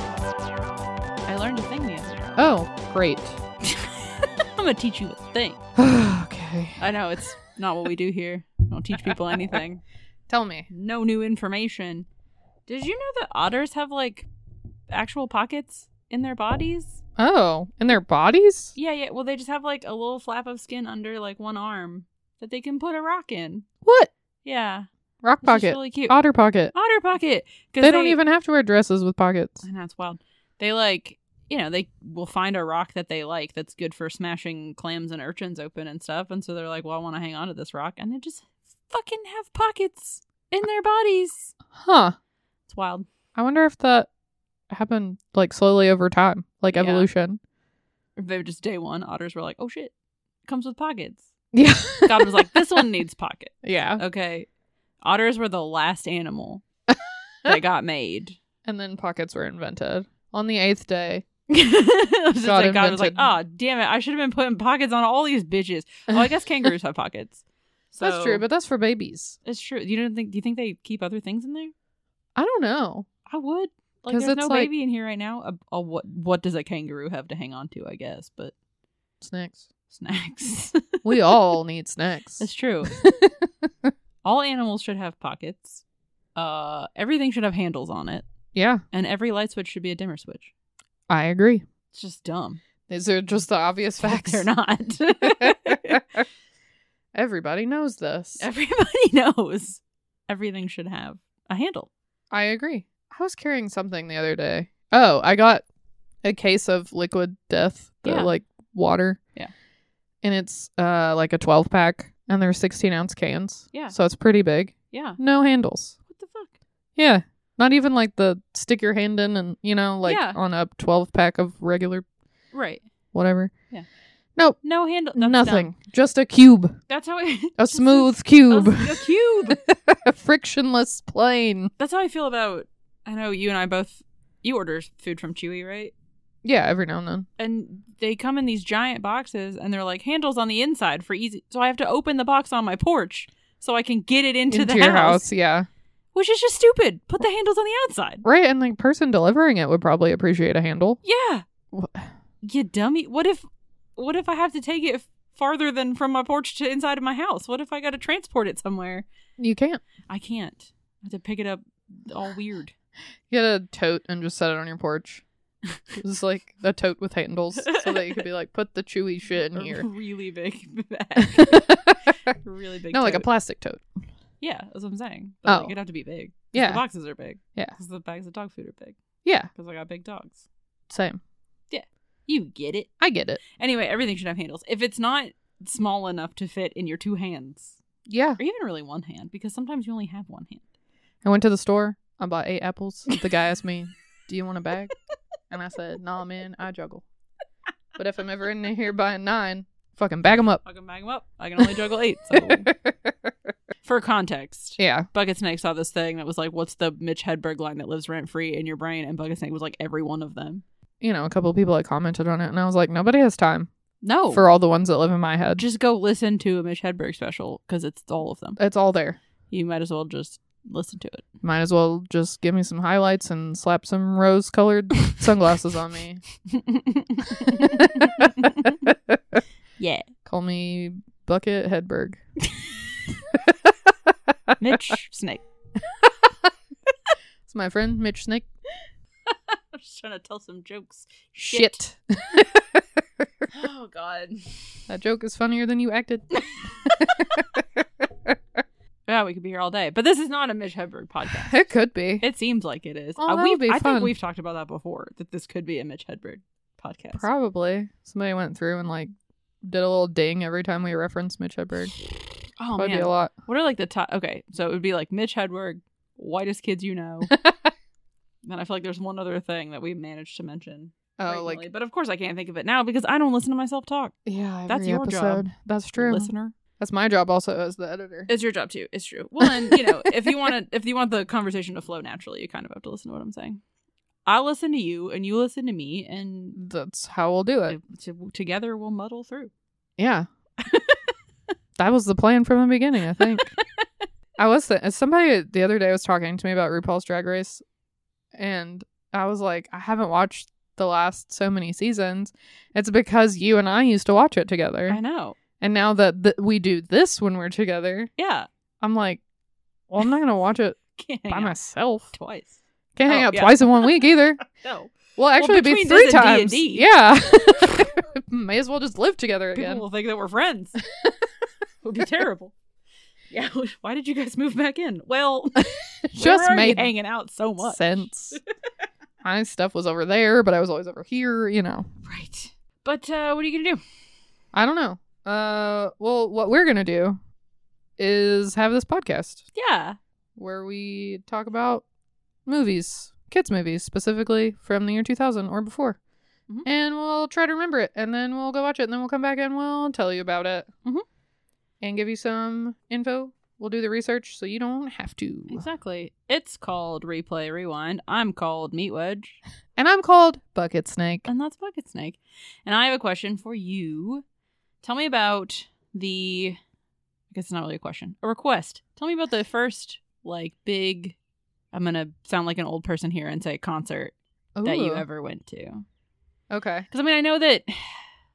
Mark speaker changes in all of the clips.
Speaker 1: I learned a thing the other day.
Speaker 2: Oh, great.
Speaker 1: I'm gonna teach you a thing.
Speaker 2: okay.
Speaker 1: I know it's not what we do here. We don't teach people anything.
Speaker 2: Tell me.
Speaker 1: No new information. Did you know that otters have like actual pockets in their bodies?
Speaker 2: Oh, and their bodies?
Speaker 1: Yeah, yeah. Well, they just have like a little flap of skin under like one arm that they can put a rock in.
Speaker 2: What?
Speaker 1: Yeah,
Speaker 2: Rock
Speaker 1: it's just
Speaker 2: pocket.
Speaker 1: really cute.
Speaker 2: Otter pocket.
Speaker 1: Otter pocket. 'Cause
Speaker 2: They, don't even have to wear dresses with pockets.
Speaker 1: I know it's wild. They like, you know, they will find a rock that they like that's good for smashing clams and urchins open and stuff. And so they're like, well, I want to hang on to this rock. And they just fucking have pockets in their bodies.
Speaker 2: Huh.
Speaker 1: It's wild.
Speaker 2: I wonder if that happened like slowly over time, like
Speaker 1: Yeah.
Speaker 2: evolution.
Speaker 1: If they were just day one, otters were like, oh shit, it comes with pockets.
Speaker 2: Yeah.
Speaker 1: God was like, this one needs pockets.
Speaker 2: yeah.
Speaker 1: Okay. Otters were the last animal that got made.
Speaker 2: And then pockets were invented. On the eighth day.
Speaker 1: It's just
Speaker 2: God
Speaker 1: like, God was like,
Speaker 2: invented-
Speaker 1: oh, damn it. I should have been putting pockets on all these bitches. Oh, I guess kangaroos have pockets. So
Speaker 2: That's true, but that's for babies.
Speaker 1: It's true. You don't think? Do you think they keep other things in there?
Speaker 2: I don't know.
Speaker 1: I would. Like,
Speaker 2: 'Cause
Speaker 1: there's no
Speaker 2: it's like-
Speaker 1: baby in here right now. A, a, what? What does a kangaroo have to hang on to? I guess, but
Speaker 2: Snacks.
Speaker 1: snacks.
Speaker 2: We all need snacks.
Speaker 1: That's true. All animals should have pockets. Uh, everything should have handles on it,
Speaker 2: Yeah,
Speaker 1: and every light switch should be a dimmer switch.
Speaker 2: I agree.
Speaker 1: It's just dumb.
Speaker 2: These are just the obvious
Speaker 1: But
Speaker 2: facts.
Speaker 1: They're not.
Speaker 2: Everybody knows this.
Speaker 1: Everybody knows everything should have a handle.
Speaker 2: I agree. I was carrying something the other day. Oh, I got a case of liquid death, the
Speaker 1: Yeah.
Speaker 2: like water.
Speaker 1: Yeah.
Speaker 2: And it's uh like a 12 pack and they're 16 ounce cans.
Speaker 1: Yeah.
Speaker 2: So it's pretty big.
Speaker 1: Yeah.
Speaker 2: No handles.
Speaker 1: What the fuck?
Speaker 2: Yeah. Not even like the stick your hand in and, you know, like
Speaker 1: Yeah.
Speaker 2: on a 12 pack of regular
Speaker 1: Right.
Speaker 2: whatever.
Speaker 1: Yeah.
Speaker 2: Nope.
Speaker 1: No handle. that's dumb.
Speaker 2: Nothing. Just a cube.
Speaker 1: That's how it.
Speaker 2: A
Speaker 1: just
Speaker 2: smooth
Speaker 1: a- Oh.
Speaker 2: cube.
Speaker 1: a cube.
Speaker 2: a frictionless plane.
Speaker 1: That's how I feel about. I know you and I both. You order food from Chewy, right?
Speaker 2: Yeah, every now and then.
Speaker 1: And they come in these giant boxes, and they're like handles on the inside for easy. So I have to open the box on my porch so I can get it into, the
Speaker 2: your
Speaker 1: house,
Speaker 2: Yeah.
Speaker 1: which is just stupid. Put the handles on the outside.
Speaker 2: Right, and the person delivering it would probably appreciate a handle.
Speaker 1: Yeah,
Speaker 2: Wha-
Speaker 1: you dummy. What if? What if I have to take it f- farther than from my porch to inside of my house? What if I got to transport it somewhere?
Speaker 2: You can't
Speaker 1: I can't. I have to pick it up. All weird.
Speaker 2: get a tote and just set it on your porch. It's like a tote with handles, so that you could be like, put the chewy shit in
Speaker 1: A
Speaker 2: here.
Speaker 1: Really big bag.
Speaker 2: no,
Speaker 1: really big.
Speaker 2: like a
Speaker 1: tote.
Speaker 2: plastic tote.
Speaker 1: Yeah, that's what I'm saying. But like,
Speaker 2: Oh.
Speaker 1: it'd have to be big. 'Cause
Speaker 2: Yeah.
Speaker 1: The boxes are big.
Speaker 2: Yeah.
Speaker 1: Because the bags of dog food are big.
Speaker 2: Yeah,
Speaker 1: Because I got big dogs.
Speaker 2: same.
Speaker 1: You get it.
Speaker 2: I get it.
Speaker 1: Anyway, everything should have handles. If it's not small enough to fit in your two hands,
Speaker 2: Yeah,
Speaker 1: or even really one hand, because sometimes you only have one hand.
Speaker 2: I went to the store. I bought eight apples. The guy asked me, "Do you want a bag?" And I said, "Nah, man, I juggle. But if I'm ever in here buying nine, fucking bag them up."
Speaker 1: I can bag them up. I can only juggle eight. So. For context,
Speaker 2: yeah,
Speaker 1: Bucket Snake saw this thing that was like, "What's the Mitch Hedberg line that lives rent free in your brain?" And Bucket Snake was like, "Every one of them."
Speaker 2: you know, a couple of people had commented on it, and I was like, "Nobody has time."
Speaker 1: No,
Speaker 2: for all the ones that live in my head.
Speaker 1: just go listen to a Mitch Hedberg special because it's all of them.
Speaker 2: It's all there.
Speaker 1: You might as well just listen to it.
Speaker 2: Might as well just give me some highlights and slap some rose colored sunglasses on me.
Speaker 1: yeah.
Speaker 2: Call me Bucket Hedberg.
Speaker 1: Mitch Snake.
Speaker 2: It's my friend Mitch Snake.
Speaker 1: I'm just trying to tell some jokes.
Speaker 2: Shit.
Speaker 1: Oh God.
Speaker 2: That joke is funnier than you acted.
Speaker 1: Yeah, we could be here all day. But this is not a Mitch Hedberg podcast.
Speaker 2: It could be.
Speaker 1: It seems like it is.
Speaker 2: Oh,
Speaker 1: Uh,
Speaker 2: that
Speaker 1: we've-
Speaker 2: would be
Speaker 1: I
Speaker 2: fun.
Speaker 1: think we've talked about that before, that this could be a Mitch Hedberg podcast.
Speaker 2: Probably. Somebody went through and like did a little ding every time we referenced Mitch Hedberg.
Speaker 1: oh,
Speaker 2: That'd
Speaker 1: man.
Speaker 2: be a lot.
Speaker 1: What are like the top? Okay, so it would be like Mitch Hedberg, whitest kids you know. and I feel like there's one other thing that we managed to mention.
Speaker 2: Oh,
Speaker 1: frequently,
Speaker 2: like
Speaker 1: but of course I can't think of it now because I don't listen to myself talk.
Speaker 2: yeah, every
Speaker 1: That's your job,
Speaker 2: episode. That's true.
Speaker 1: listener.
Speaker 2: That's my job also as the editor.
Speaker 1: It's your job too. It's true. Well, and you know, if you want to, if you want the conversation to flow naturally, you kind of have to listen to what I'm saying. I listen to you, and you listen to me, and
Speaker 2: That's how we'll do it.
Speaker 1: to- together we'll muddle through.
Speaker 2: Yeah. that was the plan from the beginning, I think. I was th- somebody the other day was talking to me about RuPaul's Drag Race, and I was like, I haven't watched the last so many seasons. It's because you and I used to watch it together,
Speaker 1: I know.
Speaker 2: and now that th- we do this when we're together,
Speaker 1: Yeah,
Speaker 2: I'm like, well, I'm not gonna watch it
Speaker 1: can't hang
Speaker 2: by
Speaker 1: out
Speaker 2: myself.
Speaker 1: twice.
Speaker 2: Can't hang
Speaker 1: Oh,
Speaker 2: out
Speaker 1: yeah.
Speaker 2: twice in one week either.
Speaker 1: No,
Speaker 2: Well, actually, it'd be
Speaker 1: between
Speaker 2: three
Speaker 1: this and
Speaker 2: times.
Speaker 1: D&D.
Speaker 2: Yeah, may as well just live together
Speaker 1: people
Speaker 2: again.
Speaker 1: will think that we're friends. it would be terrible. Yeah, why did you guys move back in? Well,
Speaker 2: Just
Speaker 1: just
Speaker 2: made
Speaker 1: hanging out so much.
Speaker 2: sense. My stuff was over there, but I was always over here, you know.
Speaker 1: Right. But uh, what are you gonna do?
Speaker 2: I don't know. Uh well what we're gonna do is have this podcast
Speaker 1: Yeah.
Speaker 2: where we talk about movies, kids movies specifically from the year two thousand or before.
Speaker 1: Mhm.
Speaker 2: And we'll try to remember it and then we'll go watch it and then we'll come back and we'll tell you about it.
Speaker 1: Mhm.
Speaker 2: And give you some info. We'll do the research so you don't have to.
Speaker 1: Exactly. It's called Replay Rewind. I'm called Meat Wedge,
Speaker 2: And I'm called Bucket Snake.
Speaker 1: and that's Bucket Snake. And I have a question for you. Tell me about the. I guess it's not really a question. A request. Tell me about the first like big. I'm gonna sound like an old person here and say concert that you
Speaker 2: Ooh.
Speaker 1: ever went to. Because
Speaker 2: Okay.
Speaker 1: I mean I know that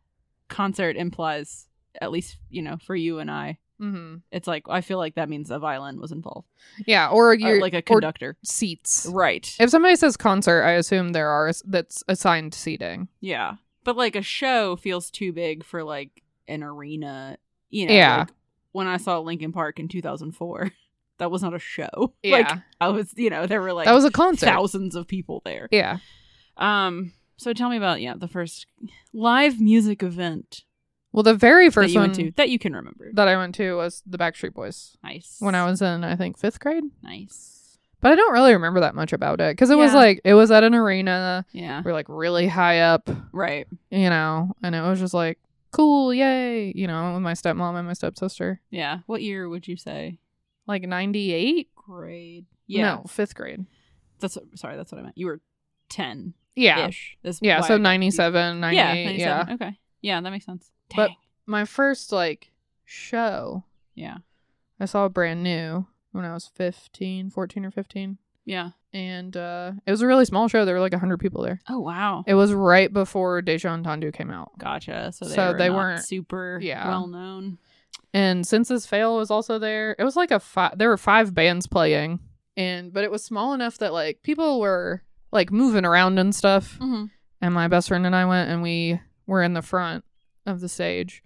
Speaker 1: concert implies at least you know for you and I
Speaker 2: Mm-hmm.
Speaker 1: it's like I feel like that means a violin was involved,
Speaker 2: Yeah, or
Speaker 1: or
Speaker 2: you're
Speaker 1: Uh, like a
Speaker 2: or
Speaker 1: conductor,
Speaker 2: seats.
Speaker 1: right?
Speaker 2: If somebody says concert, I assume there are that's assigned seating.
Speaker 1: Yeah, but like a show feels too big for like an arena. You know,
Speaker 2: Yeah.
Speaker 1: like, when I saw Linkin Park in 2004, that was not a show. like
Speaker 2: Yeah.
Speaker 1: I was, you know, there were like
Speaker 2: that was a concert.
Speaker 1: thousands of people there.
Speaker 2: Yeah.
Speaker 1: Um, so tell me about yeah the first live music event
Speaker 2: Well, the very first
Speaker 1: that you
Speaker 2: one
Speaker 1: went to that you can remember.
Speaker 2: that I went to was the Backstreet Boys
Speaker 1: nice
Speaker 2: when I was in I think fifth grade,
Speaker 1: nice.
Speaker 2: but I don't really remember that much about it because it was
Speaker 1: Yeah.
Speaker 2: like it was at an arena.
Speaker 1: Yeah,
Speaker 2: We're like really high up,
Speaker 1: right.
Speaker 2: you know, and it was just like cool, yay, you know, with my stepmom and my stepsister.
Speaker 1: Yeah. What year would you say?
Speaker 2: Like ninety eight.
Speaker 1: Grade. Yeah.
Speaker 2: No, fifth grade.
Speaker 1: That's sorry. That's what I meant. You were ten.
Speaker 2: Yeah.
Speaker 1: ish. That's
Speaker 2: Yeah.
Speaker 1: why I
Speaker 2: so
Speaker 1: got confused.
Speaker 2: 97, 98.
Speaker 1: Yeah,
Speaker 2: yeah.
Speaker 1: 97. Okay. Yeah, that makes sense.
Speaker 2: But-
Speaker 1: Dang.
Speaker 2: my first like show
Speaker 1: yeah,
Speaker 2: I saw brand new when I was 15, 14 or 15.
Speaker 1: yeah.
Speaker 2: And uh, it was a really small show. There were like 100 people there.
Speaker 1: Oh wow.
Speaker 2: It was right before Dejan Tandu came out.
Speaker 1: Gotcha. So they,
Speaker 2: So
Speaker 1: were
Speaker 2: they
Speaker 1: not
Speaker 2: weren't-
Speaker 1: super
Speaker 2: yeah.
Speaker 1: well known.
Speaker 2: And Census Fail was also there. It was like a five, there were five bands playing. And, but it was small enough that like people were like moving around and stuff.
Speaker 1: Mm-hmm.
Speaker 2: and my best friend and I went and we were in the front of the stage.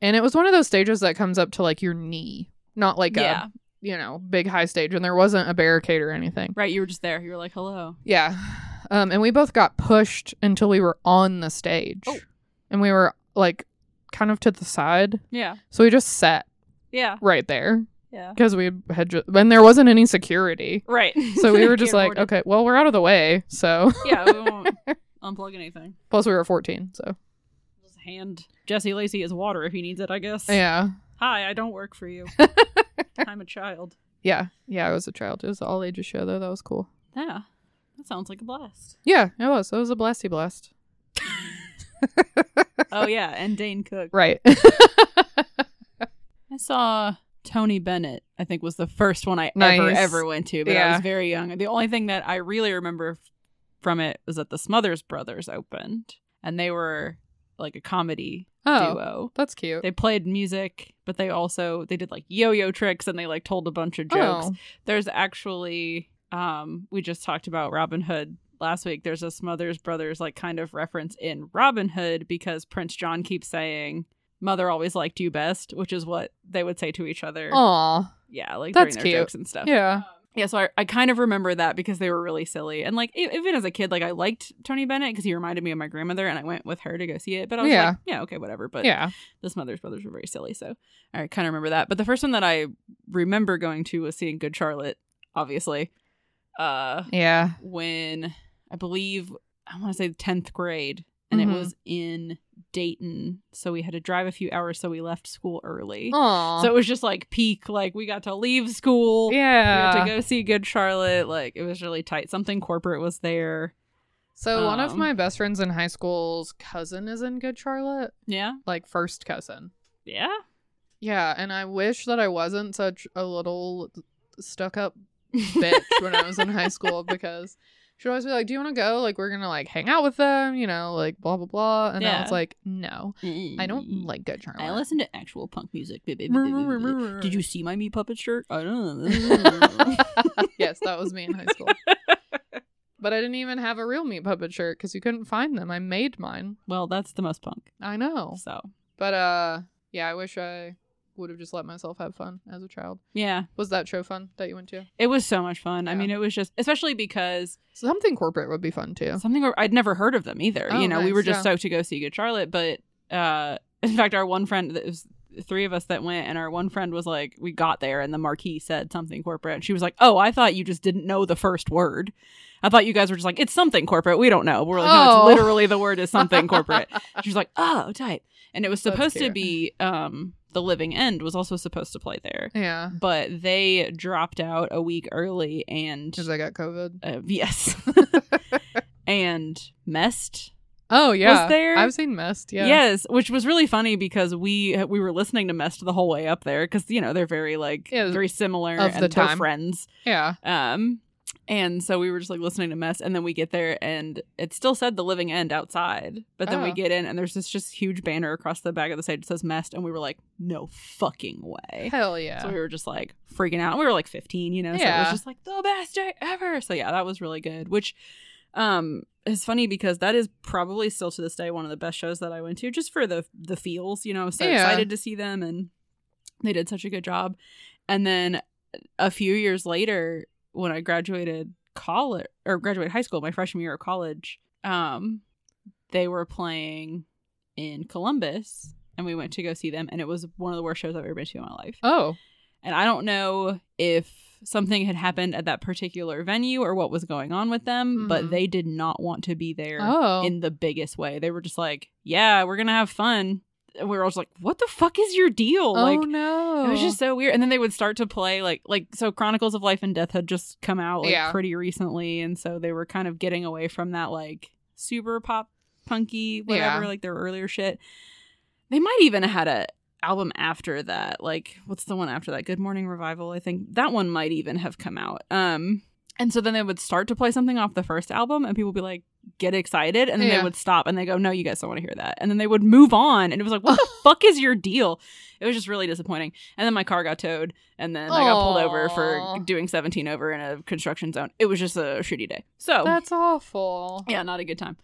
Speaker 2: And it was one of those stages that comes up to like your knee, not like
Speaker 1: Yeah.
Speaker 2: a you know, big high stage and there wasn't a barricade or anything.
Speaker 1: Right. You were just there. You were like, hello.
Speaker 2: Yeah. Um and we both got pushed until we were on the stage.
Speaker 1: Oh.
Speaker 2: And we were like kind of to the side.
Speaker 1: Yeah.
Speaker 2: So we just sat
Speaker 1: Yeah.
Speaker 2: right there
Speaker 1: Yeah.
Speaker 2: because we had just, and there wasn't any security.
Speaker 1: Right.
Speaker 2: So we were just
Speaker 1: Get
Speaker 2: like,
Speaker 1: boarded.
Speaker 2: okay, well, we're out of the way. So
Speaker 1: Yeah. We won't unplug anything.
Speaker 2: plus we were 14, so
Speaker 1: Just hand Jesse Lacey his water if he needs it. I guess.
Speaker 2: yeah.
Speaker 1: Hi, I don't work for you. I'm a child.
Speaker 2: Yeah, yeah, I was a child. It was an all ages show though. That was cool.
Speaker 1: Yeah. That sounds like a blast.
Speaker 2: Yeah, it was. It was a blasty blast.
Speaker 1: Oh yeah, and Dane Cook.
Speaker 2: Right.
Speaker 1: I saw Tony Bennett, I think was the first one I ever
Speaker 2: Nice.
Speaker 1: ever went to, but I
Speaker 2: Yeah.
Speaker 1: was very young. The only thing that I really remember f- from it was that the Smothers Brothers opened and they were like a comedy
Speaker 2: oh,
Speaker 1: duo.
Speaker 2: that's cute.
Speaker 1: They played music, but they also they did like yo-yo tricks and they like told a bunch of jokes.
Speaker 2: oh,
Speaker 1: There's actually um we just talked about Robin Hood last week. There's a Smothers Brothers like kind of reference in Robin Hood because Prince John keeps saying mother always liked you best, which is what they would say to each other.
Speaker 2: Oh. Aw.
Speaker 1: Yeah, like
Speaker 2: That's
Speaker 1: during their
Speaker 2: cute.
Speaker 1: jokes and stuff.
Speaker 2: Yeah.
Speaker 1: Yeah, so I, I kind of remember that because they were really silly. And like e- even as a kid, like I liked Tony Bennett because he reminded me of my grandmother and I went with her to go see it. But I was
Speaker 2: Yeah.
Speaker 1: like, yeah, okay, whatever. But
Speaker 2: Yeah.
Speaker 1: this mother's brothers were very silly, so I kind of remember that. But the first one that I remember going to was seeing Good Charlotte, obviously. Uh
Speaker 2: Yeah.
Speaker 1: when I believe I want to say 10th grade and
Speaker 2: Mhm.
Speaker 1: it was in Dayton. So we had to drive a few hours so we left school early.
Speaker 2: Aw.
Speaker 1: So it was just like peak like we got to leave school. We
Speaker 2: yeah.
Speaker 1: got to go see Good Charlotte. Like it was really tight. Something corporate was there.
Speaker 2: so one of
Speaker 1: Um,
Speaker 2: my best friends in high school's cousin is in Good Charlotte,
Speaker 1: Yeah.
Speaker 2: like first cousin.
Speaker 1: Yeah.
Speaker 2: Yeah, and I wish that I wasn't such a little stuck up bitch when I was in high school because she'd always be like, Do you want to go? Like, we're going to like hang out with them, you know, like blah, blah, blah. And I
Speaker 1: Yeah.
Speaker 2: was like, No, I don't like Good Charlotte.
Speaker 1: I listen to actual punk music. Did
Speaker 2: Did
Speaker 1: you see my me puppet shirt? I don't know.
Speaker 2: yes, that was me in high school. But I didn't even have a real meat puppet shirt because you couldn't find them. I made mine.
Speaker 1: well, that's the most punk.
Speaker 2: I know.
Speaker 1: So
Speaker 2: But uh yeah, I wish I would have just let myself have fun as a child.
Speaker 1: yeah.
Speaker 2: Was that show fun that you went to?
Speaker 1: It was so much fun. I
Speaker 2: Yeah.
Speaker 1: mean, it was just especially because
Speaker 2: Something corporate would be fun too.
Speaker 1: something where I'd never heard of them either.
Speaker 2: Oh,
Speaker 1: you know, we
Speaker 2: nice,
Speaker 1: were just
Speaker 2: yeah.
Speaker 1: stoked to go see Good Charlotte, but uh in fact, our one friend it was three of us that went, and our one friend was like, we got there, and the marquee said something corporate, and she was like, "Oh, I thought you just didn't know the first word. I thought you guys were just like, it's something corporate. We don't know. We're like,
Speaker 2: Oh.
Speaker 1: no, it's literally the word is something corporate." she was like, "Oh, tight." And it was
Speaker 2: That's
Speaker 1: supposed to
Speaker 2: cute.
Speaker 1: be um the Living End was also supposed to play there.
Speaker 2: Yeah.
Speaker 1: But they dropped out a week early and
Speaker 2: Because I got COVID.
Speaker 1: uh, yes and messed
Speaker 2: Oh yeah.
Speaker 1: there-
Speaker 2: I've seen Mist, yeah.
Speaker 1: yes which was really funny because we we were listening to messed the whole way up there because you know they're very like
Speaker 2: Yeah,
Speaker 1: very similar
Speaker 2: of
Speaker 1: and
Speaker 2: the
Speaker 1: they're
Speaker 2: time.
Speaker 1: friends
Speaker 2: Yeah.
Speaker 1: um and so we were just like listening to mess and then we get there and it still said the living end outside but then
Speaker 2: Oh.
Speaker 1: we get in and there's this just huge banner across the back of the stage that says messed and we were like no fucking way
Speaker 2: Hell yeah.
Speaker 1: so we were just like freaking out. We were like 15, you know. So it
Speaker 2: Yeah.
Speaker 1: was just like the best day ever. So yeah, that was really good. Which um is funny because that is probably still to this day one of the best shows that I went to, just for the the feels. You know, I was so
Speaker 2: Yeah.
Speaker 1: excited to see them, and they did such a good job. And then a few years later, when I graduated college or graduated high school, my freshman year of college, um, they were playing in Columbus. And we went to go see them, and it was one of the worst shows I've ever been to in my life.
Speaker 2: oh.
Speaker 1: And I don't know if something had happened at that particular venue or what was going on with them,
Speaker 2: Mhm.
Speaker 1: but they did not want to be there
Speaker 2: Oh.
Speaker 1: in the biggest way. They were just like, yeah, we're going to have fun. And we were always like, what the fuck is your deal?
Speaker 2: oh
Speaker 1: like,
Speaker 2: no.
Speaker 1: it was
Speaker 2: Oh.
Speaker 1: just so weird. And then they would start to play like like so Chronicles of Life and Death had just come out like
Speaker 2: Yeah.
Speaker 1: pretty recently and so they were kind of getting away from that like super pop punky whatever
Speaker 2: Yeah.
Speaker 1: like their earlier shit. They might even had a album after that. Like what's the one after that? Good Morning Revival, I think. That one might even have come out. Um and so then they would start to play something off the first album and people would be like get excited and then
Speaker 2: Yeah.
Speaker 1: they would stop and they go no you guys don't want to hear that and then they would move on and it was like what the fuck is your deal it was just really disappointing and then my car got towed and then i got pulled over for
Speaker 2: Aw.
Speaker 1: doing 17 over in a construction zone it was just a shitty day so
Speaker 2: That's awful.
Speaker 1: yeah not a good time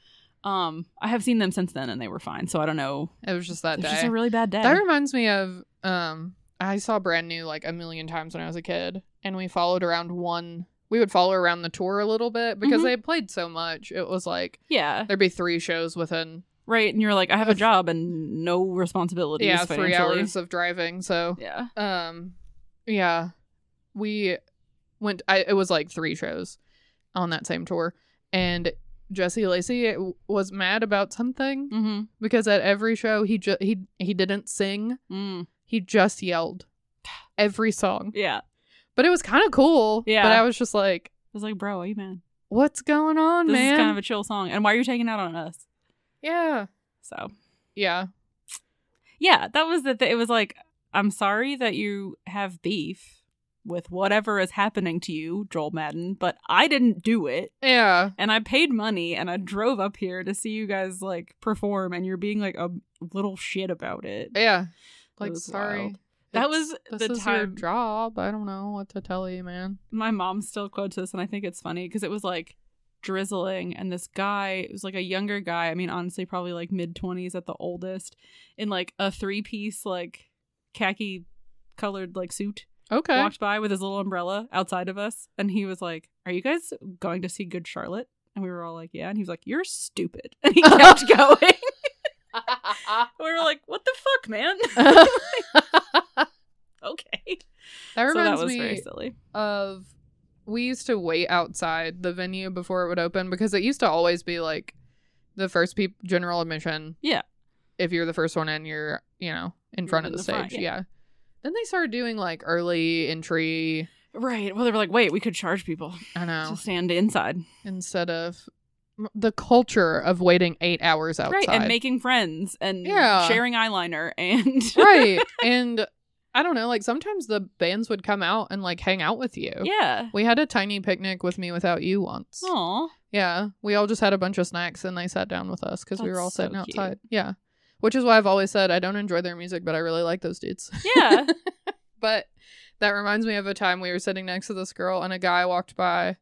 Speaker 1: um i have seen them since then and they were fine so i don't know
Speaker 2: It was just that
Speaker 1: it was
Speaker 2: day.
Speaker 1: just a really bad day
Speaker 2: That reminds me of um I saw brand new like a million times when I was a kid and we followed around one we would follow around the tour a little bit because
Speaker 1: Mhm.
Speaker 2: they had played so much. It was like
Speaker 1: yeah
Speaker 2: there'd be three shows within
Speaker 1: right and you're like i have a job and no responsibilities
Speaker 2: yeah,
Speaker 1: financially
Speaker 2: three hours of driving. So
Speaker 1: yeah
Speaker 2: um yeah. We went I it was like three shows on that same tour and Jesse Lacey was mad about something
Speaker 1: mm-hmm
Speaker 2: because at every show he ju- he he didn't sing.
Speaker 1: mm.
Speaker 2: He just yelled every song.
Speaker 1: yeah it
Speaker 2: But it was kind of cool.
Speaker 1: Yeah.
Speaker 2: But I was just like,
Speaker 1: was like bro are you mad
Speaker 2: what's going on,
Speaker 1: this
Speaker 2: man?
Speaker 1: is kind of a chill song and why are you taking out on us
Speaker 2: yeah.
Speaker 1: so
Speaker 2: Yeah.
Speaker 1: Yeah, that was the thing. It was like, I'm sorry that you have beef with whatever is happening to you, Joel Madden, but I didn't do it.
Speaker 2: Yeah.
Speaker 1: And I paid money and I drove up here to see you guys like perform, and you're being like a little shit about it.
Speaker 2: Yeah. Like,
Speaker 1: was
Speaker 2: sorry.
Speaker 1: wild. That was
Speaker 2: this
Speaker 1: the
Speaker 2: is your
Speaker 1: time.
Speaker 2: job. I don't know what to tell you, man.
Speaker 1: My mom still quotes this, and I think it's funny because it was like, drizzling and this guy it was like a younger guy i mean honestly probably like mid 20s at the oldest in like a three piece like khaki colored like suit
Speaker 2: Okay.
Speaker 1: walked by with his little umbrella outside of us and he was like are you guys going to see good charlotte and we were all like yeah and he was like you're stupid and he kept going we were like what the fuck man
Speaker 2: that
Speaker 1: okay so that
Speaker 2: reminds
Speaker 1: was
Speaker 2: me
Speaker 1: very silly
Speaker 2: of we used to wait outside the venue before it would open because it used to always be like the first peop general admission.
Speaker 1: Yeah.
Speaker 2: If you're the first one in, you're you know in
Speaker 1: You're
Speaker 2: front of
Speaker 1: in
Speaker 2: the,
Speaker 1: the
Speaker 2: stage.
Speaker 1: front,
Speaker 2: yeah.
Speaker 1: yeah.
Speaker 2: Then they started doing like early entry.
Speaker 1: right well they were like wait we could charge people
Speaker 2: I know
Speaker 1: to stand inside
Speaker 2: instead of the culture of waiting eight hours outside.
Speaker 1: right and making friends and
Speaker 2: Yeah.
Speaker 1: sharing eyeliner and
Speaker 2: right and I don't know. Like sometimes the bands would come out and like hang out with you.
Speaker 1: yeah
Speaker 2: We had a tiny picnic with me without you once.
Speaker 1: Aw.
Speaker 2: Yeah, we all just had a bunch of snacks and they sat down with us because we were
Speaker 1: That's
Speaker 2: all
Speaker 1: so
Speaker 2: sitting
Speaker 1: cute.
Speaker 2: outside. Yeah, which is why I've always said I don't enjoy their music, but I really like those dudes.
Speaker 1: yeah
Speaker 2: but that reminds me of a time we were sitting next to this girl and a guy walked by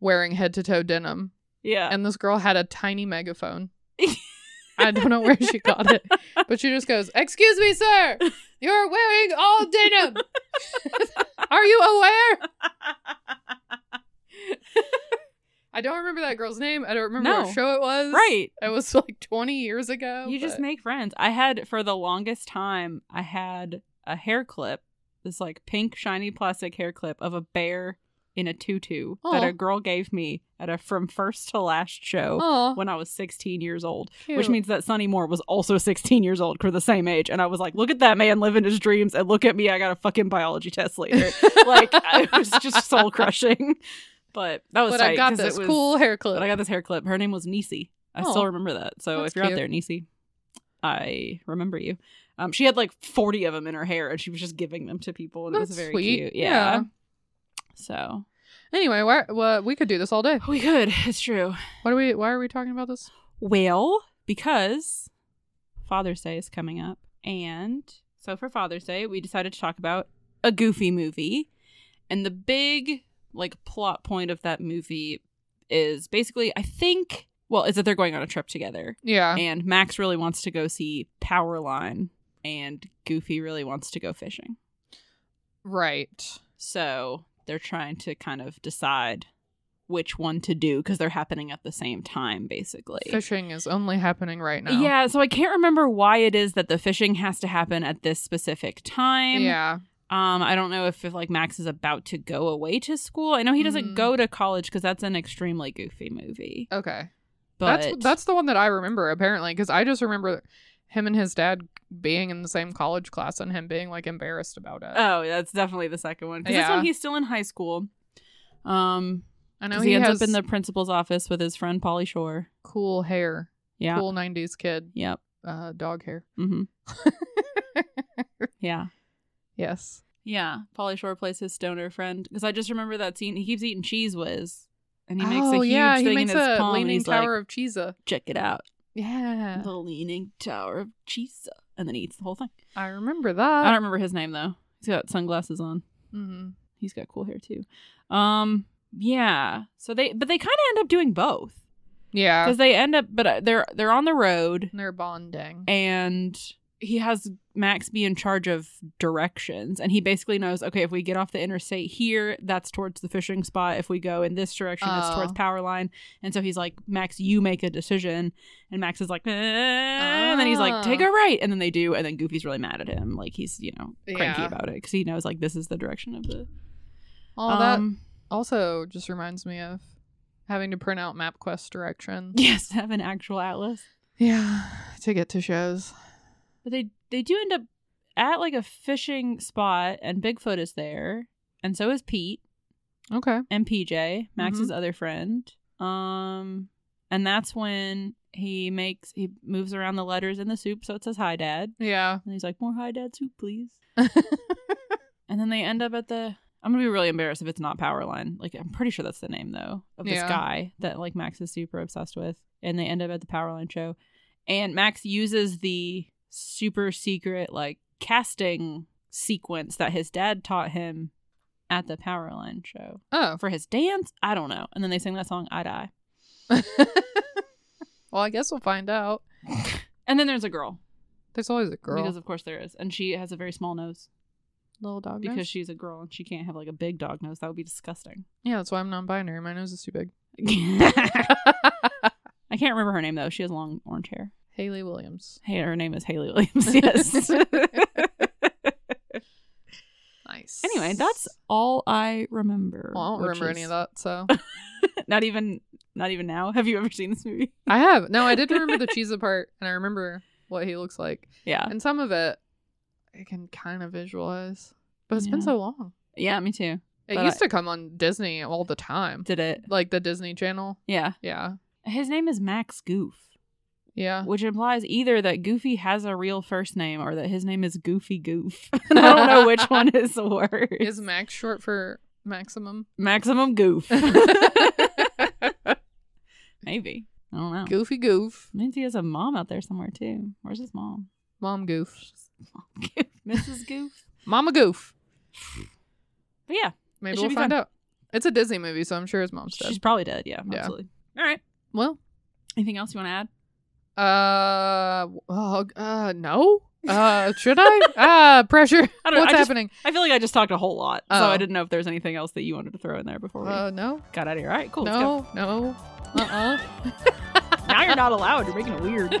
Speaker 2: wearing head to toe denim,
Speaker 1: yeah
Speaker 2: and this girl had a tiny megaphone. I don't know where she got it, but she just goes, "Excuse me, sir, you're wearing all denim. Are you aware?" I don't remember that girl's name. I don't remember
Speaker 1: No.
Speaker 2: what show it was.
Speaker 1: right
Speaker 2: It was like 20 years ago.
Speaker 1: you just
Speaker 2: Oh, but-
Speaker 1: make friends i had for the longest time i had a hair clip this like pink shiny plastic hair clip of a bear in a tutu that
Speaker 2: Aw.
Speaker 1: a girl gave me at a from first to last show
Speaker 2: Aw,
Speaker 1: when i was 16 years old which
Speaker 2: cute.
Speaker 1: means that Sonny Moore was also 16 years old for the same age. And I was like, look at that man living his dreams, and look at me, I got a fucking biology test later. like, it was just soul crushing. But that was
Speaker 2: But
Speaker 1: tight,
Speaker 2: I got
Speaker 1: 'cause it
Speaker 2: this
Speaker 1: was-
Speaker 2: cool hair clip.
Speaker 1: But I got this hair clip. Her name was Nisi. I
Speaker 2: Oh,
Speaker 1: still remember that. So
Speaker 2: that's
Speaker 1: if you're out
Speaker 2: cute.
Speaker 1: there, Nisi, I remember you. Um, she had like 40 of them in her hair, and she was just giving them to people, and it was
Speaker 2: That's
Speaker 1: very
Speaker 2: sweet.
Speaker 1: cute.
Speaker 2: Yeah.
Speaker 1: yeah. So
Speaker 2: anyway, why, well, we could do this all day.
Speaker 1: we could. It's true.
Speaker 2: What are we? Why are we talking about this?
Speaker 1: Well, because Father's Day is coming up. And so for Father's Day, we decided to talk about a goofy movie. And the big like plot point of that movie is basically I think well, is that they're going on a trip together.
Speaker 2: Yeah.
Speaker 1: And Max really wants to go see Powerline and Goofy really wants to go fishing.
Speaker 2: right.
Speaker 1: So they're trying to kind of decide which one to do because they're happening at the same time basically.
Speaker 2: Fishing is only happening right now.
Speaker 1: Yeah, so I can't remember why it is that the fishing has to happen at this specific time.
Speaker 2: Yeah.
Speaker 1: Um, I don't know if, if like Max is about to go away to school. I know he doesn't
Speaker 2: Mhm.
Speaker 1: go to college because that's an extremely goofy movie.
Speaker 2: Okay.
Speaker 1: But
Speaker 2: That's that's the one that I remember apparently because I just remember him and his dad being in the same college class and him being like embarrassed about it.
Speaker 1: oh, that's definitely the second one. Because this
Speaker 2: Yeah.
Speaker 1: one he's still in high school. Um,
Speaker 2: I
Speaker 1: 'cause
Speaker 2: know
Speaker 1: he,
Speaker 2: he,
Speaker 1: ends
Speaker 2: has
Speaker 1: up in the principal's office with his friend Polly Shore.
Speaker 2: cool hair,
Speaker 1: Yeah.
Speaker 2: cool '90s kid
Speaker 1: Yep.
Speaker 2: uh, dog hair.
Speaker 1: Mm-hmm. yeah.
Speaker 2: Yes.
Speaker 1: Yeah, Polly Shore plays his stoner friend because I just remember that scene. He keeps eating cheese whiz, and he makes
Speaker 2: oh
Speaker 1: a huge
Speaker 2: yeah,
Speaker 1: thing
Speaker 2: he makes
Speaker 1: in his
Speaker 2: a
Speaker 1: palm. and
Speaker 2: leaning
Speaker 1: he's
Speaker 2: tower
Speaker 1: like,
Speaker 2: of Cheesa.
Speaker 1: "Check it out,
Speaker 2: Yeah,
Speaker 1: the leaning tower of cheese," and then he eats the whole thing.
Speaker 2: I remember
Speaker 1: I don't
Speaker 2: that.
Speaker 1: remember his name though. He's got sunglasses on.
Speaker 2: hmm
Speaker 1: He's got cool hair too. Um, yeah. So they, but they kind of end up doing both
Speaker 2: Yeah,
Speaker 1: because they end up, but uh, they're they're on the road
Speaker 2: they're bonding.
Speaker 1: and he has Max be in charge of directions. And he basically knows okay, if we get off the interstate here, that's towards the fishing spot. If we go in this direction, that's
Speaker 2: Oh.
Speaker 1: towards power line. And so he's like, Max, you make a decision. And Max is like, "Eh," and then he's
Speaker 2: Ah.
Speaker 1: like, take a right. And then they do. And then Goofy's really mad at him. Like he's, you know, cranky
Speaker 2: Yeah.
Speaker 1: about it because he knows like this is the direction of the.
Speaker 2: All that
Speaker 1: Um,
Speaker 2: also just reminds me of having to print out MapQuest directions.
Speaker 1: Yes, have an actual atlas.
Speaker 2: yeah, to get to shows.
Speaker 1: But they they do end up at like a fishing spot, and Bigfoot is there, and so is Pete
Speaker 2: Okay.
Speaker 1: and PJ, Max's other friend. Um, and that's when he makes he moves around the letters in the soup, so it says "Hi, Dad,"
Speaker 2: Yeah.
Speaker 1: and he's like, "More Hi, Dad soup, please." And then they end up at the. I'm gonna be really embarrassed if it's not Powerline. Like I'm pretty sure that's the name though of this
Speaker 2: Yeah.
Speaker 1: guy that like Max is super obsessed with, and they end up at the Powerline show, and Max uses the super secret like casting sequence that his dad taught him at the Powerline show
Speaker 2: oh.
Speaker 1: for his dance. I don't know. And then they sing that song "I Die."
Speaker 2: well, I guess we'll find out.
Speaker 1: And then there's a girl,
Speaker 2: There's always a girl.
Speaker 1: because of course there is, and she has a very small nose
Speaker 2: little dog
Speaker 1: because
Speaker 2: nose.
Speaker 1: she's a girl and she can't have like a big dog nose. That would be disgusting.
Speaker 2: yeah, that's why I'm non-binary. My nose is too big.
Speaker 1: I can't remember her name though. She has long orange hair.
Speaker 2: Haley Williams.
Speaker 1: Hey, her name is Haley Williams. Yes.
Speaker 2: Nice.
Speaker 1: anyway, that's all I remember.
Speaker 2: Well, I don't
Speaker 1: which
Speaker 2: remember any
Speaker 1: is-
Speaker 2: of that. So
Speaker 1: not even, not even now. Have you ever seen this movie?
Speaker 2: I have. No, I did remember the cheese part, and I remember what he looks like,
Speaker 1: Yeah.
Speaker 2: and some of it I can kind of visualize. But it's been
Speaker 1: Yeah.
Speaker 2: so long.
Speaker 1: Yeah, me too.
Speaker 2: It
Speaker 1: But
Speaker 2: used to come on Disney all the time,
Speaker 1: Did it?
Speaker 2: like the Disney Channel.
Speaker 1: Yeah.
Speaker 2: Yeah,
Speaker 1: His name is Max Goof,
Speaker 2: yeah.
Speaker 1: which implies either that Goofy has a real first name or that his name is Goofy Goof. And I don't know which one is the worst.
Speaker 2: Is Max short for maximum?
Speaker 1: Maximum Goof. Maybe. I don't know.
Speaker 2: Goofy goof.
Speaker 1: Means he has a mom out there somewhere too. Where's his mom?
Speaker 2: Mom goof.
Speaker 1: Mrs. Goof.
Speaker 2: Mama goof.
Speaker 1: But yeah,
Speaker 2: Maybe
Speaker 1: It should
Speaker 2: we'll
Speaker 1: be
Speaker 2: find
Speaker 1: fun.
Speaker 2: out. It's a Disney movie, so I'm sure his mom's dead.
Speaker 1: she's probably dead. Yeah,
Speaker 2: Yeah.
Speaker 1: absolutely. All right.
Speaker 2: well,
Speaker 1: Anything else you want to add?
Speaker 2: uh, uh, uh, no. Uh, should I? Ah, pressure.
Speaker 1: I don't know.
Speaker 2: What's
Speaker 1: I, just-
Speaker 2: happening?
Speaker 1: I feel like I just talked a whole lot, so
Speaker 2: Oh.
Speaker 1: I didn't know if there's anything else that you wanted to throw in there before we
Speaker 2: Uh, no,
Speaker 1: got out of here. All right, Oh, cool. Let's go.
Speaker 2: no, no. Uh, uh
Speaker 1: Now you're not allowed. You're making it weird.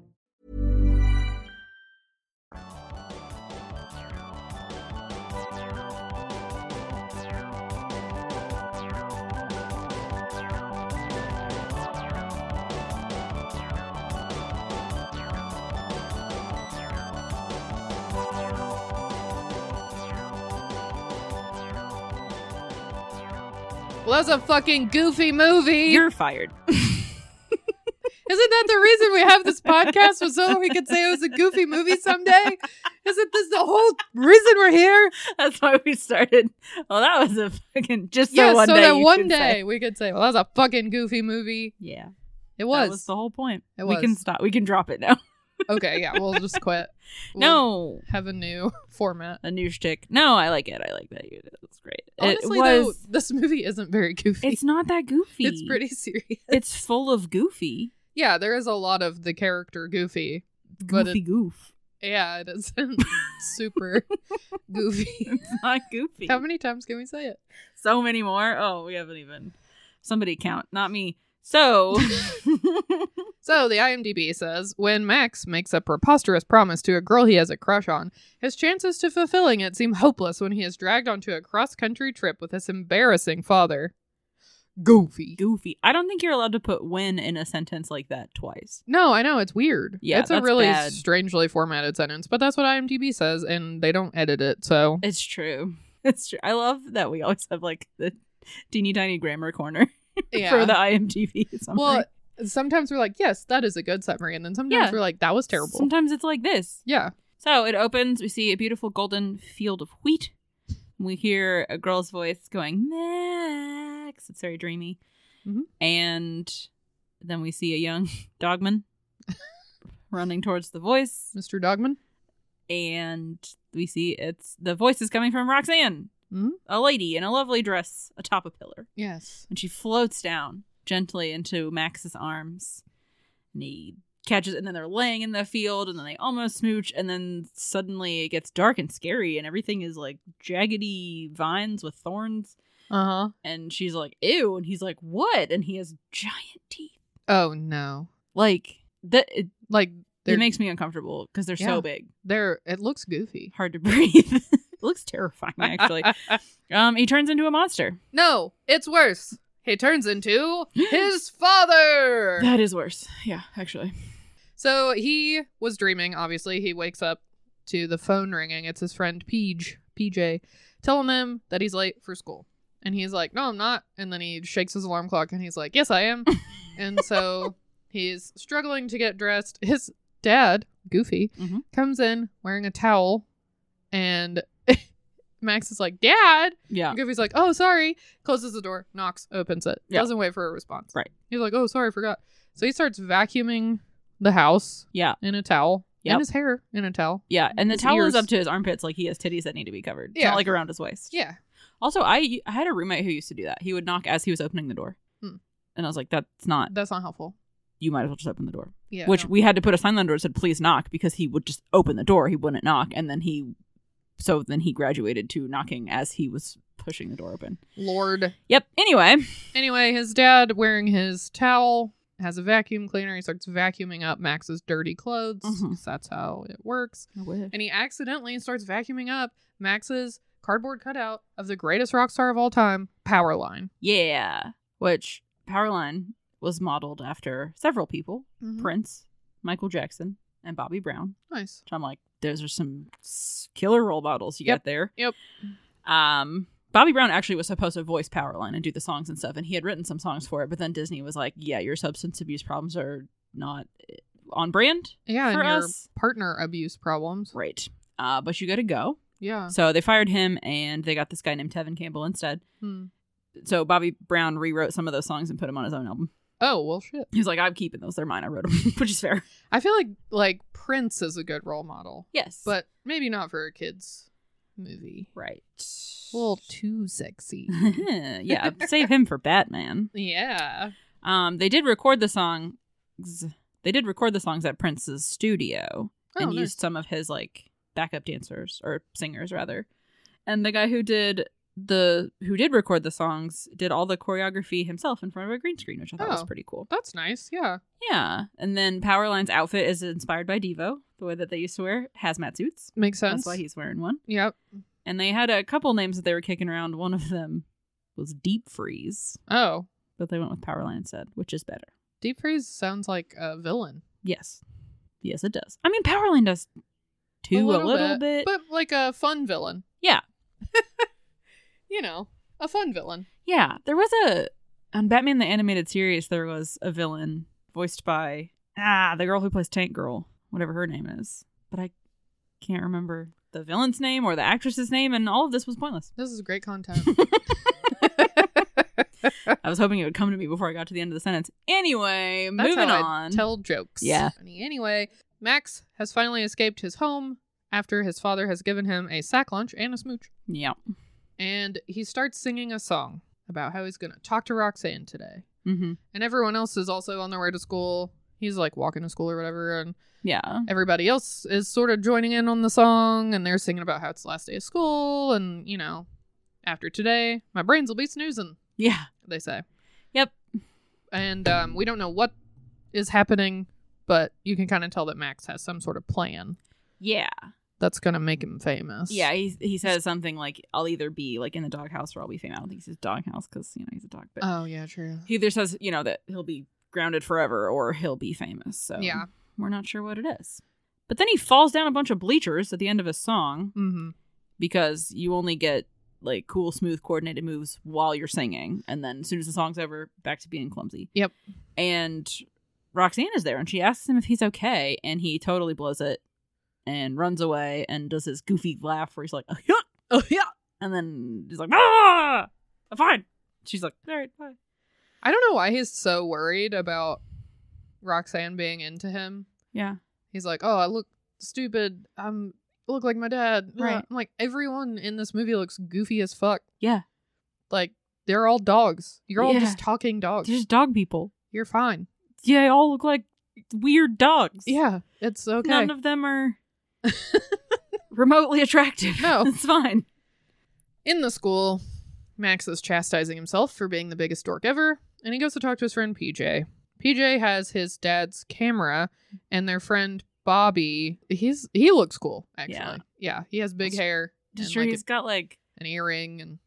Speaker 2: well, that's a fucking goofy movie.
Speaker 1: You're fired.
Speaker 2: Isn't that the reason we have this podcast? Was so we could say it was a goofy movie someday? Isn't this the whole reason we're here?
Speaker 1: That's why we started. Well, that was a fucking just
Speaker 2: yeah,
Speaker 1: so one
Speaker 2: so
Speaker 1: day.
Speaker 2: that
Speaker 1: you
Speaker 2: one
Speaker 1: could say.
Speaker 2: day we could say, well, that was a fucking goofy movie.
Speaker 1: Yeah,
Speaker 2: It
Speaker 1: that
Speaker 2: was.
Speaker 1: was the whole point.
Speaker 2: It
Speaker 1: We can
Speaker 2: was.
Speaker 1: stop. We can drop it now.
Speaker 2: okay, yeah, we'll just quit. We'll
Speaker 1: No,
Speaker 2: Have a new format.
Speaker 1: a new shtick. No, I like it. I like that. you- That's great.
Speaker 2: Honestly,
Speaker 1: it was.
Speaker 2: though, this movie isn't very goofy.
Speaker 1: it's not that goofy.
Speaker 2: It's pretty serious.
Speaker 1: It's full of goofy,
Speaker 2: Yeah, there is a lot of the character goofy. But
Speaker 1: goofy
Speaker 2: it-
Speaker 1: goof.
Speaker 2: Yeah, it isn't super goofy.
Speaker 1: It's not goofy.
Speaker 2: How many times can we say it?
Speaker 1: so many more. Oh, we haven't even. Somebody count, not me. So,
Speaker 2: So the IMDb says when Max makes a preposterous promise to a girl he has a crush on, his chances to fulfilling it seem hopeless when he is dragged onto a cross-country trip with his embarrassing father. Goofy.
Speaker 1: goofy. I don't think you're allowed to put "when" in a sentence like that twice.
Speaker 2: No, I know it's weird.
Speaker 1: Yeah,
Speaker 2: it's a
Speaker 1: that's
Speaker 2: really
Speaker 1: bad.
Speaker 2: strangely formatted sentence, but that's what IMDb says, and they don't edit it. So
Speaker 1: It's true. It's true. I love that we always have like the teeny tiny grammar corner for the IMDb. Summary.
Speaker 2: well, sometimes we're like, yes, that is a good summary, and then sometimes
Speaker 1: Yeah.
Speaker 2: we're like, that was terrible.
Speaker 1: Sometimes it's like this.
Speaker 2: yeah,
Speaker 1: So it opens. We see a beautiful golden field of wheat. We hear a girl's voice going, "Max." It's very dreamy.
Speaker 2: Mhm.
Speaker 1: And then we see a young dogman running towards the voice,
Speaker 2: Mr. Dogman.
Speaker 1: and we see it's the voice is coming from Roxanne,
Speaker 2: Hmm?
Speaker 1: a lady in a lovely dress atop a pillar,
Speaker 2: Yes.
Speaker 1: and she floats down gently into Max's arms, and he catches, and then they're laying in the field, and then they almost smooch, and then suddenly it gets dark and scary, and everything is like jaggedy vines with thorns,
Speaker 2: Uh huh.
Speaker 1: and she's like, "Ew," and he's like, "What?" and he has giant teeth,
Speaker 2: Oh no.
Speaker 1: like that. It,
Speaker 2: Like
Speaker 1: it
Speaker 2: they're
Speaker 1: makes me uncomfortable because they're
Speaker 2: Yeah.
Speaker 1: so big.
Speaker 2: they're it looks goofy.
Speaker 1: hard to breathe. it looks terrifying, actually. um, he turns into a monster.
Speaker 2: no, it's worse. He turns into his father.
Speaker 1: That is worse. Yeah, actually.
Speaker 2: So he was dreaming, obviously. He wakes up to the phone ringing. It's his friend Peej, PJ, telling him that he's late for school. And he's like, No, I'm not. And then he shakes his alarm clock and he's like, Yes, I am. and so he's struggling to get dressed. His dad, Goofy,
Speaker 1: Mhm.
Speaker 2: comes in wearing a towel. And Max is like, Dad.
Speaker 1: Yeah.
Speaker 2: And Goofy's like, oh, sorry. Closes the door, knocks, opens it.
Speaker 1: Yeah.
Speaker 2: Doesn't wait for a response.
Speaker 1: Right.
Speaker 2: He's like, oh, sorry, forgot. So he starts vacuuming the house
Speaker 1: Yeah.
Speaker 2: in a towel.
Speaker 1: Yep.
Speaker 2: And his hair in a towel.
Speaker 1: Yeah. And the
Speaker 2: His
Speaker 1: towel
Speaker 2: ears.
Speaker 1: is up to his armpits, like he has titties that need to be covered. It's
Speaker 2: Yeah.
Speaker 1: not like around his waist.
Speaker 2: Yeah.
Speaker 1: Also, I I had a roommate who used to do that. He would knock as he was opening the door.
Speaker 2: Hmm.
Speaker 1: And I was like, that's not
Speaker 2: That's not helpful.
Speaker 1: you might as well just open the door.
Speaker 2: Yeah.
Speaker 1: Which
Speaker 2: no.
Speaker 1: we had to put a sign on the door that said please knock because he would just open the door. He wouldn't knock. And then he so then he graduated to knocking as he was pushing the door open.
Speaker 2: Lord.
Speaker 1: Yep. Anyway.
Speaker 2: Anyway, his dad wearing his towel has a vacuum cleaner. He starts vacuuming up Max's dirty clothes.
Speaker 1: Mhm.
Speaker 2: 'cause That's how it works. And he accidentally starts vacuuming up Max's cardboard cutout of the greatest rock star of all time, Powerline.
Speaker 1: Yeah. Which Powerline was modeled after several people
Speaker 2: Hmm.
Speaker 1: Prince, Michael Jackson, and Bobby Brown.
Speaker 2: Mm-hmm. Nice.
Speaker 1: Which I'm like, those are some s- killer role models you
Speaker 2: Yep.
Speaker 1: got there.
Speaker 2: Yep.
Speaker 1: Um, Bobby Brown actually was supposed to voice Powerline and do the songs and stuff, and he had written some songs for it, but then Disney was like, yeah, your substance abuse problems are not eh, on brand.
Speaker 2: yeah,
Speaker 1: for
Speaker 2: and your
Speaker 1: us.
Speaker 2: partner abuse problems.
Speaker 1: Right. Uh, but you got to go.
Speaker 2: Yeah.
Speaker 1: So they fired him, and they got this guy named Tevin Campbell instead.
Speaker 2: Hmm.
Speaker 1: So Bobby Brown rewrote some of those songs and put them on his own album.
Speaker 2: Oh well, shit.
Speaker 1: He was like, I'm keeping those. They're mine. I wrote them, which is fair.
Speaker 2: I feel like like Prince is a good role model,
Speaker 1: Yes.
Speaker 2: but maybe not for a kids movie.
Speaker 1: right.
Speaker 2: A little too sexy.
Speaker 1: yeah, save him for Batman.
Speaker 2: yeah.
Speaker 1: Um, they did record the songs. They did record the songs at Prince's studio
Speaker 2: Oh,
Speaker 1: and
Speaker 2: nice.
Speaker 1: used some of his like backup dancers or singers rather. And the guy who did the who did record the songs did all the choreography himself in front of a green screen, which I thought was
Speaker 2: Oh.
Speaker 1: pretty cool.
Speaker 2: That's nice. Yeah.
Speaker 1: Yeah, and then Powerline's outfit is inspired by Devo, the way that they used to wear hazmat suits.
Speaker 2: Makes sense.
Speaker 1: That's why he's wearing one.
Speaker 2: Yep.
Speaker 1: and they had a couple names that they were kicking around. One of them was Deep Freeze,
Speaker 2: Oh,
Speaker 1: but they went with Powerline instead, which is better.
Speaker 2: Deep Freeze sounds like a villain.
Speaker 1: Yes, yes, it does. I mean, Powerline does too a little, bit.
Speaker 2: but like a fun villain.
Speaker 1: Yeah.
Speaker 2: You know, a fun villain.
Speaker 1: yeah, there was a on Batman the Animated Series. There was a villain voiced by ah the girl who plays Tank Girl, whatever her name is, but I can't remember the villain's name or the actress's name, and all of this was pointless.
Speaker 2: This is great content.
Speaker 1: I was hoping it would come to me before I got to the end of the sentence. Anyway,
Speaker 2: That's
Speaker 1: moving
Speaker 2: how I
Speaker 1: on.
Speaker 2: tell jokes.
Speaker 1: Yeah.
Speaker 2: Funny. Anyway, Max has finally escaped his home after his father has given him a sack lunch and a smooch.
Speaker 1: yeah.
Speaker 2: And he starts singing a song about how he's going to talk to Roxanne today.
Speaker 1: Mm-hmm.
Speaker 2: And everyone else is also on their way to school. He's like walking to school or whatever. And
Speaker 1: Yeah.
Speaker 2: everybody else is sort of joining in on the song and they're singing about how it's the last day of school. And, you know, after today, my brains will be snoozing,
Speaker 1: Yeah.
Speaker 2: they say.
Speaker 1: Yep.
Speaker 2: and um, we don't know what is happening, but you can kind of tell that Max has some sort of plan
Speaker 1: Yeah.
Speaker 2: that's going to make him famous.
Speaker 1: Yeah. He, he says something like, I'll either be like in the doghouse or I'll be famous. I don't think he says doghouse because, you know, he's a dog. But
Speaker 2: Oh yeah, true.
Speaker 1: he either says, you know, that he'll be grounded forever or he'll be famous. So
Speaker 2: Yeah.
Speaker 1: we're not sure what it is. But then he falls down a bunch of bleachers at the end of his song
Speaker 2: Mm-hmm.
Speaker 1: because you only get like cool, smooth, coordinated moves while you're singing. And then as soon as the song's over, back to being clumsy.
Speaker 2: Yep.
Speaker 1: And Roxanne is there and she asks him if he's okay. And he totally blows it and runs away and does his goofy laugh where he's like, oh yeah, oh yeah. And then he's like, ah, I'm fine. She's like, all right, bye.
Speaker 2: I don't know why he's so worried about Roxanne being into him.
Speaker 1: Yeah.
Speaker 2: He's like, "Oh, I look stupid. I'm I look like my dad." Blah.
Speaker 1: Right.
Speaker 2: I'm like everyone in this movie looks goofy as fuck.
Speaker 1: Yeah.
Speaker 2: Like they're all dogs. You're all
Speaker 1: Yeah.
Speaker 2: just talking dogs.
Speaker 1: There's dog people.
Speaker 2: You're fine.
Speaker 1: Yeah, they all look like weird dogs.
Speaker 2: Yeah, it's okay.
Speaker 1: None of them are remotely attractive.
Speaker 2: No.
Speaker 1: it's fine.
Speaker 2: In the school, Max is chastising himself for being the biggest dork ever, and he goes to talk to his friend PJ. PJ has his dad's camera, and their friend Bobby. He's he looks cool actually.
Speaker 1: Yeah.
Speaker 2: Yeah, he has big hair and
Speaker 1: Just sure
Speaker 2: like
Speaker 1: he's got like
Speaker 2: an earring, and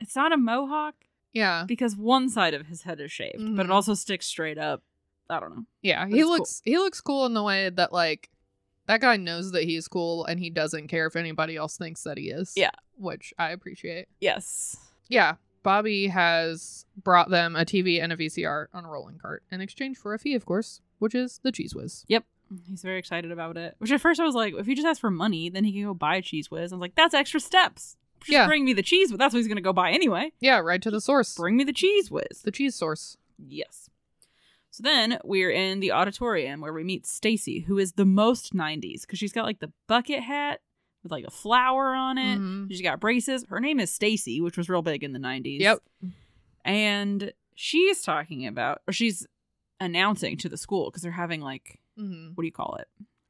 Speaker 1: it's not a mohawk
Speaker 2: yeah,
Speaker 1: because one side of his head is shaved, but it
Speaker 2: Mhm.
Speaker 1: also sticks straight up. I don't know.
Speaker 2: yeah.
Speaker 1: it's
Speaker 2: He
Speaker 1: cool.
Speaker 2: looks he looks cool in the way that like that guy knows that he's cool, and he doesn't care if anybody else thinks that he is.
Speaker 1: Yeah.
Speaker 2: which I appreciate.
Speaker 1: Yes.
Speaker 2: Yeah. Bobby has brought them a TV and a VCR on a rolling cart in exchange for a fee, of course, which is the Cheese Whiz.
Speaker 1: Yep. He's very excited about it. Which at first I was like, if he just asks for money, then he can go buy a cheese whiz. I was like, that's extra steps. Just
Speaker 2: Yeah.
Speaker 1: bring me the cheese whiz. That's what he's gonna go buy anyway.
Speaker 2: Yeah, right to the source.
Speaker 1: Bring me the cheese whiz.
Speaker 2: The cheese source.
Speaker 1: Yes. So then we're in the auditorium where we meet Stacy, who is the most 90s because she's got like the bucket hat with like a flower on it.
Speaker 2: Mhm.
Speaker 1: She's got braces. Her name is Stacy, which was real big in the 90s.
Speaker 2: Yep.
Speaker 1: And she's talking about, or she's announcing to the school because they're having like,
Speaker 2: hmm
Speaker 1: what do you call it?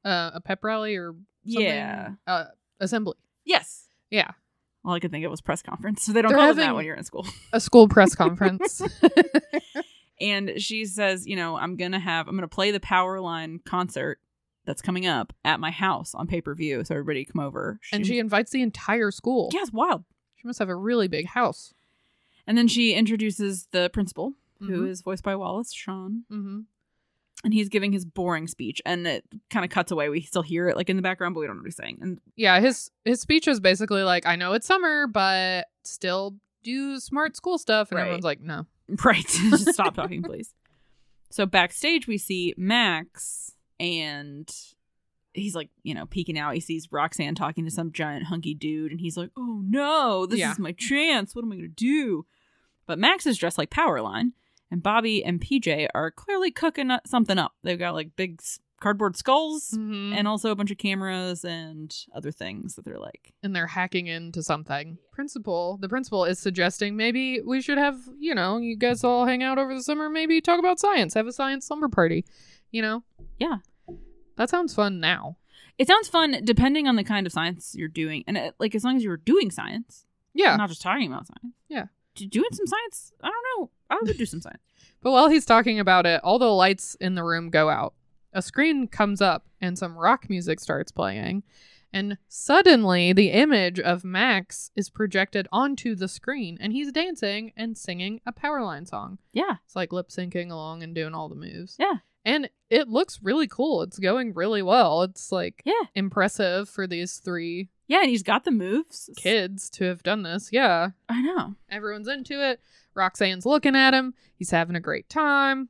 Speaker 2: Uh, a pep rally or something?
Speaker 1: Yeah.
Speaker 2: Uh, assembly.
Speaker 1: Yes.
Speaker 2: Yeah.
Speaker 1: All I could think of was press conference. So they don't
Speaker 2: They're
Speaker 1: call them that
Speaker 2: having-
Speaker 1: when you're in school.
Speaker 2: A school press conference.
Speaker 1: And she says, you know, I'm going to have, I'm going to play the Powerline concert that's coming up at my house on pay per view. So everybody come over.
Speaker 2: and she invites the entire school.
Speaker 1: yeah, it's wild.
Speaker 2: She must have a really big house.
Speaker 1: And then she introduces the principal, who
Speaker 2: Mhm.
Speaker 1: is voiced by Wallace Shawn,
Speaker 2: Mm-hmm.
Speaker 1: and he's giving his boring speech. And it kind of cuts away. We still hear it like in the background, but we don't know what he's saying. And
Speaker 2: Yeah, his his speech was basically like, I know it's summer, but still do smart school stuff. And
Speaker 1: Right.
Speaker 2: everyone's like, no.
Speaker 1: Right. Just stop talking, please. So backstage, we see Max, and he's like, you know, peeking out. He sees Roxanne talking to some giant hunky dude, and he's like, oh no, this
Speaker 2: Yeah.
Speaker 1: is my chance. What am I going to do? But Max is dressed like Powerline, and Bobby and PJ are clearly cooking up- something up. They've got like big s- cardboard skulls
Speaker 2: Mhm.
Speaker 1: and also a bunch of cameras and other things that they're like,
Speaker 2: and they're hacking into something. Principal, the principal is suggesting maybe we should have, you know, you guys all hang out over the summer, maybe talk about science, have a science slumber party, you know?
Speaker 1: yeah,
Speaker 2: That sounds fun now.
Speaker 1: It sounds fun depending on the kind of science you're doing. And uh, like as long as you're doing science,
Speaker 2: Yeah.
Speaker 1: not just talking about science.
Speaker 2: Yeah.
Speaker 1: D- Doing some science, I don't know. I would do some science.
Speaker 2: But while he's talking about it, all the lights in the room go out. A screen comes up and some rock music starts playing. And suddenly the image of Max is projected onto the screen and he's dancing and singing a Powerline song.
Speaker 1: Yeah.
Speaker 2: It's like lip syncing along and doing all the moves.
Speaker 1: Yeah.
Speaker 2: And it looks really cool. It's going really well. It's like
Speaker 1: Yeah.
Speaker 2: impressive for these three
Speaker 1: Yeah. And he's got the moves.
Speaker 2: kids to have done this. Yeah.
Speaker 1: I know.
Speaker 2: Everyone's into it. Roxanne's looking at him. He's having a great time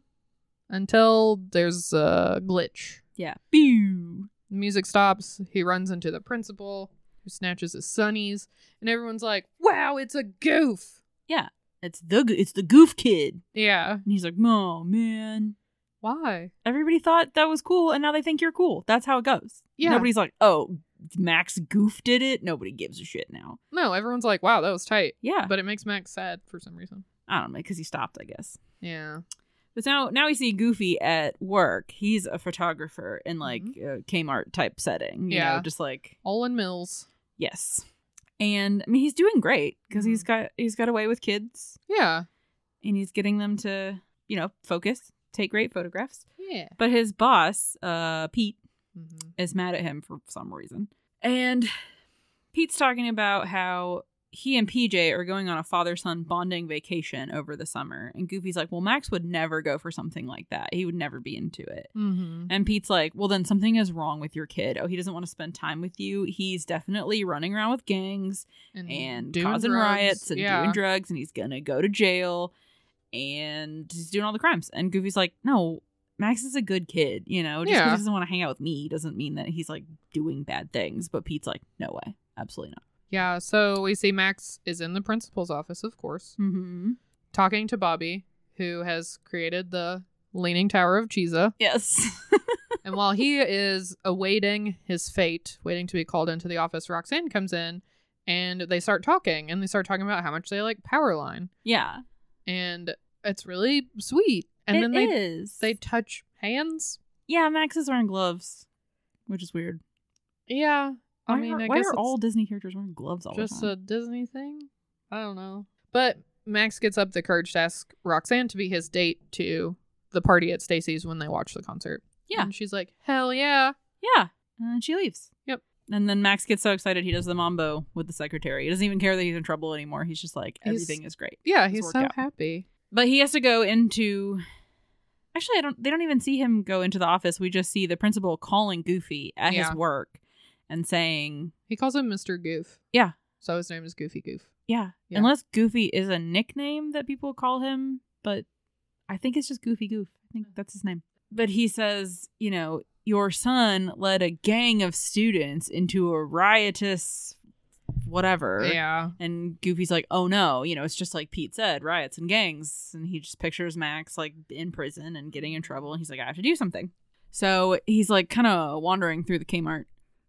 Speaker 2: until there's a glitch.
Speaker 1: Yeah. Pew.
Speaker 2: The music stops. He runs into the principal who snatches his sunnies. And everyone's like, wow, it's a goof.
Speaker 1: It's the go- it's the goof kid.
Speaker 2: Yeah.
Speaker 1: And he's like, oh man.
Speaker 2: Why?
Speaker 1: Everybody thought that was cool, and now they think you're cool. That's how it goes.
Speaker 2: Yeah.
Speaker 1: Nobody's like, oh, Max Goof did it. Nobody gives a shit now.
Speaker 2: No, everyone's like, wow, that was tight.
Speaker 1: Yeah.
Speaker 2: But it makes Max sad for some reason.
Speaker 1: I don't know because he stopped, I guess.
Speaker 2: Yeah.
Speaker 1: But now, now we see Goofy at work. He's a photographer in like a Kmart type setting. You
Speaker 2: Mm-hmm. Yeah.
Speaker 1: know, just like
Speaker 2: Olin Mills.
Speaker 1: yes. And I mean, he's doing great because he's
Speaker 2: Mhm.
Speaker 1: got he's got away with kids,
Speaker 2: Yeah.
Speaker 1: and he's getting them to you know focus, take great photographs.
Speaker 2: Yeah.
Speaker 1: But his boss, uh, Pete,
Speaker 2: hmm
Speaker 1: is mad at him for some reason, and Pete's talking about how he and PJ are going on a father son bonding vacation over the summer, and Goofy's like, "Well, Max would never go for something like that. He would never be into it."
Speaker 2: hmm
Speaker 1: And Pete's like, well, then something is wrong with your kid. Oh, he doesn't want to spend time with you. He's definitely running around with gangs and
Speaker 2: Mm, doing
Speaker 1: causing
Speaker 2: drugs.
Speaker 1: riots and
Speaker 2: yeah.
Speaker 1: doing drugs, and he's going to go to jail and he's doing all the crimes. And Goofy's like, no, Max is a good kid. You know, just 'cause
Speaker 2: Yeah.
Speaker 1: he doesn't want to hang out with me doesn't mean that he's like doing bad things. But Pete's like, no way. Absolutely
Speaker 2: yeah. So we see Max is in the principal's office, of course.
Speaker 1: not. Mm-hmm.
Speaker 2: talking to Bobby, who has created the Leaning Tower of Cheesa.
Speaker 1: Yes.
Speaker 2: And while he is awaiting his fate, waiting to be called into the office, Roxanne comes in and they start talking and they start talking about how much they like Powerline.
Speaker 1: Yeah.
Speaker 2: And it's really sweet. And
Speaker 1: It
Speaker 2: then they
Speaker 1: is.
Speaker 2: they touch hands.
Speaker 1: yeah, Max is wearing gloves, which is weird.
Speaker 2: Yeah. I
Speaker 1: Why
Speaker 2: mean,
Speaker 1: are,
Speaker 2: I
Speaker 1: why
Speaker 2: guess
Speaker 1: are
Speaker 2: it's
Speaker 1: all Disney characters wearing gloves all
Speaker 2: just
Speaker 1: the
Speaker 2: a
Speaker 1: time?
Speaker 2: Disney thing. I don't know. But Max gets up the courage to ask Roxanne to be his date to the party at Stacy's when they watch the concert.
Speaker 1: Yeah.
Speaker 2: And she's like, "Hell yeah."
Speaker 1: yeah, and then she leaves.
Speaker 2: Yep.
Speaker 1: And then Max gets so excited he does the mambo with the secretary. He doesn't even care that he's in trouble anymore. He's just like
Speaker 2: He's-
Speaker 1: everything is great.
Speaker 2: Yeah,
Speaker 1: It's
Speaker 2: he's
Speaker 1: worked
Speaker 2: so
Speaker 1: out.
Speaker 2: happy.
Speaker 1: But he has to go into. Actually, I don't. They don't even see him go into the office. We just see the principal calling Goofy at
Speaker 2: Yeah.
Speaker 1: his work and saying,
Speaker 2: He calls him Mr. Goof.
Speaker 1: Yeah.
Speaker 2: So his name is Goofy Goof.
Speaker 1: "Yeah,
Speaker 2: Yeah.
Speaker 1: unless Goofy is a nickname that people call him, but I think it's just Goofy Goof. I think that's his name." But he says, "You know, your son led a gang of students into a riotous, whatever."
Speaker 2: Yeah.
Speaker 1: And Goofy's like, oh no, you know, it's just like Pete said, riots and gangs. And he just pictures Max like in prison and getting in trouble. And he's like, I have to do something. So he's like kind of wandering through the Kmart,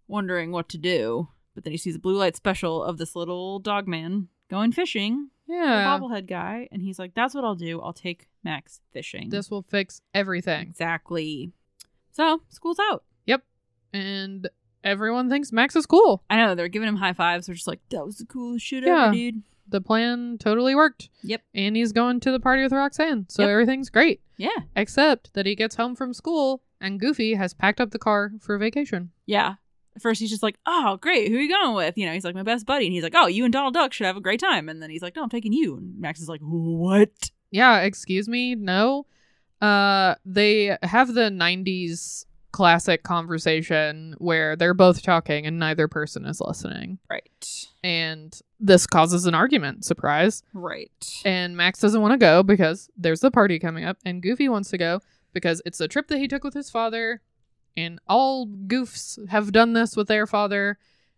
Speaker 1: wondering what to do. But then he sees a blue light special of this little dog man going fishing, the
Speaker 2: Yeah.
Speaker 1: bobblehead guy. And he's like, that's what I'll do. I'll take Max fishing.
Speaker 2: This will fix everything.
Speaker 1: exactly. So school's out.
Speaker 2: And everyone thinks Max is cool.
Speaker 1: I know they're giving him high fives. They're just like, that was the coolest shit
Speaker 2: Yeah.
Speaker 1: ever, dude.
Speaker 2: The plan totally worked.
Speaker 1: Yep.
Speaker 2: And he's going to the party with Roxanne. So
Speaker 1: Yep.
Speaker 2: everything's great.
Speaker 1: Yeah.
Speaker 2: Except that he gets home from school and Goofy has packed up the car for vacation.
Speaker 1: Yeah. At first, he's just like, "Oh, great, who are you going with?" You know, he's like my best buddy, and he's like, "Oh, you and Donald Duck should have a great time." And then he's like, "No, I'm taking you." And Max is like, "What?"
Speaker 2: Yeah, excuse me. No. Uh they have the 90s classic conversation where they're both talking and neither person is listening.
Speaker 1: Right,
Speaker 2: And this causes an argument, surprise.
Speaker 1: right,
Speaker 2: And Max doesn't want to go because there's the party coming up, and Goofy wants to go because it's a trip that he took with his father, and all goofs have done this with their father,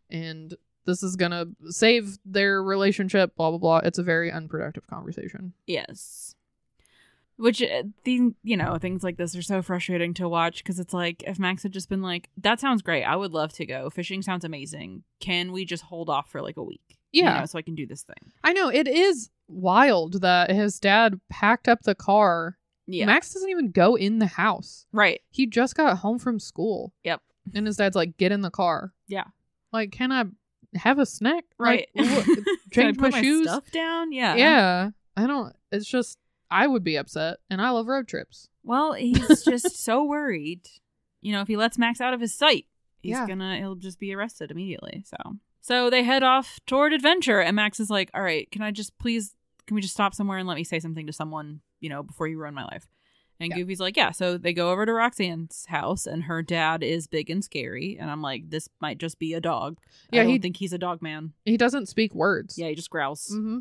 Speaker 2: and this is gonna save their relationship, blah blah blah. It's a very unproductive conversation.
Speaker 1: yes. Which uh, the you know things like this are so frustrating to watch because it's like if Max had just been like, "That sounds great, I would love to go. Fishing sounds amazing. Can we just hold off for like a week? You
Speaker 2: Yeah.
Speaker 1: know, so I can do this thing."
Speaker 2: I know, it is wild that his dad packed up the car.
Speaker 1: Yeah,
Speaker 2: Max doesn't even go in the house.
Speaker 1: right.
Speaker 2: He just got home from school.
Speaker 1: Yep.
Speaker 2: And his dad's like, get in the car.
Speaker 1: Yeah.
Speaker 2: Like, can I have a snack?
Speaker 1: Right.
Speaker 2: Like, wha-
Speaker 1: Can I
Speaker 2: change my
Speaker 1: put
Speaker 2: shoes?
Speaker 1: stuff down. Yeah.
Speaker 2: yeah. I don't, it's just, I would be upset. And I love road trips.
Speaker 1: Well, he's just so worried. You know, if he lets Max out of his sight, he's
Speaker 2: Yeah.
Speaker 1: gonna he'll just be arrested immediately. So So they head off toward adventure and Max is like, All right, can I just please can we just stop somewhere and let me say something to someone, you know, before you ruin my life? And
Speaker 2: Yeah.
Speaker 1: Goofy's like, Yeah. So they go over to Roxanne's house and her dad is big and scary and I'm like, This might just be a dog.
Speaker 2: Yeah,
Speaker 1: I don't
Speaker 2: he-
Speaker 1: think he's a dog man.
Speaker 2: He doesn't speak words.
Speaker 1: Yeah, he just growls.
Speaker 2: hmm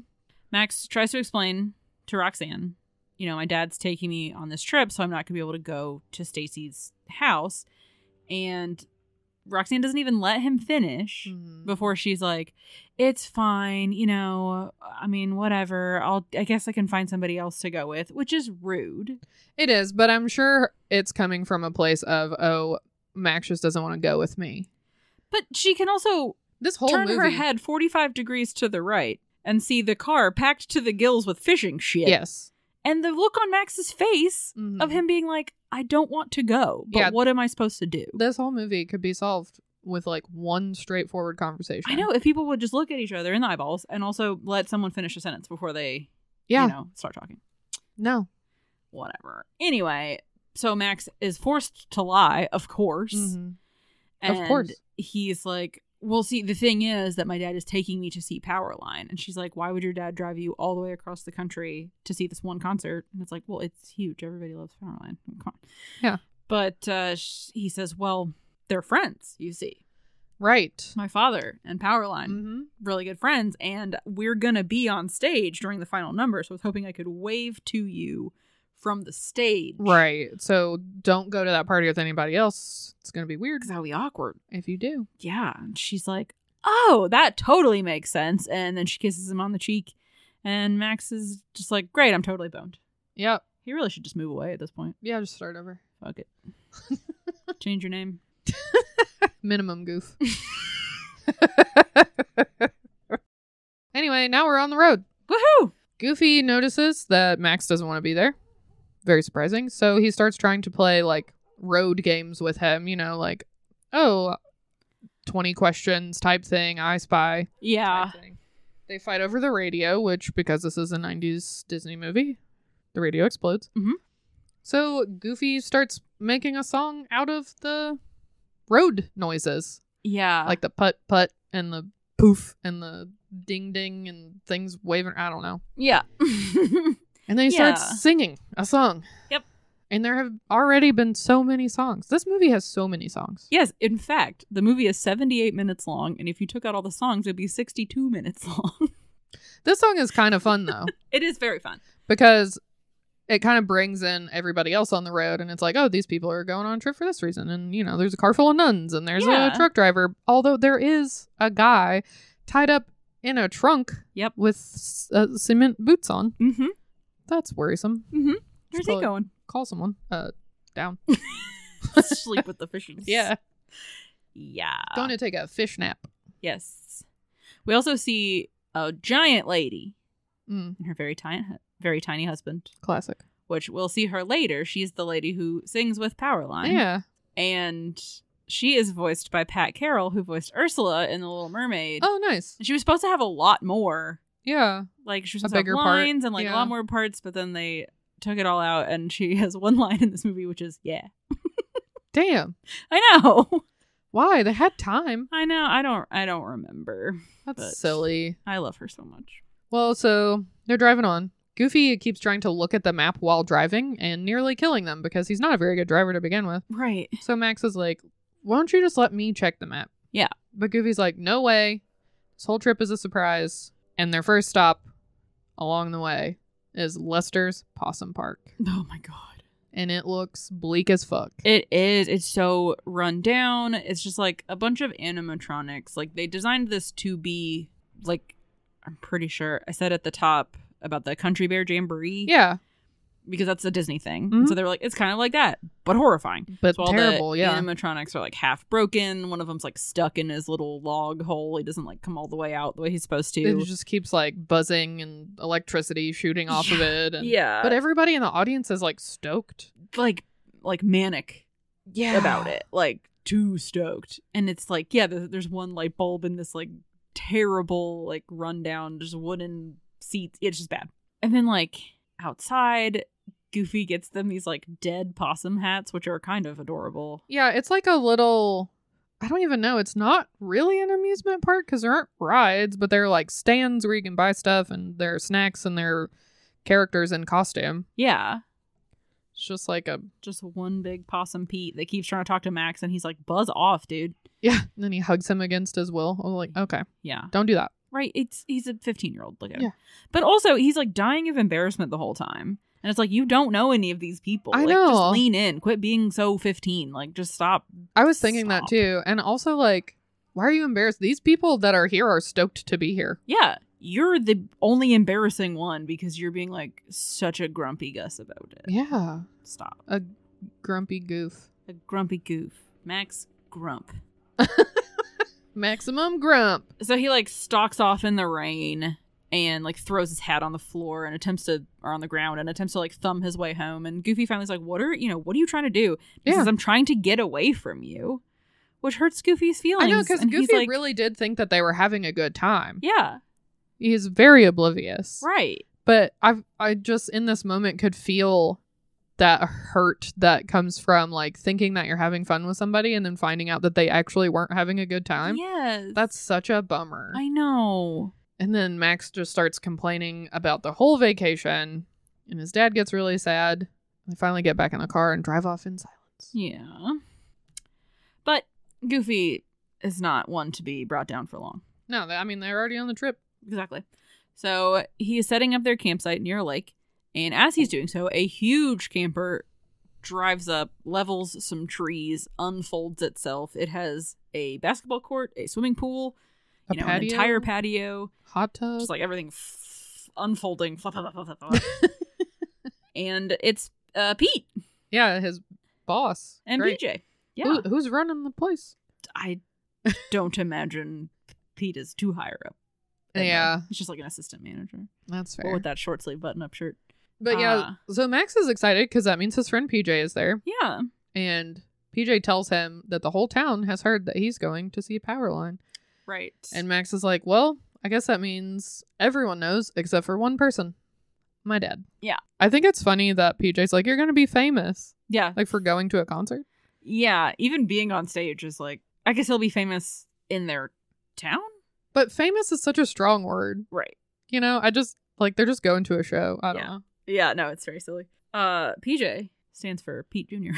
Speaker 1: Max tries to explain to Roxanne, you know, my dad's taking me on this trip, so I'm not going to be able to go to Stacy's house. And Roxanne doesn't even let him finish
Speaker 2: Mm-hmm.
Speaker 1: before she's like, it's fine, you know, I mean, whatever. I'll, I guess I can find somebody else to go with, which is rude.
Speaker 2: It is, but I'm sure it's coming from a place of, oh, Max just doesn't want to go with me.
Speaker 1: But she can also
Speaker 2: This whole
Speaker 1: turn
Speaker 2: movie.
Speaker 1: her head 45 degrees to the right and see the car packed to the gills with fishing shit.
Speaker 2: Yes.
Speaker 1: And the look on Max's face of
Speaker 2: Mhm.
Speaker 1: him being like, I don't want to go, but
Speaker 2: Yeah.
Speaker 1: what am I supposed to do?
Speaker 2: This whole movie could be solved with like one straightforward conversation.
Speaker 1: I know if people would just look at each other in the eyeballs and also let someone finish a sentence before they,
Speaker 2: Yeah.
Speaker 1: you know, start talking.
Speaker 2: No.
Speaker 1: Whatever. Anyway, so Max is forced to lie, of course.
Speaker 2: Mhm.
Speaker 1: And
Speaker 2: Of course.
Speaker 1: He's like, well, see, the thing is that my dad is taking me to see Powerline. And she's like, why would your dad drive you all the way across the country to see this one concert? And it's like, well, it's huge. Everybody loves Powerline. Come on.
Speaker 2: Yeah.
Speaker 1: But uh, sh- he says, well, they're friends, you see.
Speaker 2: Right.
Speaker 1: My father and Powerline,
Speaker 2: hmm
Speaker 1: really good friends. And we're going to be on stage during the final number. So I was hoping I could wave to you from the stage.
Speaker 2: Right. So don't go to that party with anybody else. It's going to be weird
Speaker 1: Because that would be awkward.
Speaker 2: if you do.
Speaker 1: yeah. And she's like, oh, that totally makes sense. And then she kisses him on the cheek. And Max is just like, great, I'm totally boned.
Speaker 2: Yep.
Speaker 1: He really should just move away at this point.
Speaker 2: Yeah, just start over.
Speaker 1: Fuck it. Change your name.
Speaker 2: Minimum goof. anyway, now we're on the road.
Speaker 1: Woohoo!
Speaker 2: Goofy notices that Max doesn't want to be there. Very surprising. So he starts trying to play like road games with him, you know, like, oh, 20 questions type thing, I spy
Speaker 1: Yeah.
Speaker 2: type thing. They fight over the radio, which, because this is a 90s Disney movie, the radio explodes.
Speaker 1: Mhm.
Speaker 2: So Goofy starts making a song out of the road noises,
Speaker 1: Yeah.
Speaker 2: like the putt putt and the poof and the ding ding and things waving. I don't know.
Speaker 1: yeah.
Speaker 2: And then he
Speaker 1: Yeah.
Speaker 2: starts singing a song.
Speaker 1: Yep.
Speaker 2: And there have already been so many songs. This movie has so many songs.
Speaker 1: yes, in fact, the movie is 78 minutes long, and if you took out all the songs, it'd be 62 minutes long.
Speaker 2: This song is kind of fun though,
Speaker 1: it is very fun.
Speaker 2: because it kind of brings in everybody else on the road and it's like, oh, these people are going on a trip for this reason. And, you know, there's a car full of nuns and there's
Speaker 1: Yeah.
Speaker 2: a truck driver. Although there is a guy tied up in a trunk
Speaker 1: Yep.
Speaker 2: with s- uh, cement boots on.
Speaker 1: Mm hmm.
Speaker 2: That's worrisome.
Speaker 1: Mm hmm. Where's he
Speaker 2: Probably-
Speaker 1: going?
Speaker 2: Call someone. Uh, down.
Speaker 1: Sleep with the fishes. Yeah.
Speaker 2: Going to take a fish nap.
Speaker 1: Yes. We also see a giant lady
Speaker 2: Mm,
Speaker 1: and her very tiny, very tiny husband,
Speaker 2: classic.
Speaker 1: which we'll see her later. She's the lady who sings with Powerline.
Speaker 2: Yeah.
Speaker 1: And she is voiced by Pat Carroll, who voiced Ursula in The Little Mermaid.
Speaker 2: Oh, nice.
Speaker 1: And She was supposed to have a lot more.
Speaker 2: Yeah.
Speaker 1: Like she was
Speaker 2: A
Speaker 1: supposed to have
Speaker 2: bigger part,
Speaker 1: lines and like a
Speaker 2: yeah.
Speaker 1: lot more parts, but then they took it all out and she has one line in this movie which is yeah.
Speaker 2: Damn.
Speaker 1: I know.
Speaker 2: Why? They had time.
Speaker 1: I know. I don't I don't remember.
Speaker 2: That's
Speaker 1: But-
Speaker 2: silly.
Speaker 1: I love her so much.
Speaker 2: Well, so they're driving on. Goofy keeps trying to look at the map while driving and nearly killing them because he's not a very good driver to begin with.
Speaker 1: Right.
Speaker 2: So Max is like, Why don't you just let me check the map?
Speaker 1: Yeah.
Speaker 2: But Goofy's like, No way. This whole trip is a surprise. And their first stop along the way is Lester's Possum Park.
Speaker 1: Oh my god.
Speaker 2: And it looks bleak as fuck.
Speaker 1: It is. It's so run down. It's just like a bunch of animatronics. Like they designed this to be like I'm pretty sure I said at the top about the Country Bear Jamboree.
Speaker 2: yeah.
Speaker 1: Because that's a Disney thing.
Speaker 2: Mhm.
Speaker 1: And so they were like, it's kind of like that, but horrifying.
Speaker 2: But
Speaker 1: So all
Speaker 2: terrible.
Speaker 1: the
Speaker 2: yeah.
Speaker 1: animatronics are like half broken. One of them's like stuck in his little log hole. He doesn't like come all the way out the way he's supposed to.
Speaker 2: it just keeps like buzzing and electricity shooting off of it. And,
Speaker 1: yeah.
Speaker 2: But everybody in the audience is like stoked.
Speaker 1: like like manic
Speaker 2: Yeah.
Speaker 1: about it like too stoked and it's like yeah there- there's one light bulb in this like terrible like rundown just wooden seats it's just bad and then like outside goofy gets them these like dead possum hats which are kind of adorable
Speaker 2: Yeah, it's like a little I don't even know. It's not really an amusement park because there aren't rides, but they're like stands where you can buy stuff and there are snacks and there are characters in costume.
Speaker 1: yeah
Speaker 2: It's just like a
Speaker 1: just one big possum pete that keeps trying to talk to max and he's like buzz off dude
Speaker 2: yeah. And then he hugs him against his will. I'm like, okay,
Speaker 1: yeah
Speaker 2: don't do that.
Speaker 1: right it's he's a 15 year old look at him
Speaker 2: Yeah.
Speaker 1: but also he's like dying of embarrassment the whole time and it's like you don't know any of these people
Speaker 2: I
Speaker 1: like
Speaker 2: know.
Speaker 1: just lean in quit being so 15 like just stop
Speaker 2: I was thinking
Speaker 1: Stop.
Speaker 2: that too. And also like, why are you embarrassed? These people that are here are stoked to be here.
Speaker 1: yeah you're the only embarrassing one because you're being like such a grumpy gus about it
Speaker 2: Yeah.
Speaker 1: stop
Speaker 2: Grumpy goof.
Speaker 1: a grumpy goof max grump
Speaker 2: Maximum grump.
Speaker 1: so he like stalks off in the rain and like throws his hat on the floor and attempts to or on the ground and attempts to like thumb his way home and goofy finally's like what are you know what are you trying to do he
Speaker 2: Yeah.
Speaker 1: says i'm trying to get away from you which hurts goofy's
Speaker 2: I
Speaker 1: feelings
Speaker 2: know because
Speaker 1: And he's
Speaker 2: Goofy
Speaker 1: like,
Speaker 2: really did think that they were having a good time.
Speaker 1: yeah
Speaker 2: He's very oblivious,
Speaker 1: right
Speaker 2: but I I just in this moment could feel that hurt that comes from like thinking that you're having fun with somebody and then finding out that they actually weren't having a good time.
Speaker 1: yes
Speaker 2: That's such a bummer.
Speaker 1: i know
Speaker 2: And then Max just starts complaining about the whole vacation, and his dad gets really sad. They finally get back in the car and drive off in silence.
Speaker 1: yeah but goofy is not one to be brought down for long
Speaker 2: No, they, I mean they're already on the trip.
Speaker 1: Exactly. So he is setting up their campsite near a lake, and as he's doing so, a huge camper drives up, levels some trees, unfolds itself. It has a basketball court, a swimming pool,
Speaker 2: A
Speaker 1: you know,
Speaker 2: patio,
Speaker 1: an entire patio,
Speaker 2: hot tub.
Speaker 1: just like everything f- unfolding. flop, flop, flop, flop, flop, flop. and it's uh, Pete
Speaker 2: yeah, his boss
Speaker 1: and
Speaker 2: Great.
Speaker 1: PJ. Yeah.
Speaker 2: Who, who's running the place?
Speaker 1: I don't imagine Pete is too higher up. than them.
Speaker 2: Yeah,
Speaker 1: He's just like an assistant manager.
Speaker 2: that's
Speaker 1: Or with that uh, short sleeve button up shirt.
Speaker 2: But yeah, so Max is excited because that means his friend PJ is there,
Speaker 1: Yeah.
Speaker 2: and PJ tells him that the whole town has heard that he's going to see Powerline,
Speaker 1: Right.
Speaker 2: and Max is like, "Well, I guess that means everyone knows except for one person, my dad."
Speaker 1: Yeah.
Speaker 2: I think it's funny that PJ's like, "You're going to be famous,
Speaker 1: yeah.
Speaker 2: like for going to a concert."
Speaker 1: yeah. Even being on stage is like, I guess he'll be famous in their town?
Speaker 2: But famous is such a strong word,
Speaker 1: Right.
Speaker 2: you know. I just like they're just going to a show. I don't
Speaker 1: Yeah.
Speaker 2: know.
Speaker 1: Yeah, no, it's very silly. Uh, PJ stands for Pete Jr.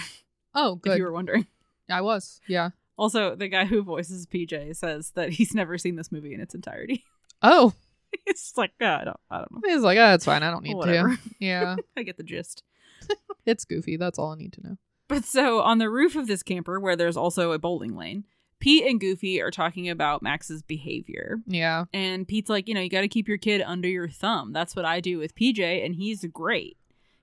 Speaker 2: Oh,
Speaker 1: if
Speaker 2: good.
Speaker 1: you were wondering.
Speaker 2: I was. Yeah.
Speaker 1: Also, the guy who voices PJ says that he's never seen this movie in its entirety.
Speaker 2: Oh,
Speaker 1: it's like "Ah, I don't, I don't know.
Speaker 2: he's like, "Ah, it's fine. I don't need
Speaker 1: Whatever.
Speaker 2: to." Yeah,
Speaker 1: I get the gist.
Speaker 2: it's goofy. That's all I need to know.
Speaker 1: But so on the roof of this camper, where there's also a bowling lane, Pete and Goofy are talking about Max's behavior.
Speaker 2: Yeah.
Speaker 1: And Pete's like, you know, you got to keep your kid under your thumb. That's what I do with PJ, and he's great.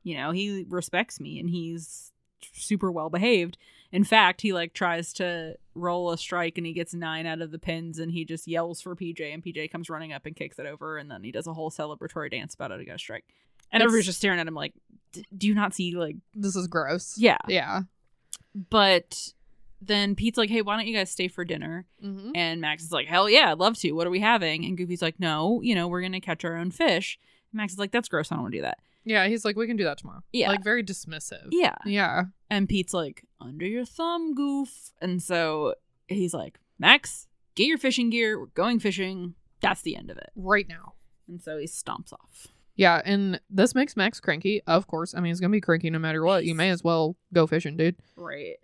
Speaker 1: You know, he respects me and he's super well behaved. In fact, he like tries to roll a strike and he gets nine out of the pins and he just yells for PJ and PJ comes running up and kicks it over and then he does a whole celebratory dance about how to get a strike. And
Speaker 2: It's-
Speaker 1: everybody's just staring at him like, "D- do you not see like
Speaker 2: this is gross.
Speaker 1: Yeah.
Speaker 2: Yeah.
Speaker 1: But then Pete's like, hey, why don't you guys stay for dinner?
Speaker 2: Mm-hmm.
Speaker 1: And Max is like, hell yeah, I'd love to. What are we having? And Goofy's like, no, you know, we're going to catch our own fish. And Max is like, that's gross. I don't want to do that.
Speaker 2: Yeah. He's like, we can do that tomorrow.
Speaker 1: Yeah.
Speaker 2: Like very dismissive.
Speaker 1: Yeah.
Speaker 2: Yeah.
Speaker 1: And Pete's like, under your thumb, Goof. And so he's like, Max, get your fishing gear. We're going fishing. That's the end of it.
Speaker 2: Right now.
Speaker 1: And so he stomps off.
Speaker 2: Yeah. And this makes Max cranky. Of course. I mean, he's gonna be cranky no matter what. You may as well go fishing, dude.
Speaker 1: Right.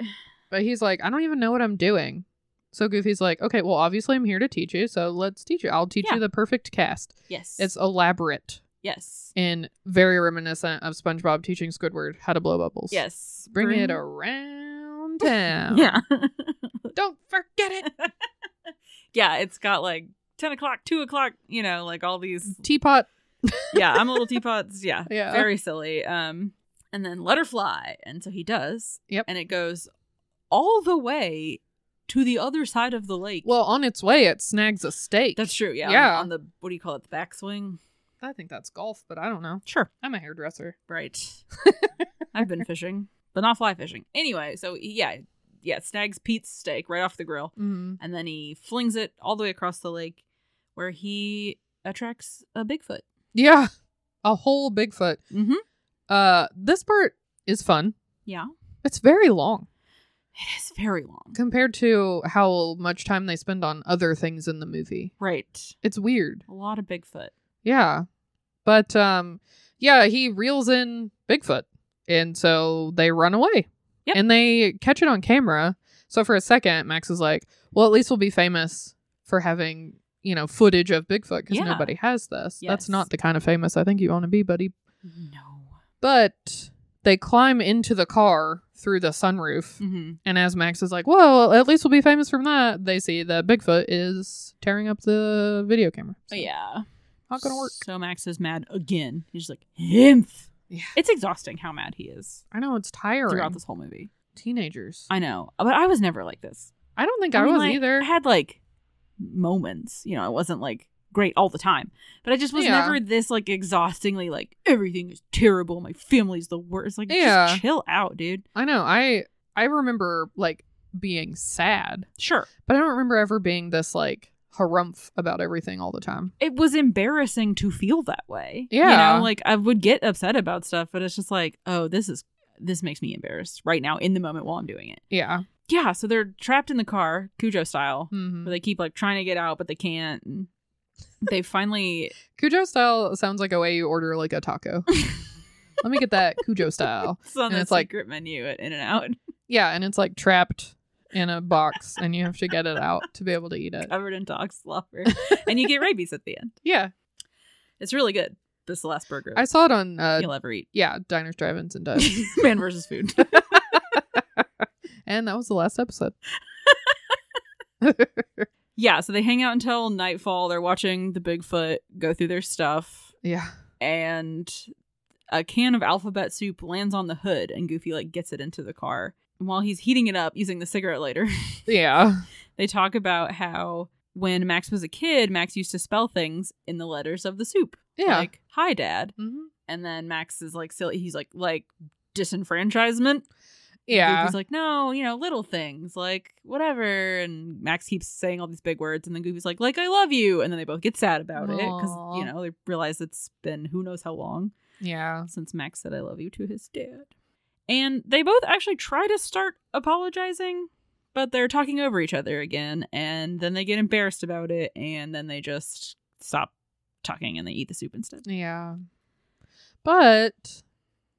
Speaker 2: But he's like, I don't even know what I'm doing. So Goofy's like, okay, well, obviously I'm here to teach you. So let's teach you. I'll teach
Speaker 1: Yeah.
Speaker 2: you the perfect cast.
Speaker 1: Yes.
Speaker 2: It's elaborate
Speaker 1: yes.
Speaker 2: and very reminiscent of SpongeBob teaching Squidward how to blow bubbles.
Speaker 1: Yes.
Speaker 2: Bring, it around town.
Speaker 1: Yeah.
Speaker 2: Don't forget it.
Speaker 1: yeah. It's got like 10 o'clock, 2 o'clock, you know, like all these
Speaker 2: Teapot.
Speaker 1: yeah, I'm a little teapots. Yeah,
Speaker 2: Yeah.
Speaker 1: very silly. Um, and then let her fly, and so he does.
Speaker 2: Yep.
Speaker 1: and it goes all the way to the other side of the lake.
Speaker 2: Well, on its way, it snags a stake.
Speaker 1: that's true. Yeah, on-
Speaker 2: Yeah.
Speaker 1: On, the what do you call it? The backswing.
Speaker 2: I think that's golf, but I don't know.
Speaker 1: Sure.
Speaker 2: I'm a hairdresser.
Speaker 1: Right. I've been fishing, but not fly fishing. Anyway, so he- yeah, yeah, snags Pete's steak right off the grill,
Speaker 2: Mm-hmm.
Speaker 1: and then he flings it all the way across the lake, where he attracts a Bigfoot.
Speaker 2: Yeah, a whole Bigfoot.
Speaker 1: Mm-hmm.
Speaker 2: Uh, this part is fun.
Speaker 1: Yeah,
Speaker 2: It's very long
Speaker 1: it is very long.
Speaker 2: compared to how much time they spend on other things in the movie.
Speaker 1: Right.
Speaker 2: It's weird.
Speaker 1: A lot of Bigfoot.
Speaker 2: Yeah, but um, yeah, he reels in Bigfoot, and so they run away.
Speaker 1: Yep.
Speaker 2: and they catch it on camera. So for a second, Max is like, "Well, at least we'll be famous for having." You know, footage of Bigfoot because
Speaker 1: Yeah.
Speaker 2: nobody has this.
Speaker 1: Yes.
Speaker 2: That's not the kind of famous I think you want to be, buddy.
Speaker 1: No.
Speaker 2: But they climb into the car through the sunroof.
Speaker 1: Mm-hmm.
Speaker 2: And as Max is like, well, at least we'll be famous from that, they see that Bigfoot is tearing up the video camera. So,
Speaker 1: yeah.
Speaker 2: Not going to work.
Speaker 1: So Max is mad again. He's just like, Hmph.
Speaker 2: Yeah.
Speaker 1: It's exhausting how mad he is
Speaker 2: I know, it's tiring.
Speaker 1: throughout this whole movie.
Speaker 2: Teenagers. I,
Speaker 1: I know. But I was never like this.
Speaker 2: don't think I,
Speaker 1: mean,
Speaker 2: was
Speaker 1: like,
Speaker 2: either.
Speaker 1: I had like moments. You know, I wasn't like great all the time. But I just was
Speaker 2: Yeah.
Speaker 1: never this like exhaustingly like everything is terrible. My family's the worst. Like
Speaker 2: Yeah.
Speaker 1: just chill out, dude.
Speaker 2: I know. I I remember, like, being sad.
Speaker 1: Sure.
Speaker 2: But I don't remember ever being this, like, harumph about everything all the time.
Speaker 1: It was embarrassing to feel that way. You
Speaker 2: Yeah.
Speaker 1: know, like I would get upset about stuff, but it's just like, oh, this is this makes me embarrassed right now in the moment while I'm doing it.
Speaker 2: Yeah.
Speaker 1: yeah, so they're trapped in the car, Cujo style,
Speaker 2: hmm
Speaker 1: where they keep like trying to get out, but they can't. And they finally,
Speaker 2: Cujo style sounds like a way you order, like, a taco. Let me get that Cujo style.
Speaker 1: it's on
Speaker 2: Oh. And
Speaker 1: the
Speaker 2: it's like-
Speaker 1: secret menu at In and Out,
Speaker 2: Yeah, and it's like trapped in a box and you have to get it out to be able to eat it.
Speaker 1: covered in dog slobber, and you get rabies at the end.
Speaker 2: Yeah.
Speaker 1: It's really good. This is the last burger
Speaker 2: I saw it on uh
Speaker 1: you'll ever eat.
Speaker 2: yeah, Diners, Drive-Ins and Dives.
Speaker 1: Man versus food.
Speaker 2: and that was the last episode.
Speaker 1: yeah, so they hang out until nightfall. They're watching the Bigfoot go through their stuff,
Speaker 2: Yeah.
Speaker 1: and a can of alphabet soup lands on the hood, and Goofy like gets it into the car. while he's heating it up using the cigarette lighter,
Speaker 2: Yeah.
Speaker 1: they talk about how when Max was a kid, Max used to spell things in the letters of the soup.
Speaker 2: Yeah.
Speaker 1: Like, mm-hmm. hi, dad.
Speaker 2: Mhm.
Speaker 1: And then Max is like, silly. He's like, like, disenfranchisement.
Speaker 2: Yeah.
Speaker 1: Goofy's like, no, you know, little things, like whatever. And Max keeps saying all these big words, and then Goofy's like, like I love you, and then they both get sad about it because
Speaker 2: Aw.
Speaker 1: you know they realize it's been who knows how long
Speaker 2: yeah.
Speaker 1: since Max said I love you to his dad. And they both actually try to start apologizing, but they're talking over each other again, and then they get embarrassed about it, and then they just stop talking and they eat the soup instead.
Speaker 2: Yeah. But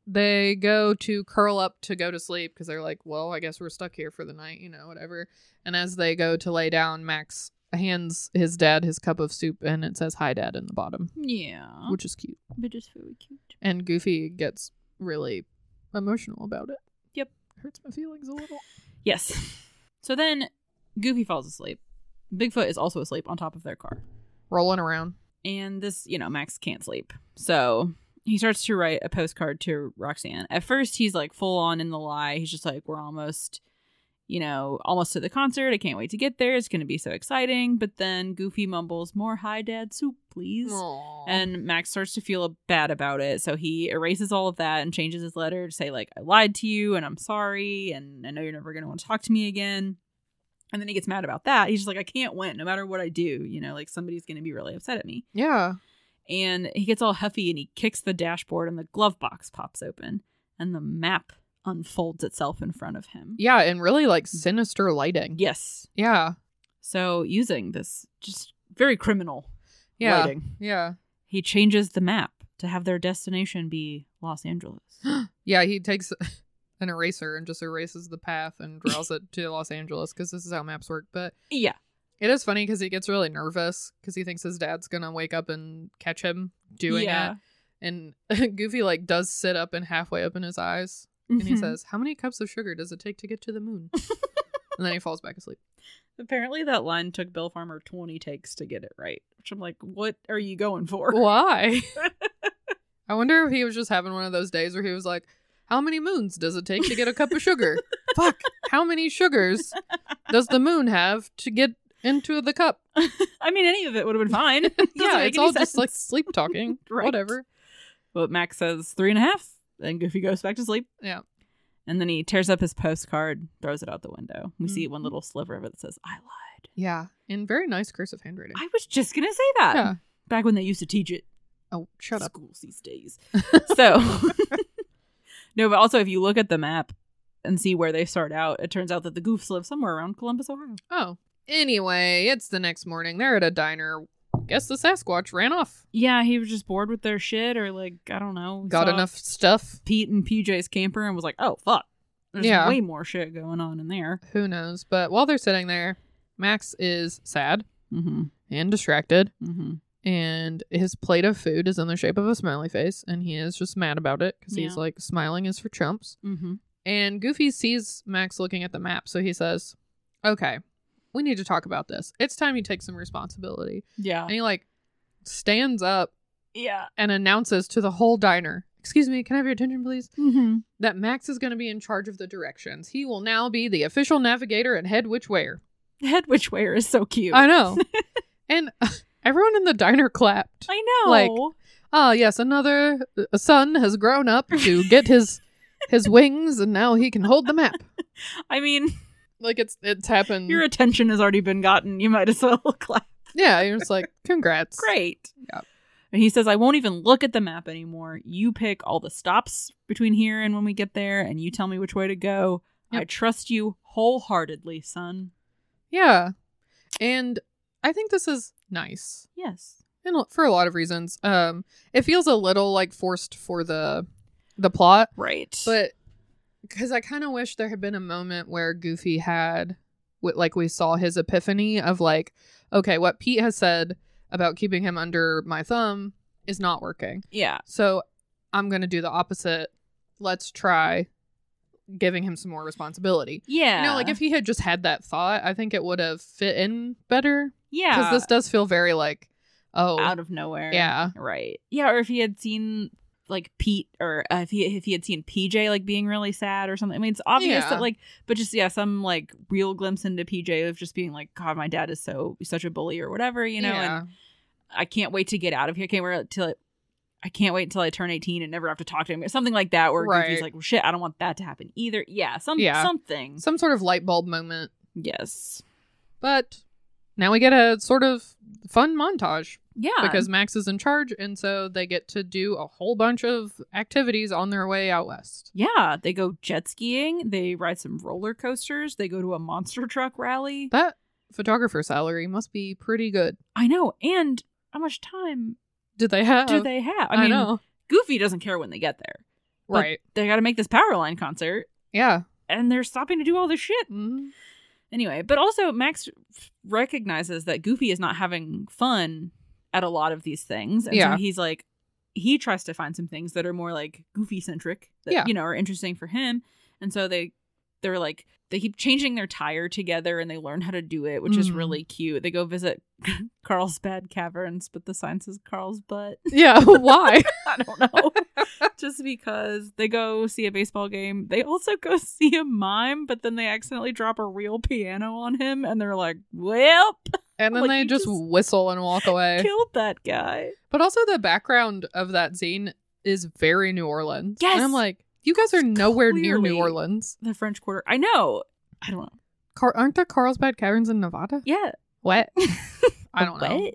Speaker 2: they go to curl up to go to sleep because they're like, well, I guess we're stuck here for the night, you know, whatever. And as they go to lay down, Max hands his dad his cup of soup and it says, Hi, Dad, in the bottom,
Speaker 1: Yeah,
Speaker 2: which is cute.
Speaker 1: but just very cute.
Speaker 2: And Goofy gets really emotional about it.
Speaker 1: Yep.
Speaker 2: Hurts my feelings a little.
Speaker 1: Yes. So then Goofy falls asleep. Bigfoot is also asleep on top of their car.
Speaker 2: Rolling around.
Speaker 1: And this, you know, Max can't sleep. So he starts to write a postcard to Roxanne. At first, he's like full on in the lie. He's just like, we're almost, you know, almost to the concert. I can't wait to get there. It's going to be so exciting. But then Goofy mumbles, more high dad soup, please.
Speaker 2: Aww.
Speaker 1: And Max starts to feel bad about it. So he erases all of that and changes his letter to say, like, I lied to you and I'm sorry. And I know you're never going to want to talk to me again. And then he gets mad about that. He's just like, I can't win no matter what I do. You know, like somebody's going to be really upset at me.
Speaker 2: yeah.
Speaker 1: And he gets all huffy and he kicks the dashboard and the glove box pops open and the map unfolds itself in front of him.
Speaker 2: Yeah. And really like
Speaker 1: Mm-hmm.
Speaker 2: sinister lighting.
Speaker 1: Yes.
Speaker 2: Yeah.
Speaker 1: So using this just very criminal
Speaker 2: Yeah.
Speaker 1: lighting,
Speaker 2: Yeah.
Speaker 1: he changes the map to have their destination be Los Angeles.
Speaker 2: Yeah, he takes an eraser and just erases the path and draws it to Los Angeles because this is how maps work. But
Speaker 1: Yeah.
Speaker 2: it is funny because he gets really nervous because he thinks his dad's gonna wake up and catch him doing
Speaker 1: yeah.
Speaker 2: it. And Goofy like does sit up and halfway open his eyes and he
Speaker 1: Mhm.
Speaker 2: says, "How many cups of sugar does it take to get to the moon?" and then he falls back asleep.
Speaker 1: Apparently that line took Bill Farmer 20 takes to get it right. Which I'm like, what are you going for?
Speaker 2: Why? I wonder if he was just having one of those days where he was like, How many moons does it take to get a cup of sugar? Fuck. How many sugars does the moon have to get into the cup?
Speaker 1: I mean, any of it would have been fine. Doesn't
Speaker 2: yeah,
Speaker 1: make
Speaker 2: it's
Speaker 1: any
Speaker 2: all just like
Speaker 1: sense.
Speaker 2: sleep talking.
Speaker 1: Right.
Speaker 2: Whatever.
Speaker 1: But Max says three and a half. Then Goofy goes back to sleep.
Speaker 2: Yeah.
Speaker 1: And then he tears up his postcard, throws it out the window. We see one
Speaker 2: Mhm.
Speaker 1: little sliver of it that says, I lied.
Speaker 2: Yeah. In very nice cursive handwriting.
Speaker 1: I was just going to say that.
Speaker 2: yeah.
Speaker 1: Back when they used to teach it
Speaker 2: Oh, shut
Speaker 1: in
Speaker 2: up.
Speaker 1: schools these days. so, no, but also if you look at the map and see where they start out, it turns out that the goofs live somewhere around Columbus, Ohio.
Speaker 2: Oh. Anyway, it's the next morning. They're at a diner. Guess the Sasquatch ran off.
Speaker 1: Yeah, he was just bored with their shit or like, I don't know.
Speaker 2: Got
Speaker 1: saw
Speaker 2: enough stuff.
Speaker 1: Pete and PJ's camper and was like, oh, fuck. There's
Speaker 2: Yeah.
Speaker 1: way more shit going on in there.
Speaker 2: Who knows? But while they're sitting there, Max is sad
Speaker 1: Mm-hmm.
Speaker 2: and distracted.
Speaker 1: Mm-hmm.
Speaker 2: and his plate of food is in the shape of a smiley face and he is just mad about it because he's
Speaker 1: Yeah.
Speaker 2: like smiling is for chumps
Speaker 1: Mm-hmm.
Speaker 2: and goofy sees max looking at the map so he says okay we need to talk about this it's time you take some responsibility
Speaker 1: Yeah.
Speaker 2: and he like stands up
Speaker 1: Yeah.
Speaker 2: and announces to the whole diner excuse me can i have your attention please
Speaker 1: Mm-hmm.
Speaker 2: that max is going to be in charge of the directions he will now be the official navigator and head which way
Speaker 1: Head which wear is so cute.
Speaker 2: i know and everyone in the diner clapped
Speaker 1: I know.
Speaker 2: Like, Ah, yes, another uh, son has grown up to get his his wings, and now he can hold the map.
Speaker 1: I
Speaker 2: mm.
Speaker 1: mean,
Speaker 2: Like it's it's happened.
Speaker 1: your attention has already been gotten. You might as well clap.
Speaker 2: yeah, you're just like, congrats.
Speaker 1: Great.
Speaker 2: Yeah.
Speaker 1: And he says, I won't even look at the map anymore. You pick all the stops between here and when we get there, and you tell me which way to go. I
Speaker 2: Yep.
Speaker 1: trust you wholeheartedly, son.
Speaker 2: Yeah, and I think this is nice,
Speaker 1: Yes.
Speaker 2: and l- for a lot of reasons. Um, it feels a little like forced for the the plot,
Speaker 1: Right.
Speaker 2: but because I kind of wish there had been a moment where Goofy had, wi- like, we saw his epiphany of like, okay, what Pete has said about keeping him under my thumb is not working.
Speaker 1: yeah.
Speaker 2: So I'm going to do the opposite. Let's try giving him some more responsibility.
Speaker 1: Yeah.
Speaker 2: You know, like if he had just had that thought, I think it would have fit in better.
Speaker 1: yeah.
Speaker 2: Because this does feel very like, oh,
Speaker 1: out of nowhere.
Speaker 2: yeah.
Speaker 1: Right. Yeah, or if he had seen like Pete or uh, if he if he had seen PJ like being really sad or something. I mean, it's obvious
Speaker 2: Yeah.
Speaker 1: that like, but just yeah, some like real glimpse into PJ of just being like, God, my dad is so such a bully or whatever, you know.
Speaker 2: Yeah.
Speaker 1: And I can't wait to get out of here. I can't wait till I can't wait until I turn eighteen and never have to talk to him. Something like that, where Goofy's
Speaker 2: Right.
Speaker 1: like, well, shit, I don't want that to happen either. Yeah, some
Speaker 2: Yeah.
Speaker 1: something.
Speaker 2: some sort of light bulb moment.
Speaker 1: yes.
Speaker 2: But now we get a sort of fun montage
Speaker 1: Yeah.
Speaker 2: because Max is in charge, and so they get to do a whole bunch of activities on their way out west.
Speaker 1: yeah, they go jet skiing. They ride some roller coasters. They go to a monster truck rally.
Speaker 2: That photographer salary must be pretty good.
Speaker 1: I know. And how much time
Speaker 2: Did they have?
Speaker 1: do they have? I, mean,
Speaker 2: know.
Speaker 1: Goofy doesn't care when they get there. but-
Speaker 2: Right.
Speaker 1: They got to make this power line concert,
Speaker 2: Yeah.
Speaker 1: and they're stopping to do all this shit
Speaker 2: Mhm.
Speaker 1: anyway. But also, Max recognizes that Goofy is not having fun at a lot of these things, and
Speaker 2: Yeah.
Speaker 1: so he's like, he tries to find some things that are more like Goofy centric, that
Speaker 2: Yeah.
Speaker 1: you know are interesting for him, and so they they're like they keep changing their tire together and they learn how to do it which is
Speaker 2: Mm.
Speaker 1: really cute they go visit carlsbad caverns but the sign says carl's butt
Speaker 2: Yeah. Why?
Speaker 1: I don't know. Just because they go see a baseball game. They also go see a mime, but then they accidentally drop a real piano on him and they're like, Well,
Speaker 2: and then
Speaker 1: Like,
Speaker 2: they
Speaker 1: you
Speaker 2: just,
Speaker 1: just
Speaker 2: whistle and walk away.
Speaker 1: killed that guy.
Speaker 2: But also the background of that scene is very New Orleans.
Speaker 1: Yes.
Speaker 2: And I'm like, you guys are nowhere near New
Speaker 1: Clearly.
Speaker 2: Orleans.
Speaker 1: The French Quarter. I know. I don't know.
Speaker 2: Car- aren't there Carlsbad Caverns in Nevada?
Speaker 1: Yeah.
Speaker 2: What? I don't know.
Speaker 1: What?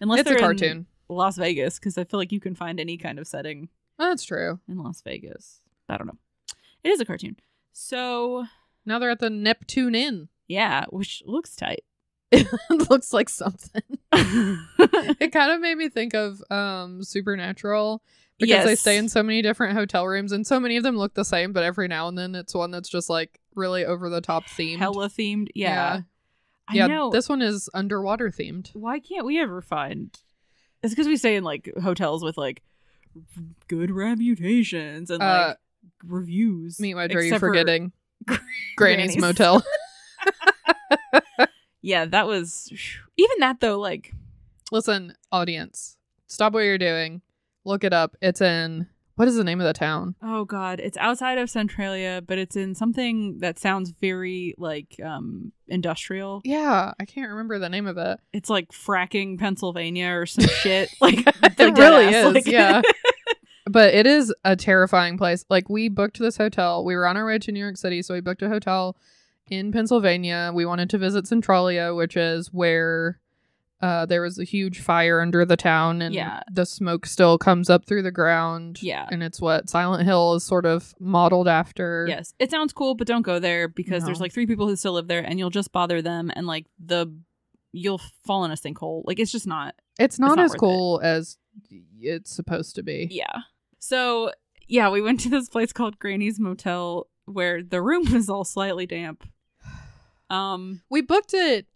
Speaker 1: Unless
Speaker 2: it's
Speaker 1: they're
Speaker 2: a
Speaker 1: in
Speaker 2: cartoon.
Speaker 1: Las Vegas, because I feel like you can find any kind of setting
Speaker 2: Oh, That's true.
Speaker 1: in Las Vegas. I don't know. It is a cartoon. So,
Speaker 2: Now they're at the Neptune Inn.
Speaker 1: yeah, which looks tight.
Speaker 2: It looks like something. it kind of made me think of um Supernatural because they
Speaker 1: Yes.
Speaker 2: stay in so many different hotel rooms and so many of them look the same, but every now and then it's one that's just like really over the top themed.
Speaker 1: Hella themed. Yeah.
Speaker 2: Yeah.
Speaker 1: I
Speaker 2: yeah,
Speaker 1: know.
Speaker 2: this one is underwater themed.
Speaker 1: Why can't we ever find? It's because we stay in like hotels with like good reputations and like
Speaker 2: Uh,
Speaker 1: reviews.
Speaker 2: Me, what are you
Speaker 1: Except for-
Speaker 2: forgetting?
Speaker 1: Granny's.
Speaker 2: Granny's Motel.
Speaker 1: Yeah, that was even that though. Like,
Speaker 2: Listen, audience, stop what you're doing. Look it up. It's in what is the name of the town?
Speaker 1: oh god, it's outside of Centralia, but it's in something that sounds very like um industrial.
Speaker 2: Yeah, I can't remember the name of it.
Speaker 1: It's like fracking Pennsylvania or some shit. Like,
Speaker 2: it
Speaker 1: like,
Speaker 2: really
Speaker 1: deadass,
Speaker 2: is,
Speaker 1: like-
Speaker 2: yeah. But it is a terrifying place. Like we booked this hotel. We were on our way to New York City, so we booked a hotel in Pennsylvania. We wanted to visit Centralia, which is where uh, there was a huge fire under the town, and
Speaker 1: Yeah.
Speaker 2: the smoke still comes up through the ground.
Speaker 1: Yeah.
Speaker 2: and it's what Silent Hill is sort of modeled after.
Speaker 1: Yes, it sounds cool, but don't go there because there's
Speaker 2: No.
Speaker 1: like three people who still live there, and you'll just bother them, and like the you'll fall in a sinkhole. Like it's just not.
Speaker 2: It's not,
Speaker 1: not
Speaker 2: as
Speaker 1: worth it.
Speaker 2: cool as it's supposed to be.
Speaker 1: Yeah. So yeah, we went to this place called Granny's Motel where the room was all slightly damp. Um.
Speaker 2: We booked it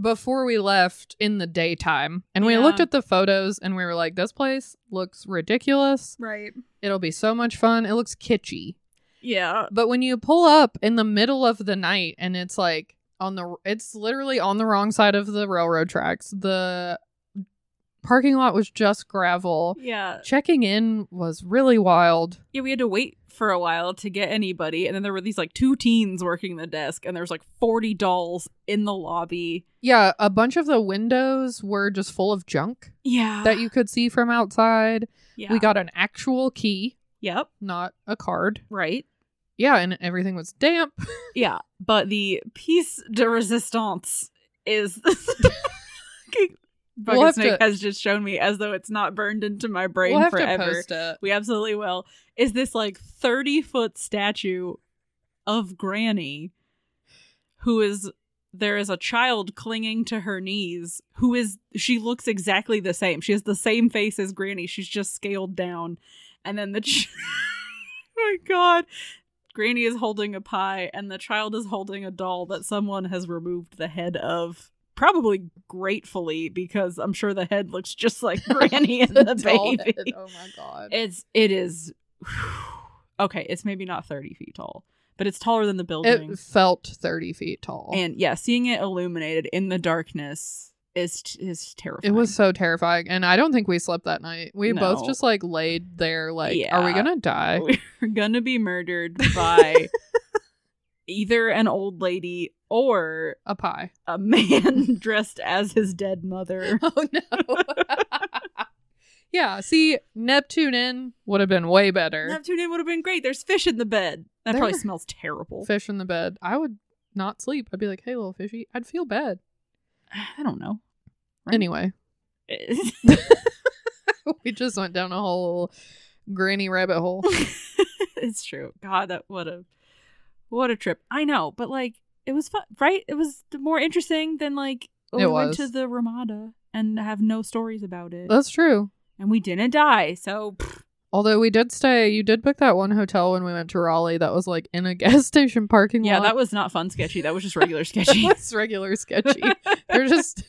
Speaker 2: before we left in the daytime, and we
Speaker 1: Yeah.
Speaker 2: looked at the photos and we were like, this place looks ridiculous.
Speaker 1: Right.
Speaker 2: It'll be so much fun. It looks kitschy.
Speaker 1: Yeah.
Speaker 2: But when you pull up in the middle of the night and it's like on the, it's literally on the wrong side of the railroad tracks, the parking lot was just gravel.
Speaker 1: Yeah.
Speaker 2: Checking in was really wild.
Speaker 1: Yeah. We had to wait for a while to get anybody, and then there were these like two teens working the desk, and there was like forty dolls in the lobby.
Speaker 2: Yeah, a bunch of the windows were just full of junk
Speaker 1: Yeah.
Speaker 2: that you could see from outside.
Speaker 1: Yeah.
Speaker 2: We got an actual key,
Speaker 1: Yep.
Speaker 2: not a card.
Speaker 1: Right.
Speaker 2: Yeah, and everything was damp.
Speaker 1: Yeah, but the piece de resistance is. Bucket
Speaker 2: We'll have
Speaker 1: Snake
Speaker 2: to-
Speaker 1: has just shown me as though it's not burned into my brain
Speaker 2: we'll have
Speaker 1: forever.
Speaker 2: to post it.
Speaker 1: We absolutely will. Is this like 30 foot statue of Granny who is. There is a child clinging to her knees who is. She looks exactly the same. She has the same face as Granny. She's just scaled down. And then the. Ch- oh my God. Granny is holding a pie, and the child is holding a doll that someone has removed the head of. Probably gratefully, because I'm sure the head looks just like Granny and the,
Speaker 2: doll
Speaker 1: baby.
Speaker 2: head. Oh my god.
Speaker 1: It's it is okay. It's maybe not thirty feet tall, but it's taller than the
Speaker 2: It
Speaker 1: building.
Speaker 2: felt 30 feet tall.
Speaker 1: and yeah, seeing it illuminated in the darkness is is terrifying.
Speaker 2: It was so terrifying. And I don't think we slept that night. We both
Speaker 1: No.
Speaker 2: just like laid there, like, are we
Speaker 1: Yeah.
Speaker 2: going to die?
Speaker 1: We're gonna be murdered by either an old lady or
Speaker 2: A pie.
Speaker 1: a man dressed as his dead mother.
Speaker 2: Oh, no. yeah. See, Neptune in would have been way better.
Speaker 1: Neptune in would have been great. There's fish in the bed. That
Speaker 2: There-
Speaker 1: probably smells terrible.
Speaker 2: Fish in the bed. I would not sleep. I'd be like, hey, little fishy. I'd feel bad.
Speaker 1: I don't know. Right.
Speaker 2: Anyway,
Speaker 1: It-
Speaker 2: we just went down a whole granny rabbit hole.
Speaker 1: it's true. God, that what a what a trip. I know, but like it was fun, right? It was more interesting than like oh,
Speaker 2: It
Speaker 1: we went
Speaker 2: was.
Speaker 1: to the Ramada and have no stories about it,
Speaker 2: That's true.
Speaker 1: and we didn't die. So pff,
Speaker 2: Although we did stay, you did book that one hotel when we went to Raleigh that was like in a gas station parking
Speaker 1: yeah,
Speaker 2: lot.
Speaker 1: that was not fun sketchy. That was just regular sketchy.
Speaker 2: That was regular sketchy. They're just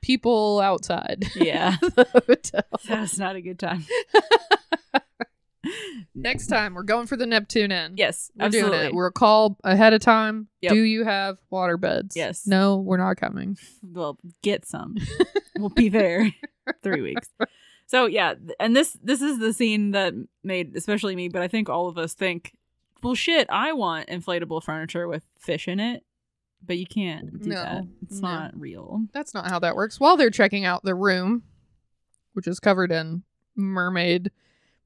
Speaker 2: people outside.
Speaker 1: Yeah.
Speaker 2: the hotel.
Speaker 1: that was not a good time.
Speaker 2: Next time we're going for the Neptune Inn.
Speaker 1: Yes,
Speaker 2: We're
Speaker 1: absolutely.
Speaker 2: doing it. We're called ahead of time.
Speaker 1: Yep.
Speaker 2: Do you have water beds?
Speaker 1: Yes.
Speaker 2: No, we're not coming.
Speaker 1: we'll get some. we'll be there three weeks. So yeah, th- and this this is the scene that made especially me, but I think all of us think, well, shit, I want inflatable furniture with fish in it, but you can't do
Speaker 2: No,
Speaker 1: that. It's
Speaker 2: no.
Speaker 1: not real.
Speaker 2: That's not how that works. While they're checking out the room, which is covered in mermaid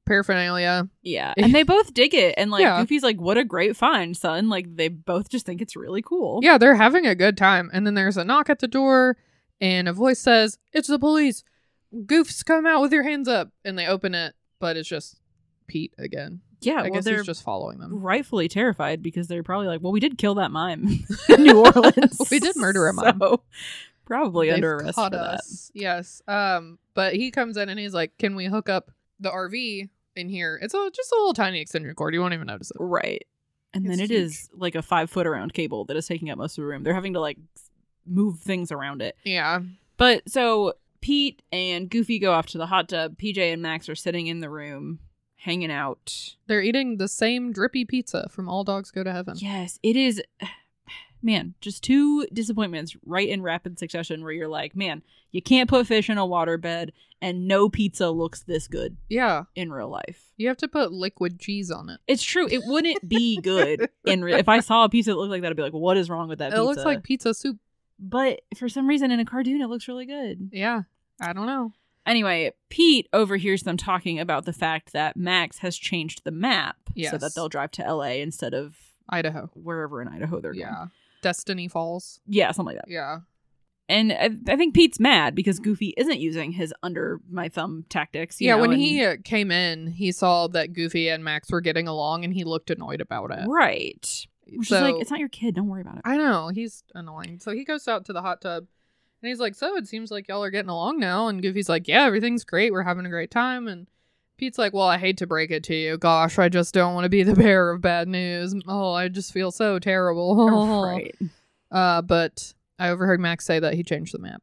Speaker 2: paraphernalia.
Speaker 1: Yeah, and they both dig it, and like
Speaker 2: Yeah.
Speaker 1: Goofy's like, "What a great find, son!" Like they both just think it's really cool.
Speaker 2: Yeah, they're having a good time. And then there's a knock at the door, and a voice says, It's the police. Goofs, come out with your hands up. And they open it, but it's just Pete again.
Speaker 1: yeah.
Speaker 2: I
Speaker 1: well,
Speaker 2: guess
Speaker 1: they're
Speaker 2: he's just um, following them.
Speaker 1: rightfully terrified because they're probably like, "Well, we did kill that mime in New Orleans.
Speaker 2: We did murder a mime.
Speaker 1: So, probably under
Speaker 2: They've
Speaker 1: arrest for
Speaker 2: caught
Speaker 1: that."
Speaker 2: us. Yes. Um, but he comes in and he's like, Can we hook up the RV in here? It's a, just a little tiny extension cord. You won't even notice it.
Speaker 1: Right. And then
Speaker 2: It's
Speaker 1: it is like a five foot around cable that is taking up most of the room. They're having to like s- move things around it.
Speaker 2: Yeah.
Speaker 1: But so Pete and Goofy go off to the hot tub. PJ and Max are sitting in the room, hanging out.
Speaker 2: They're eating the same drippy pizza from All Dogs Go to Heaven.
Speaker 1: Yes, it is. Man, just two disappointments right in rapid succession where you're like, man, you can't put fish in a waterbed and no pizza looks this good
Speaker 2: yeah.
Speaker 1: in real life.
Speaker 2: You have to put liquid cheese on it.
Speaker 1: It's true. It wouldn't be good in re- if I saw a pizza that looked like that. I'd be like, "What is wrong with that?"
Speaker 2: It
Speaker 1: pizza?
Speaker 2: looks like pizza soup.
Speaker 1: but for some reason in a cartoon it looks really good.
Speaker 2: Yeah. I don't know.
Speaker 1: Anyway, Pete overhears them talking about the fact that Max has changed the map so
Speaker 2: Yes.
Speaker 1: that they'll drive to LA instead of
Speaker 2: Idaho.
Speaker 1: wherever in Idaho they're going.
Speaker 2: Yeah. Destiny Falls.
Speaker 1: Yeah, something like that.
Speaker 2: Yeah.
Speaker 1: And I, I think Pete's mad because Goofy isn't using his under my thumb tactics. you
Speaker 2: yeah,
Speaker 1: know,
Speaker 2: when
Speaker 1: and-
Speaker 2: he uh, came in, he saw that Goofy and Max were getting along and he looked annoyed about it.
Speaker 1: Right. Which
Speaker 2: uh, so,
Speaker 1: is like, it's not your kid. Don't worry about it.
Speaker 2: I know, he's annoying. So he goes out to the hot tub and he's like, So it seems like y'all are getting along now. And Goofy's like, Yeah, everything's great. We're having a great time. And Pete's like, Well, I hate to break it to you. Gosh, I just don't want to be the bearer of bad news. Oh, I just feel so terrible.
Speaker 1: Oh, Right.
Speaker 2: Uh, but I overheard Max say that he changed the map.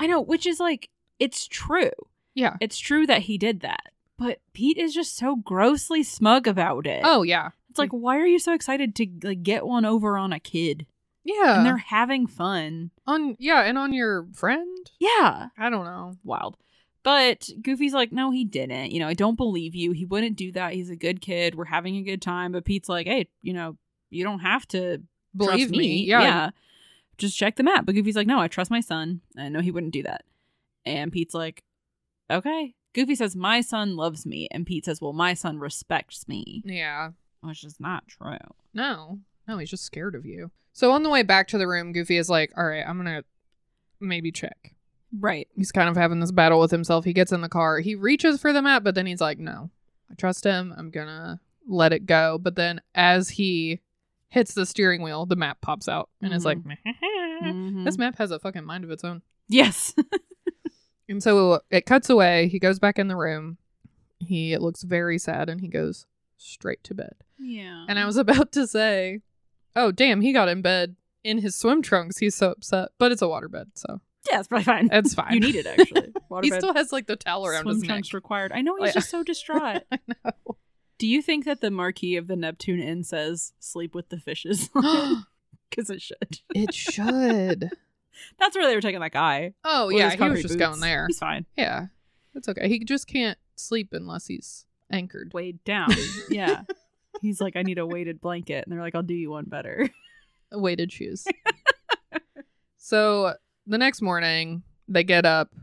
Speaker 1: I know, which is like, it's true.
Speaker 2: Yeah.
Speaker 1: It's true that he did that. But Pete is just so grossly smug about it.
Speaker 2: Oh, yeah.
Speaker 1: It's like, why are you so excited to like get one over on a kid?
Speaker 2: Yeah.
Speaker 1: and they're having fun.
Speaker 2: on yeah, and on your friend?
Speaker 1: Yeah,
Speaker 2: I don't know.
Speaker 1: wild. But Goofy's like, no, he didn't. You know, I don't believe you. He wouldn't do that. He's a good kid. We're having a good time. But Pete's like, hey, you know, you don't have to trust
Speaker 2: Believe me.
Speaker 1: me.
Speaker 2: Yeah.
Speaker 1: Just check the map. But Goofy's like, no, I trust my son. I know he wouldn't do that. And Pete's like, okay. Goofy says, my son loves me. And Pete says, well, my son respects me,
Speaker 2: Yeah.
Speaker 1: which is not true.
Speaker 2: No. No, he's just scared of you. So on the way back to the room, Goofy is like, "All right, I'm going to maybe check."
Speaker 1: Right.
Speaker 2: He's kind of having this battle with himself. He gets in the car. He reaches for the map, but then he's like, "No. I trust him. I'm going to let it go." But then as he hits the steering wheel, the map pops out and is like,
Speaker 1: Mhm.
Speaker 2: "This map has a fucking mind of its own."
Speaker 1: Yes.
Speaker 2: And so it cuts away. He goes back in the room. He looks very sad and he goes straight to bed.
Speaker 1: yeah.
Speaker 2: And I was about to say, oh, damn, he got in bed in his swim trunks. He's so upset. But it's a waterbed, so
Speaker 1: Yeah, it's probably fine.
Speaker 2: it's fine.
Speaker 1: You need it actually.
Speaker 2: he
Speaker 1: Waterbed,
Speaker 2: still has like the towel around
Speaker 1: swim
Speaker 2: his neck.
Speaker 1: trunks required. I know he's
Speaker 2: Oh, yeah.
Speaker 1: just so distraught.
Speaker 2: I know.
Speaker 1: Do you think that the marquee of the Neptune Inn says "Sleep with the Fishes"? Because it should.
Speaker 2: it should.
Speaker 1: That's where they were taking that guy.
Speaker 2: Oh
Speaker 1: with
Speaker 2: yeah,
Speaker 1: his
Speaker 2: he was
Speaker 1: concrete
Speaker 2: just
Speaker 1: boots.
Speaker 2: going there.
Speaker 1: He's fine.
Speaker 2: Yeah, that's okay. He just can't sleep unless he's anchored.
Speaker 1: Weighed down. Yeah. He's like, I need a weighted blanket. And they're like, I'll do you one better.
Speaker 2: weighted shoes. so the next morning, they get up,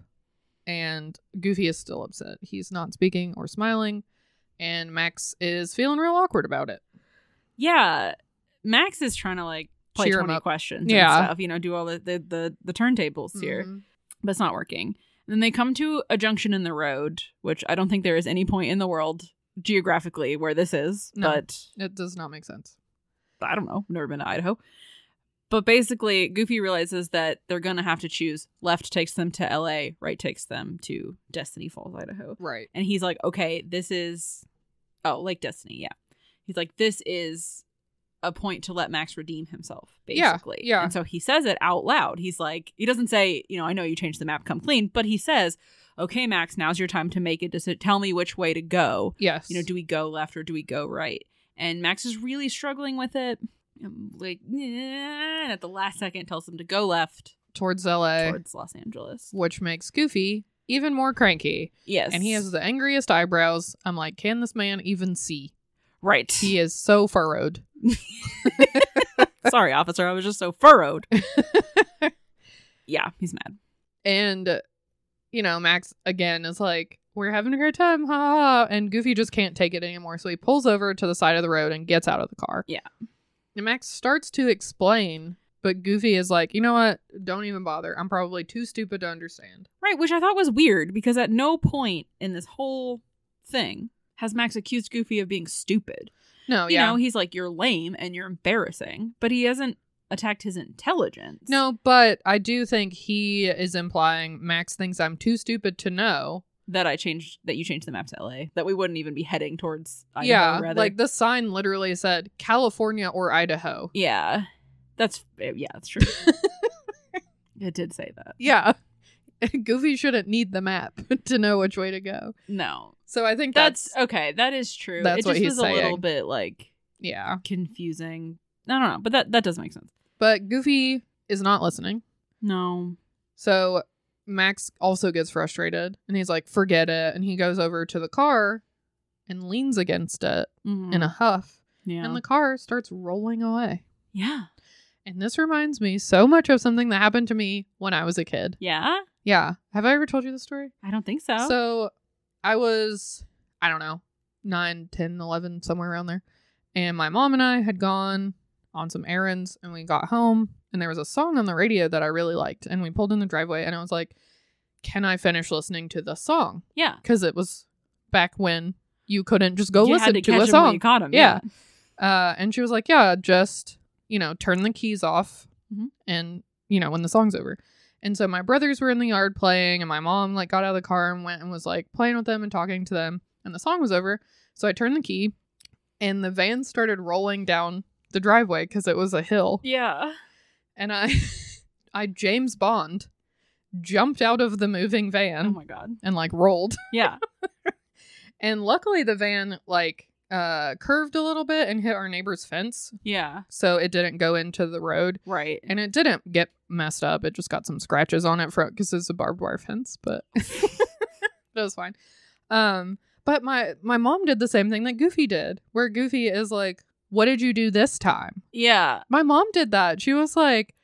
Speaker 2: and Goofy is still upset. He's not speaking or smiling, and Max is feeling real awkward about it.
Speaker 1: Yeah. Max is trying to like play
Speaker 2: Cheer him
Speaker 1: 20
Speaker 2: up.
Speaker 1: questions
Speaker 2: Yeah.
Speaker 1: and stuff, you know, do all the, the, the, the turntables here.
Speaker 2: Mhm.
Speaker 1: but it's not working. And then they come to a junction in the road, which I don't think there is any point in the world geographically where this is,
Speaker 2: No.
Speaker 1: but
Speaker 2: It does not make sense.
Speaker 1: I don't know. I've never been to Idaho. But basically, Goofy realizes that they're going to have to choose. Left takes them to LA, right takes them to Destiny Falls, Idaho.
Speaker 2: Right.
Speaker 1: And he's like, okay, this is. Oh, Lake Destiny, yeah. He's like, this is a point to let Max redeem himself,
Speaker 2: Yeah,
Speaker 1: basically.
Speaker 2: yeah.
Speaker 1: And so he says it out loud. He's like, he doesn't say, you know, I know you changed the map, come clean, but he says, okay, Max, now's your time to make a decision. Tell me which way to go
Speaker 2: Yes.
Speaker 1: you know do we go left or do we go right and max is really struggling with it Um, like "Nah," and at the last second tells him to go left
Speaker 2: towards LA,
Speaker 1: towards los angeles
Speaker 2: which makes Goofy even more cranky,
Speaker 1: yes
Speaker 2: and he has the angriest eyebrows. I'm like, can this man even see?
Speaker 1: right
Speaker 2: He is so furrowed.
Speaker 1: sorry officer i was just so furrowed yeah he's mad
Speaker 2: And, you know, Max again is like, we're having a great time, ha, ha. ha," And Goofy just can't take it anymore. So he pulls over to the side of the road and gets out of the car.
Speaker 1: Yeah.
Speaker 2: And Max starts to explain, but Goofy is like, you know what? Don't even bother. I'm probably too stupid to understand.
Speaker 1: right which i thought was weird because at no point in this whole thing has max accused goofy of being stupid
Speaker 2: No,
Speaker 1: you
Speaker 2: Oh, yeah.
Speaker 1: know he's like you're lame and you're embarrassing but he hasn't attacked his intelligence
Speaker 2: no, but I do think he is implying Max thinks I'm too stupid to know.
Speaker 1: that I changed that you changed the map to LA that we wouldn't even be heading towards Idaho
Speaker 2: yeah.
Speaker 1: rather.
Speaker 2: Like the sign literally said California or Idaho.
Speaker 1: yeah that's eh, yeah that's true it did say that
Speaker 2: Yeah. Goofy shouldn't need the map to know which way to go.
Speaker 1: no
Speaker 2: So I think
Speaker 1: that's,
Speaker 2: that's,
Speaker 1: okay that is true
Speaker 2: that's
Speaker 1: it just
Speaker 2: what he's
Speaker 1: was a little
Speaker 2: saying.
Speaker 1: bit like
Speaker 2: yeah.
Speaker 1: confusing I don't know but that that does make sense
Speaker 2: But Goofy is not listening.
Speaker 1: no
Speaker 2: So Max also gets frustrated and he's like, forget it. And he goes over to the car and leans against it
Speaker 1: Mhm.
Speaker 2: in a huff.
Speaker 1: yeah
Speaker 2: uh, And the car starts rolling away.
Speaker 1: yeah
Speaker 2: And this reminds me so much of something that happened to me when I was a kid.
Speaker 1: yeah
Speaker 2: Yeah. Have I ever told you the story?
Speaker 1: I don't think so
Speaker 2: So I was, I don't know, 9, 10, 11, somewhere around there. And my mom and I had gone on some errands and we got home and there was a song on the radio that I really liked. And we pulled in the driveway and I was like, can I finish listening to the song?
Speaker 1: yeah
Speaker 2: Because it was back when you couldn't just go
Speaker 1: you
Speaker 2: listen
Speaker 1: had
Speaker 2: to,
Speaker 1: to, catch
Speaker 2: a
Speaker 1: him when
Speaker 2: song.
Speaker 1: you caught him
Speaker 2: Yeah. Uh, and she was like, "Yeah, just you know, turn the keys off,
Speaker 1: Mhm.
Speaker 2: and you know when the song's over." And so my brothers were in the yard playing, and my mom like got out of the car and went and was like playing with them and talking to them, and the song was over. So I turned the key, and the van started rolling down the driveway because it was a hill,
Speaker 1: yeah
Speaker 2: and I, I James Bond, jumped out of the moving van
Speaker 1: oh my god
Speaker 2: and like rolled.
Speaker 1: yeah
Speaker 2: And luckily the van like uh curved a little bit and hit our neighbor's fence
Speaker 1: yeah
Speaker 2: so it didn't go into the road
Speaker 1: right
Speaker 2: and it didn't get messed up it just got some scratches on it from because it's a barbed wire fence but it was fine um but my my mom did the same thing that goofy did where goofy is like what did you do this time
Speaker 1: yeah
Speaker 2: my mom did that she was like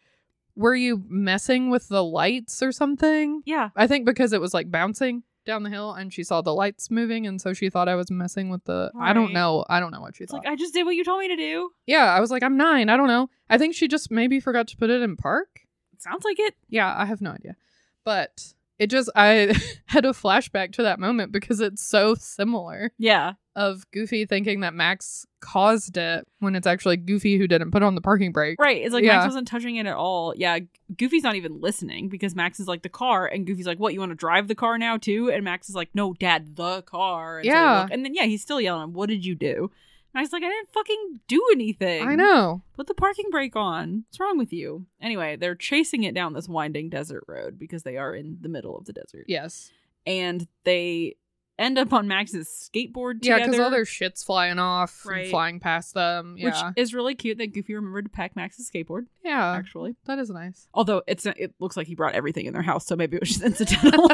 Speaker 2: were you messing with the lights or something
Speaker 1: yeah
Speaker 2: i think because it was like bouncing down the hill and she saw the lights moving and so she thought i was messing with the i don't
Speaker 1: Right.
Speaker 2: know i don't know what she
Speaker 1: it's
Speaker 2: thought
Speaker 1: like I just did what you told me to do
Speaker 2: yeah, I was like, I'm nine. I don't know. I think she just maybe forgot to put it in park.
Speaker 1: sounds like it
Speaker 2: Yeah, I have no idea. But it just, I had a flashback to that moment because it's so similar
Speaker 1: yeah
Speaker 2: of Goofy thinking that Max caused it when it's actually Goofy who didn't put on the parking brake.
Speaker 1: Right. It's like
Speaker 2: Yeah.
Speaker 1: Max wasn't touching it at all. Yeah. Goofy's not even listening because Max is like the car, and Goofy's like, "What? You want to drive the car now too?" And Max is like, "No, Dad, the car." And so they
Speaker 2: Yeah.
Speaker 1: look- and then yeah, he's still yelling, "What did you do?" And I was like, "I didn't fucking do anything."
Speaker 2: I know.
Speaker 1: Put the parking brake on. What's wrong with you? Anyway, they're chasing it down this winding desert road because they are in the middle of the desert
Speaker 2: Yes.
Speaker 1: and they end up on Max's skateboard
Speaker 2: Yeah,
Speaker 1: together.
Speaker 2: because all their shit's flying off, and
Speaker 1: Right.
Speaker 2: flying past them.
Speaker 1: which
Speaker 2: Yeah, Uh.
Speaker 1: is really cute that Goofy remembered to pack Max's skateboard.
Speaker 2: yeah,
Speaker 1: actually,
Speaker 2: that is nice.
Speaker 1: although it's it looks like he brought everything in their house, so maybe it was just incidental.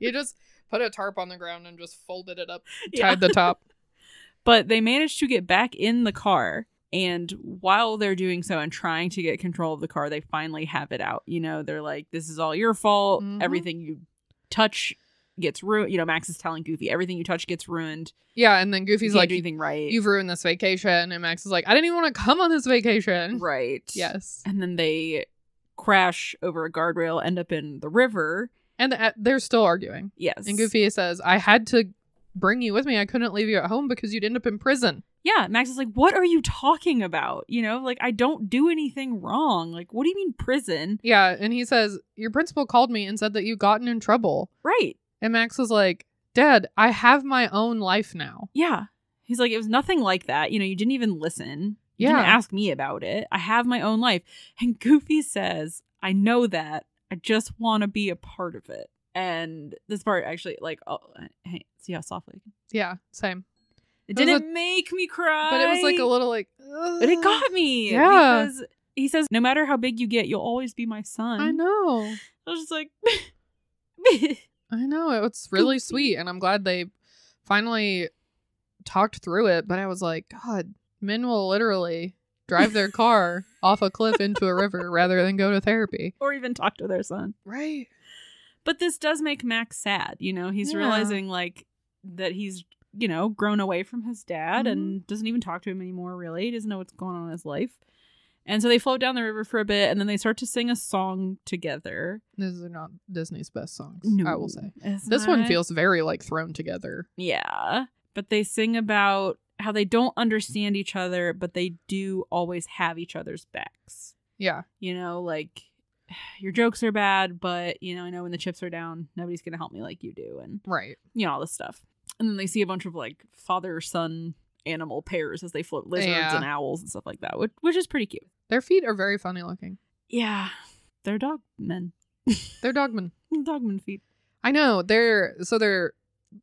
Speaker 2: you just put a tarp on the ground and just folded it up,
Speaker 1: Yeah.
Speaker 2: tied the top.
Speaker 1: but they managed to get back in the car and while they're doing so and trying to get control of the car they finally have it out you know they're like this is all your fault
Speaker 2: Mhm.
Speaker 1: everything you touch gets ruined you know max is telling goofy everything you touch gets ruined
Speaker 2: Yeah, and then
Speaker 1: you
Speaker 2: Goofy's
Speaker 1: can't
Speaker 2: like,
Speaker 1: do anything right
Speaker 2: "You've ruined this vacation," and Max is like, "I didn't even want to come on this vacation."
Speaker 1: right
Speaker 2: Yes,
Speaker 1: and then they crash over a guardrail end up in the river
Speaker 2: and uh, they're still arguing.
Speaker 1: yes
Speaker 2: And Goofy says, "I had to bring you with me. I couldn't leave you at home because you'd end up in prison."
Speaker 1: yeah max is like what are you talking about you know like i don't do anything wrong like what do you mean prison
Speaker 2: Yeah, and he says, "Your principal called me and said that you gotten in trouble."
Speaker 1: right
Speaker 2: And Max was like, "Dad, I have my own life now."
Speaker 1: Yeah. He's like, it was nothing like that. You know, you didn't even listen. You
Speaker 2: Yeah.
Speaker 1: didn't ask me about it. I have my own life. And Goofy says, I know that. I just want to be a part of it. And this part actually, like, oh, hey, see how softly.
Speaker 2: Yeah, same.
Speaker 1: It
Speaker 2: It was
Speaker 1: didn't make me cry.
Speaker 2: But it was like a little like,
Speaker 1: But it
Speaker 2: "Ugh."
Speaker 1: got me.
Speaker 2: Yeah.
Speaker 1: Because he says, no matter how big you get, you'll always be my son.
Speaker 2: I know.
Speaker 1: I was just like,
Speaker 2: I know. It's really
Speaker 1: Goofy.
Speaker 2: sweet, and I'm glad they finally talked through it. But I was like, God, men will literally drive their car off a cliff into a river rather than go to therapy.
Speaker 1: or even talk to their son.
Speaker 2: Right.
Speaker 1: But this does make Max sad. You know, he's
Speaker 2: Yeah.
Speaker 1: realizing like that he's, you know, grown away from his dad
Speaker 2: Mm-hmm.
Speaker 1: and doesn't even talk to him anymore, really. He doesn't know what's going on in his life. And so they float down the river for a bit and then they start to sing a song together.
Speaker 2: These are not Disney's best songs, I
Speaker 1: No,
Speaker 2: will say.
Speaker 1: it's
Speaker 2: This one
Speaker 1: not.
Speaker 2: feels very like thrown together.
Speaker 1: Yeah. But they sing about how they don't understand each other, but they do always have each other's backs.
Speaker 2: Yeah.
Speaker 1: You know, like your jokes are bad, but you know, I know when the chips are down, nobody's gonna help me like you do. And
Speaker 2: Right.
Speaker 1: you know all this stuff and then they see a bunch of like father son animal pairs as they float lizards
Speaker 2: Yeah.
Speaker 1: and owls and stuff like that which, which is pretty cute
Speaker 2: Their feet are very funny looking.
Speaker 1: yeah they're dog men
Speaker 2: They're dogmen.
Speaker 1: dogmen feet
Speaker 2: I know they're so they're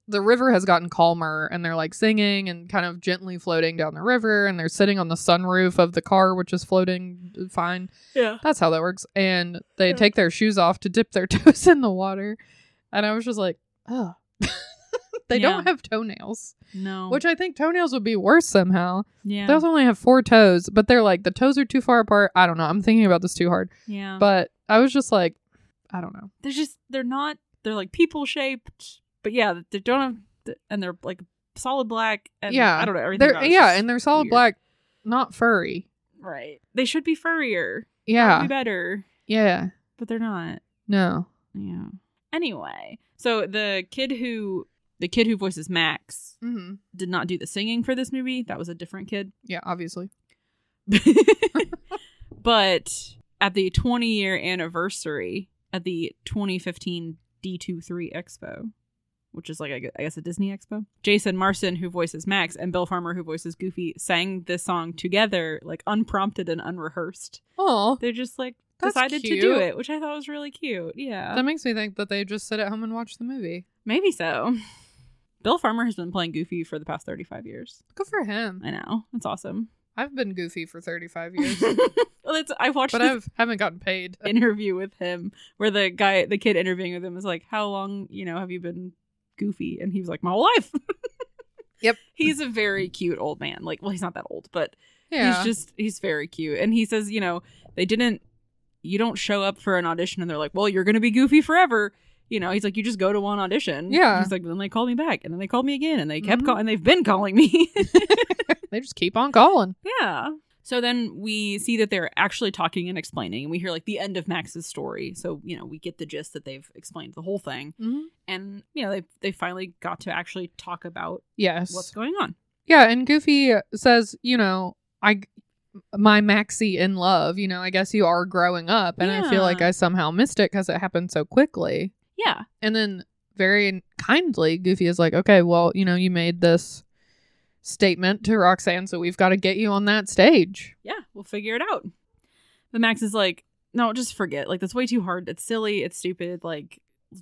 Speaker 2: the river has gotten calmer and they're like singing and kind of gently floating down the river and they're sitting on the sunroof of the car which is floating uh, fine.
Speaker 1: yeah
Speaker 2: That's how that works. And they take their shoes off to dip their toes in the water. And I was just like, oh. they don't have toenails,
Speaker 1: no
Speaker 2: which I think toenails would be worse somehow.
Speaker 1: yeah
Speaker 2: They also only have four toes, but they're like the toes are too far apart. I don't know. I'm thinking about this too hard.
Speaker 1: yeah but
Speaker 2: But I was just like, I don't know.
Speaker 1: they're just they're not they're like people shaped but yeah they don't have and they're like solid black and
Speaker 2: Yeah.
Speaker 1: i don't know everything
Speaker 2: They're
Speaker 1: about it's
Speaker 2: yeah,
Speaker 1: just
Speaker 2: and they're solid
Speaker 1: weird.
Speaker 2: black, not furry.
Speaker 1: right they should be furrier That
Speaker 2: Yeah.
Speaker 1: would be better
Speaker 2: Yeah.
Speaker 1: but they're not
Speaker 2: No.
Speaker 1: Yeah. Anyway, so the kid who the kid who voices Max
Speaker 2: Mm-hmm.
Speaker 1: did not do the singing for this movie. That was a different kid.
Speaker 2: Yeah, obviously.
Speaker 1: but at the 20 year anniversary at the 2015 D23 Expo, which is like I gu- I guess a Disney Expo, Jason Marson who voices Max and Bill Farmer who voices Goofy sang this song together like unprompted and unrehearsed.
Speaker 2: Oh,
Speaker 1: They just like
Speaker 2: That's
Speaker 1: decided to do
Speaker 2: cute.
Speaker 1: it, which I thought was really cute. Yeah.
Speaker 2: that makes me think that they just sit at home and watch the movie.
Speaker 1: Maybe so. Bill Farmer has been playing Goofy for the past 35 years.
Speaker 2: Good for him.
Speaker 1: I know. That's awesome.
Speaker 2: I've been goofy for 35 years,
Speaker 1: well, that's, I watched
Speaker 2: but uh,
Speaker 1: this
Speaker 2: I haven't gotten paid.
Speaker 1: interview with him where the guy, the kid interviewing with him was like, How long, you know, have you been Goofy? And he was like, My whole life.
Speaker 2: Yep.
Speaker 1: He's a very cute old man. Like, well, he's not that old, but
Speaker 2: Yeah.
Speaker 1: he's just, he's very cute. And he says, You know, they didn't, you don't show up for an audition and they're like, Well, you're going to be Goofy forever. You know, he's like, you just go to one audition.
Speaker 2: Yeah.
Speaker 1: He's like, then they called me back, and then they called me again, and they kept
Speaker 2: Mhm.
Speaker 1: calling, and they've been calling me.
Speaker 2: they just keep on calling.
Speaker 1: Yeah. So then we see that they're actually talking and explaining, and we hear like the end of Max's story. So you know we get the gist that they've explained the whole thing,
Speaker 2: Mhm.
Speaker 1: and you know they they finally got to actually talk about
Speaker 2: Yes.
Speaker 1: what's going on.
Speaker 2: yeah, and Goofy says, you know, I my Maxie in love, you know, I guess you are growing up and I feel like
Speaker 1: Yeah.
Speaker 2: I somehow missed it cuz it happened so quickly.
Speaker 1: Yeah.
Speaker 2: And then very kindly, Goofy is like, okay, well, you know, you made this statement to Roxanne, so we've got to get you on that stage.
Speaker 1: yeah, we'll figure it out. But Max is like, no, just forget. Like that's way too hard. It's silly. It's stupid. Like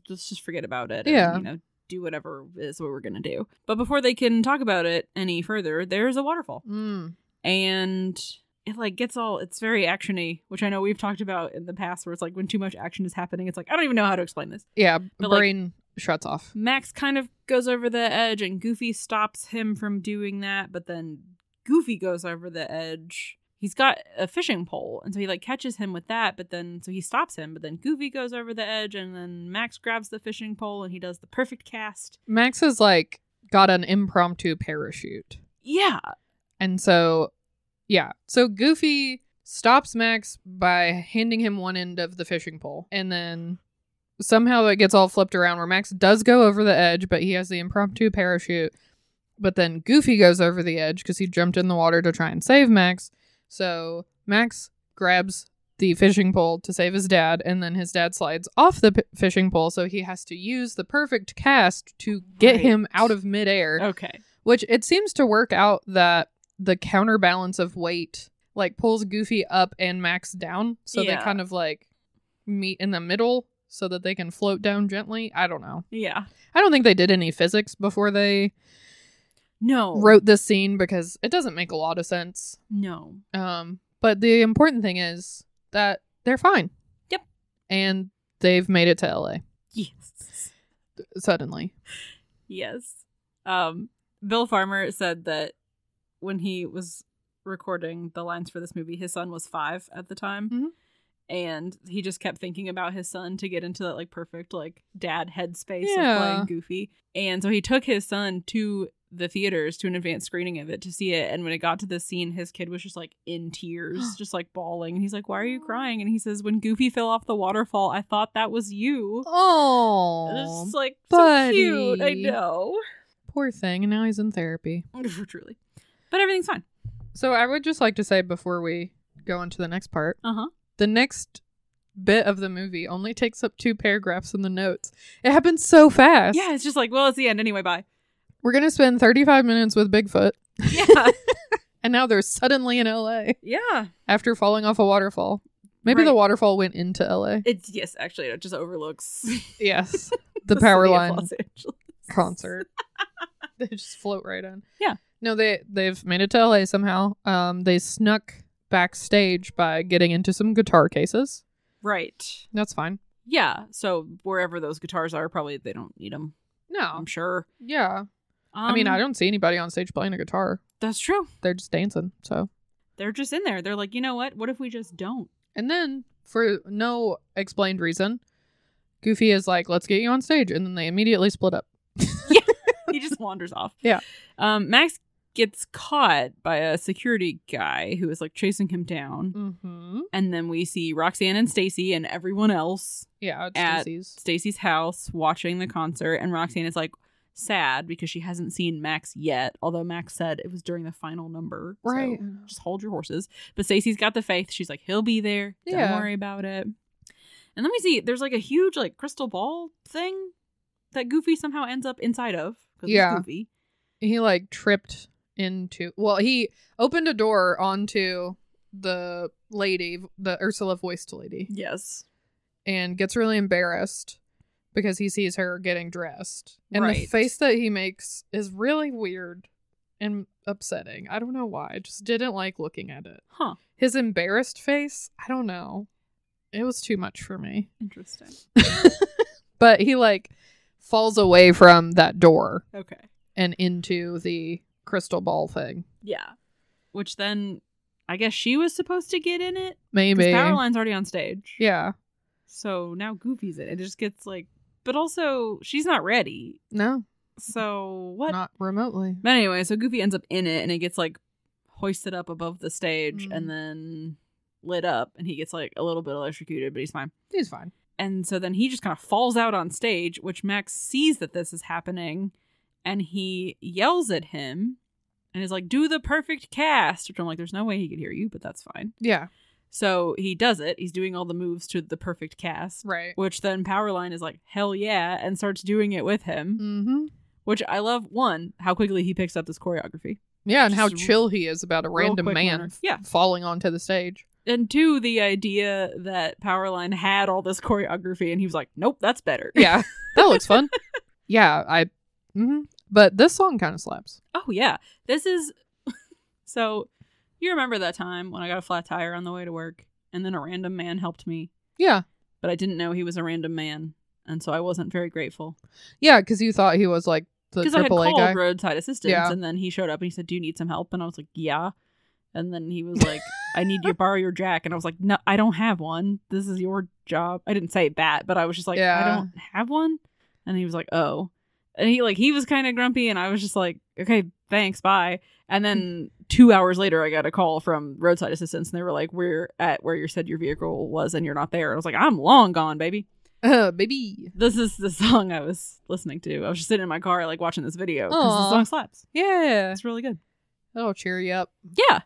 Speaker 1: let's just forget about it. and,
Speaker 2: Yeah.
Speaker 1: you know, do whatever is what we're gonna do. But before they can talk about it any further, there's a waterfall,
Speaker 2: Mm.
Speaker 1: and it like gets all it's very actiony, which I know we've talked about in the past, where it's like when too much action is happening, it's like I don't even know how to explain this.
Speaker 2: Yeah,
Speaker 1: But, like-
Speaker 2: brain shuts off.
Speaker 1: Max kind of goes over the edge and Goofy stops him from doing that, but then Goofy goes over the edge. He's got a fishing pole, and so he like catches him with that, but then so he stops him, but then Goofy goes over the edge and then Max grabs the fishing pole and he does the perfect cast.
Speaker 2: Max has like got an impromptu parachute.
Speaker 1: Yeah.
Speaker 2: And so, yeah. So Goofy stops Max by handing him one end of the fishing pole. And then somehow it gets all flipped around where Max does go over the edge, but he has the impromptu parachute. But then Goofy goes over the edge because he jumped in the water to try and save Max. So Max grabs the fishing pole to save his dad, and then his dad slides off the p- fishing pole. So he has to use the perfect cast to get
Speaker 1: Right.
Speaker 2: him out of midair
Speaker 1: Okay.
Speaker 2: which it seems to work out that the counterbalance of weight like pulls goofy up and max down so
Speaker 1: Yeah.
Speaker 2: they kind of like meet in the middle so that they can float down gently i don't know
Speaker 1: Yeah.
Speaker 2: i don't think they did any physics before they
Speaker 1: No.
Speaker 2: wrote this scene because it doesn't make a lot of sense
Speaker 1: no.
Speaker 2: um but the important thing is that they're fine
Speaker 1: Yep.
Speaker 2: and they've made it to la
Speaker 1: Yes.
Speaker 2: suddenly
Speaker 1: Yes. Um, Bill Farmer said that when he was recording the lines for this movie, his son was five at the time.
Speaker 2: Mhm.
Speaker 1: And he just kept thinking about his son to get into that like perfect like dad headspace
Speaker 2: Yeah.
Speaker 1: of playing Goofy. And so he took his son to the theaters to an advanced screening of it to see it. And when it got to the scene, his kid was just like in tears, just like bawling. And he's like, Why are you crying? And he says, When Goofy fell off the waterfall, I thought that was you. And it's
Speaker 2: oh
Speaker 1: just, like so cute. I
Speaker 2: buddy.
Speaker 1: know.
Speaker 2: poor thing and now he's in therapy
Speaker 1: Truly. But everything's fine.
Speaker 2: So I would just like to say before we go into the next part,
Speaker 1: Uh huh.
Speaker 2: the next bit of the movie only takes up two paragraphs in the notes. It happens so fast.
Speaker 1: Yeah, it's just like, well, it's the end anyway. Bye.
Speaker 2: We're going to spend 35 minutes with Bigfoot
Speaker 1: Yeah.
Speaker 2: and now they're suddenly in LA
Speaker 1: yeah.
Speaker 2: after falling off a waterfall. Maybe
Speaker 1: Right.
Speaker 2: the waterfall went into LA.
Speaker 1: It's yes, actually, it just overlooks
Speaker 2: Yes. The power
Speaker 1: city of
Speaker 2: line
Speaker 1: Los Angeles.
Speaker 2: concert. they just float right in.
Speaker 1: Yeah.
Speaker 2: No, they they've made it to LA somehow. Um they snuck backstage by getting into some guitar cases.
Speaker 1: Right.
Speaker 2: That's fine.
Speaker 1: Yeah. So wherever those guitars are, probably they don't need them.
Speaker 2: No.
Speaker 1: I'm sure.
Speaker 2: Yeah. Oh. I mean,
Speaker 1: Um,
Speaker 2: I don't see anybody on stage playing a guitar.
Speaker 1: That's true.
Speaker 2: They're just dancing. So,
Speaker 1: They're just in there. They're like, you know what? What if we just don't?
Speaker 2: and then for no explained reason, Goofy is like, "Let's get you on stage," and then they immediately split up.
Speaker 1: he just wanders off.
Speaker 2: Yeah.
Speaker 1: Um, Max gets caught by a security guy who is like chasing him down,
Speaker 2: Mm-hmm.
Speaker 1: and then we see Roxanne and Stacy and everyone else
Speaker 2: Yeah, it's
Speaker 1: At-
Speaker 2: Stacey's.
Speaker 1: Stacy's house watching the concert, and Roxanne is like sad because she hasn't seen Max yet. Although Max said it was during the final number, so
Speaker 2: Right.
Speaker 1: just hold your horses. But Stacy's got the faith. She's like, he'll be there. Don't
Speaker 2: Yeah.
Speaker 1: worry about it. And then we see there's like a huge like crystal ball thing that Goofy somehow ends up inside of because
Speaker 2: Yeah.
Speaker 1: Goofy.
Speaker 2: He like tripped into. Well, he opened a door onto the lady, the Ursula voiced lady,
Speaker 1: Yes.
Speaker 2: and gets really embarrassed because he sees her getting dressed. And the
Speaker 1: Right.
Speaker 2: face that he makes is really weird and upsetting. I don't know why. I just didn't like looking at it.
Speaker 1: Huh.
Speaker 2: His embarrassed face, I don't know. It was too much for me.
Speaker 1: Interesting.
Speaker 2: But he like falls away from that door
Speaker 1: Okay.
Speaker 2: and into the crystal ball thing.
Speaker 1: Yeah. Which then I guess she was supposed to get in it.
Speaker 2: Maybe.
Speaker 1: Because Powerline's already on stage.
Speaker 2: Yeah.
Speaker 1: So now Goofy's in it. It just gets like, but also she's not ready.
Speaker 2: No,
Speaker 1: So what?
Speaker 2: not remotely.
Speaker 1: But anyway, so Goofy ends up in it and it gets like hoisted up above the stage
Speaker 2: Mm.
Speaker 1: and then lit up and he gets like a little bit electrocuted, but he's fine.
Speaker 2: He's fine.
Speaker 1: And so then he just kind of falls out on stage, which Max sees that this is happening and he yells at him and is like, do the perfect cast, which I'm like, there's no way he could hear you, but that's fine.
Speaker 2: Yeah.
Speaker 1: So he does it. He's doing all the moves to the perfect cast
Speaker 2: Right.
Speaker 1: which then Powerline is like, hell yeah, and starts doing it with him,
Speaker 2: Mm-hmm.
Speaker 1: which I love. One, how quickly he picks up this choreography,
Speaker 2: Yeah, and how
Speaker 1: Just
Speaker 2: chill he is about a
Speaker 1: real
Speaker 2: random
Speaker 1: quick
Speaker 2: man
Speaker 1: learner.
Speaker 2: f-
Speaker 1: Yeah.
Speaker 2: falling onto the stage.
Speaker 1: and two, the idea that Powerline had all this choreography and he was like, nope, that's better.
Speaker 2: Yeah, that looks fun. yeah, I. mhm. But this song kind of slaps.
Speaker 1: Oh yeah. This is so you remember that time when I got a flat tire on the way to work and then a random man helped me,
Speaker 2: Yeah,
Speaker 1: but I didn't know he was a random man, and so I wasn't very grateful.
Speaker 2: yeah, because you thought he was like the
Speaker 1: Because I had
Speaker 2: AAA
Speaker 1: called
Speaker 2: guy.
Speaker 1: roadside assistance
Speaker 2: Yeah.
Speaker 1: and then he showed up and he said, Do you need some help? And I was like, Yeah. And then he was like, I need you to borrow your jack. And I was like, No, I don't have one. This is your job. I didn't say that, but I was just like,
Speaker 2: Yeah.
Speaker 1: I don't have one. And he was like, Oh. And he like he was kind of grumpy and I was just like, Okay, thanks, bye. And then two hours later I got a call from roadside assistance and they were like, We're at where you said your vehicle was and you're not there. And I was like, I'm long gone, baby
Speaker 2: Uh, baby.
Speaker 1: this is the song I was listening to. I was just sitting in my car, like watching this video because
Speaker 2: Aw.
Speaker 1: the song slaps.
Speaker 2: Yeah,
Speaker 1: It's really good.
Speaker 2: that'll cheer you up.
Speaker 1: Yeah.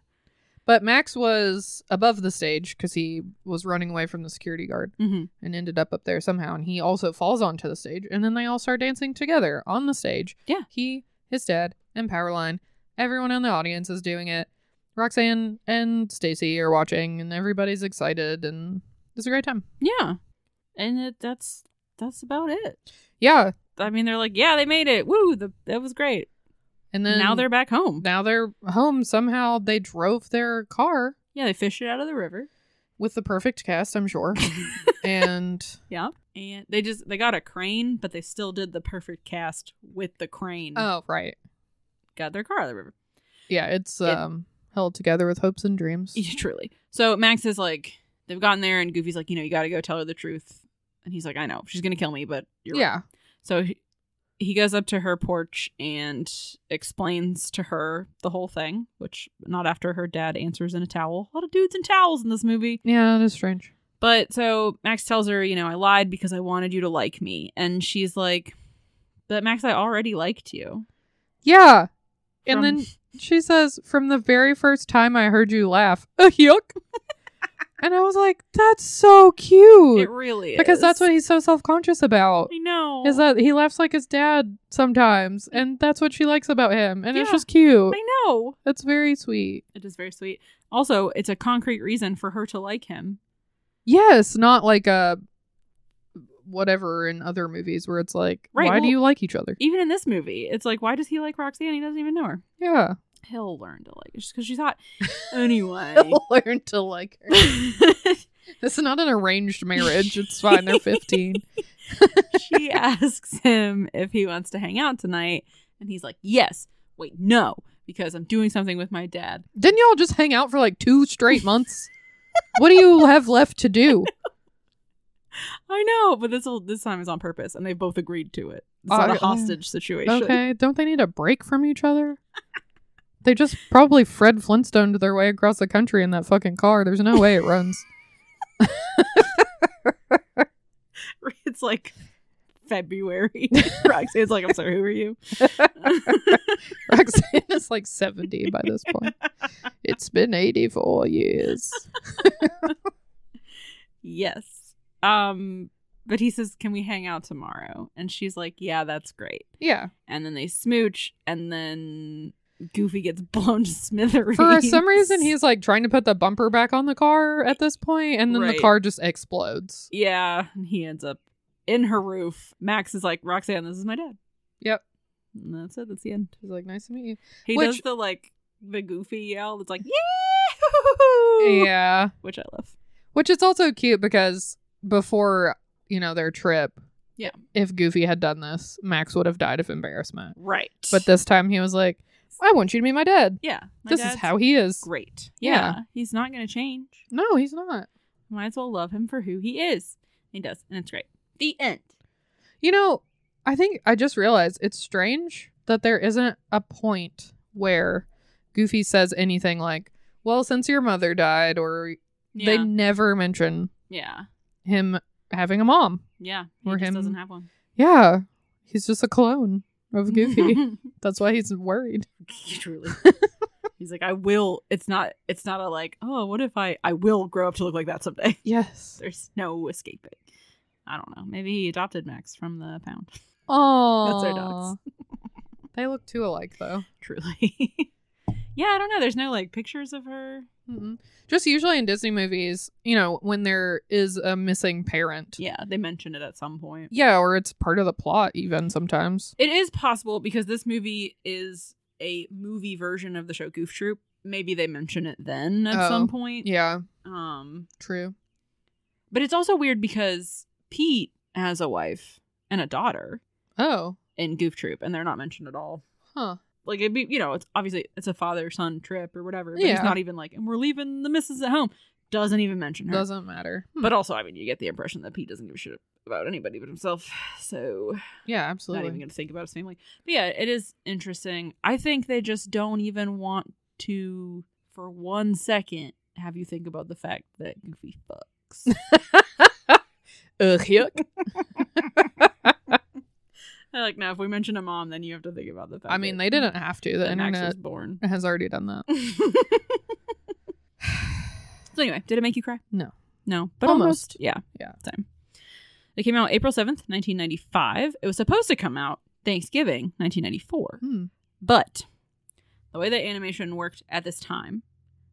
Speaker 2: But Max was above the stage because he was running away from the security guard
Speaker 1: Mhm.
Speaker 2: and ended up up there somehow. And he also falls onto the stage, and then they all start dancing together on the stage.
Speaker 1: Yeah.
Speaker 2: he, his dad, and Powerline. Everyone in the audience is doing it. Roxanne and Stacy are watching, and everybody's excited, and it's a great time.
Speaker 1: Yeah. And it, that's that's about it.
Speaker 2: Yeah,
Speaker 1: I mean, they're like, yeah, they made it. Woo, the, that was great.
Speaker 2: and then
Speaker 1: now they're back home.
Speaker 2: now they're home. Somehow they drove their car
Speaker 1: yeah, they fished it out of the river.
Speaker 2: with the perfect cast, I'm sure, and
Speaker 1: Yeah. And they just they got a crane, but they still did the perfect cast with the crane.
Speaker 2: oh right,
Speaker 1: Got their car out of the river.
Speaker 2: yeah, it's
Speaker 1: It-
Speaker 2: um held together with hopes and dreams.
Speaker 1: Yeah, truly. So Max is like, they've gotten there, and Goofy's like, you know, you got to go tell her the truth. And he's like, I know she's gonna kill me, but you're right.
Speaker 2: yeah.
Speaker 1: So he, he goes up to her porch and explains to her the whole thing, which not after her dad answers in a towel. A lot of dudes in towels in this movie.
Speaker 2: Yeah, it is strange.
Speaker 1: But so Max tells her, you know, I lied because I wanted you to like me. And she's like, but Max, I already liked you.
Speaker 2: Yeah.
Speaker 1: From-
Speaker 2: And then she says, From the very first time I heard you laugh, uh, yuck. and I was like, That's so cute.
Speaker 1: It really is.
Speaker 2: because that's what he's so self conscious about.
Speaker 1: I know.
Speaker 2: Is that he laughs like his dad sometimes, and that's what she likes about him, and it's
Speaker 1: Yeah.
Speaker 2: just cute.
Speaker 1: I know.
Speaker 2: That's very sweet.
Speaker 1: It is very sweet. Also, it's a concrete reason for her to like him.
Speaker 2: Yes, not like a whatever in other movies where it's like,
Speaker 1: Right,
Speaker 2: why do
Speaker 1: well-
Speaker 2: you like each other?
Speaker 1: Even in this movie, it's like, why does he like Roxanne? He doesn't even know her.
Speaker 2: Yeah,
Speaker 1: he'll learn to like it just because she's hot. Anyway.
Speaker 2: learn to like her. This is not an arranged marriage. It's fine. They're 15.
Speaker 1: she asks him if he wants to hang out tonight, and he's like, Yes. Wait, no, because I'm doing something with my dad.
Speaker 2: Didn't y'all just hang out for like two straight months? what do you have left to do?
Speaker 1: I know, but this will this time is on purpose, and they both agreed to it. It's not
Speaker 2: Oh,
Speaker 1: a hostage situation.
Speaker 2: Okay, don't they need a break from each other? They just probably Fred Flintstone their way across the country in that fucking car. There's no way it runs.
Speaker 1: It's like February. Roxanne's like, I'm sorry, who are you?
Speaker 2: Roxanne is like 70 by this point. It's been 84 years.
Speaker 1: yes. Um, but he says, Can we hang out tomorrow? And she's like, Yeah, that's great.
Speaker 2: Yeah.
Speaker 1: and then they smooch, and then Goofy gets blown to smithereens.
Speaker 2: For some reason, he's like trying to put the bumper back on the car at this point, and then
Speaker 1: Right.
Speaker 2: the car just explodes.
Speaker 1: yeah, and he ends up in her roof. Max is like Roxanne, this is my dad.
Speaker 2: Yep.
Speaker 1: And that's it. That's the end.
Speaker 2: He's like, nice to meet you.
Speaker 1: He
Speaker 2: Which-
Speaker 1: does the like the Goofy yell. It's like yeah,
Speaker 2: Yeah.
Speaker 1: which I love.
Speaker 2: Which is also cute because before, you know, their trip,
Speaker 1: Yeah.
Speaker 2: if Goofy had done this, Max would have died of embarrassment.
Speaker 1: Right,
Speaker 2: But this time he was like, I want you to meet my dad.
Speaker 1: yeah, my
Speaker 2: this is
Speaker 1: dad's
Speaker 2: how he is.
Speaker 1: great.
Speaker 2: Yeah.
Speaker 1: yeah, he's not gonna change.
Speaker 2: No, he's not.
Speaker 1: Might as well love him for who he is. He does, and it's great. The end.
Speaker 2: You know, I think I just realized it's strange that there isn't a point where Goofy says anything like, well, since your mother died, or
Speaker 1: Yeah,
Speaker 2: they never mention
Speaker 1: yeah,
Speaker 2: him having a mom.
Speaker 1: yeah. He
Speaker 2: Or
Speaker 1: just
Speaker 2: him.
Speaker 1: doesn't have one.
Speaker 2: Yeah. He's just a clone of Goofy. That's why he's worried.
Speaker 1: truly he's like i will it's not it's not a like oh what if i i will grow up to look like that someday
Speaker 2: Yes.
Speaker 1: there's no escaping i don't know maybe he adopted max from the pound
Speaker 2: Oh,
Speaker 1: That's our dogs.
Speaker 2: they look too alike, though.
Speaker 1: truly Yeah, I don't know. There's no like pictures of her.
Speaker 2: Mm-mm. Just usually in Disney movies, you know, when there is a missing parent.
Speaker 1: Yeah, they mentioned it at some point.
Speaker 2: Yeah, or it's part of the plot even sometimes.
Speaker 1: It is possible because this movie is a movie version of the show Goof Troop. Maybe they mention it then at
Speaker 2: Oh,
Speaker 1: some point.
Speaker 2: Yeah,
Speaker 1: Um,
Speaker 2: true.
Speaker 1: but it's also weird because Pete has a wife and a daughter
Speaker 2: Oh,
Speaker 1: in Goof Troop, and they're not mentioned at all.
Speaker 2: huh.
Speaker 1: Like it'd be, you know, it's obviously it's a father son trip or whatever. But
Speaker 2: Yeah.
Speaker 1: it's not even like, and we're leaving the missus at home. Doesn't even mention her.
Speaker 2: Doesn't matter. Hmm.
Speaker 1: But also, I mean, you get the impression that Pete doesn't give a shit about anybody but himself. So
Speaker 2: yeah,
Speaker 1: not even
Speaker 2: absolutely.
Speaker 1: going to think about his family. But yeah, it is interesting. I think they just don't even want to, for one second, have you think about the fact that Goofy fucks.
Speaker 2: Ugh, yuck.
Speaker 1: They're like, no, if we mention a mom, then you have to think about the fact.
Speaker 2: I mean,
Speaker 1: that-
Speaker 2: they didn't have to. The
Speaker 1: that Max was
Speaker 2: internet
Speaker 1: born.
Speaker 2: has already done that.
Speaker 1: so anyway, did it make you cry?
Speaker 2: No.
Speaker 1: No, but
Speaker 2: Almost.
Speaker 1: almost. Yeah.
Speaker 2: Yeah.
Speaker 1: Same. It came out April 7th, 1995. It was supposed to come out Thanksgiving 1994.
Speaker 2: Hmm.
Speaker 1: But the way that animation worked at this time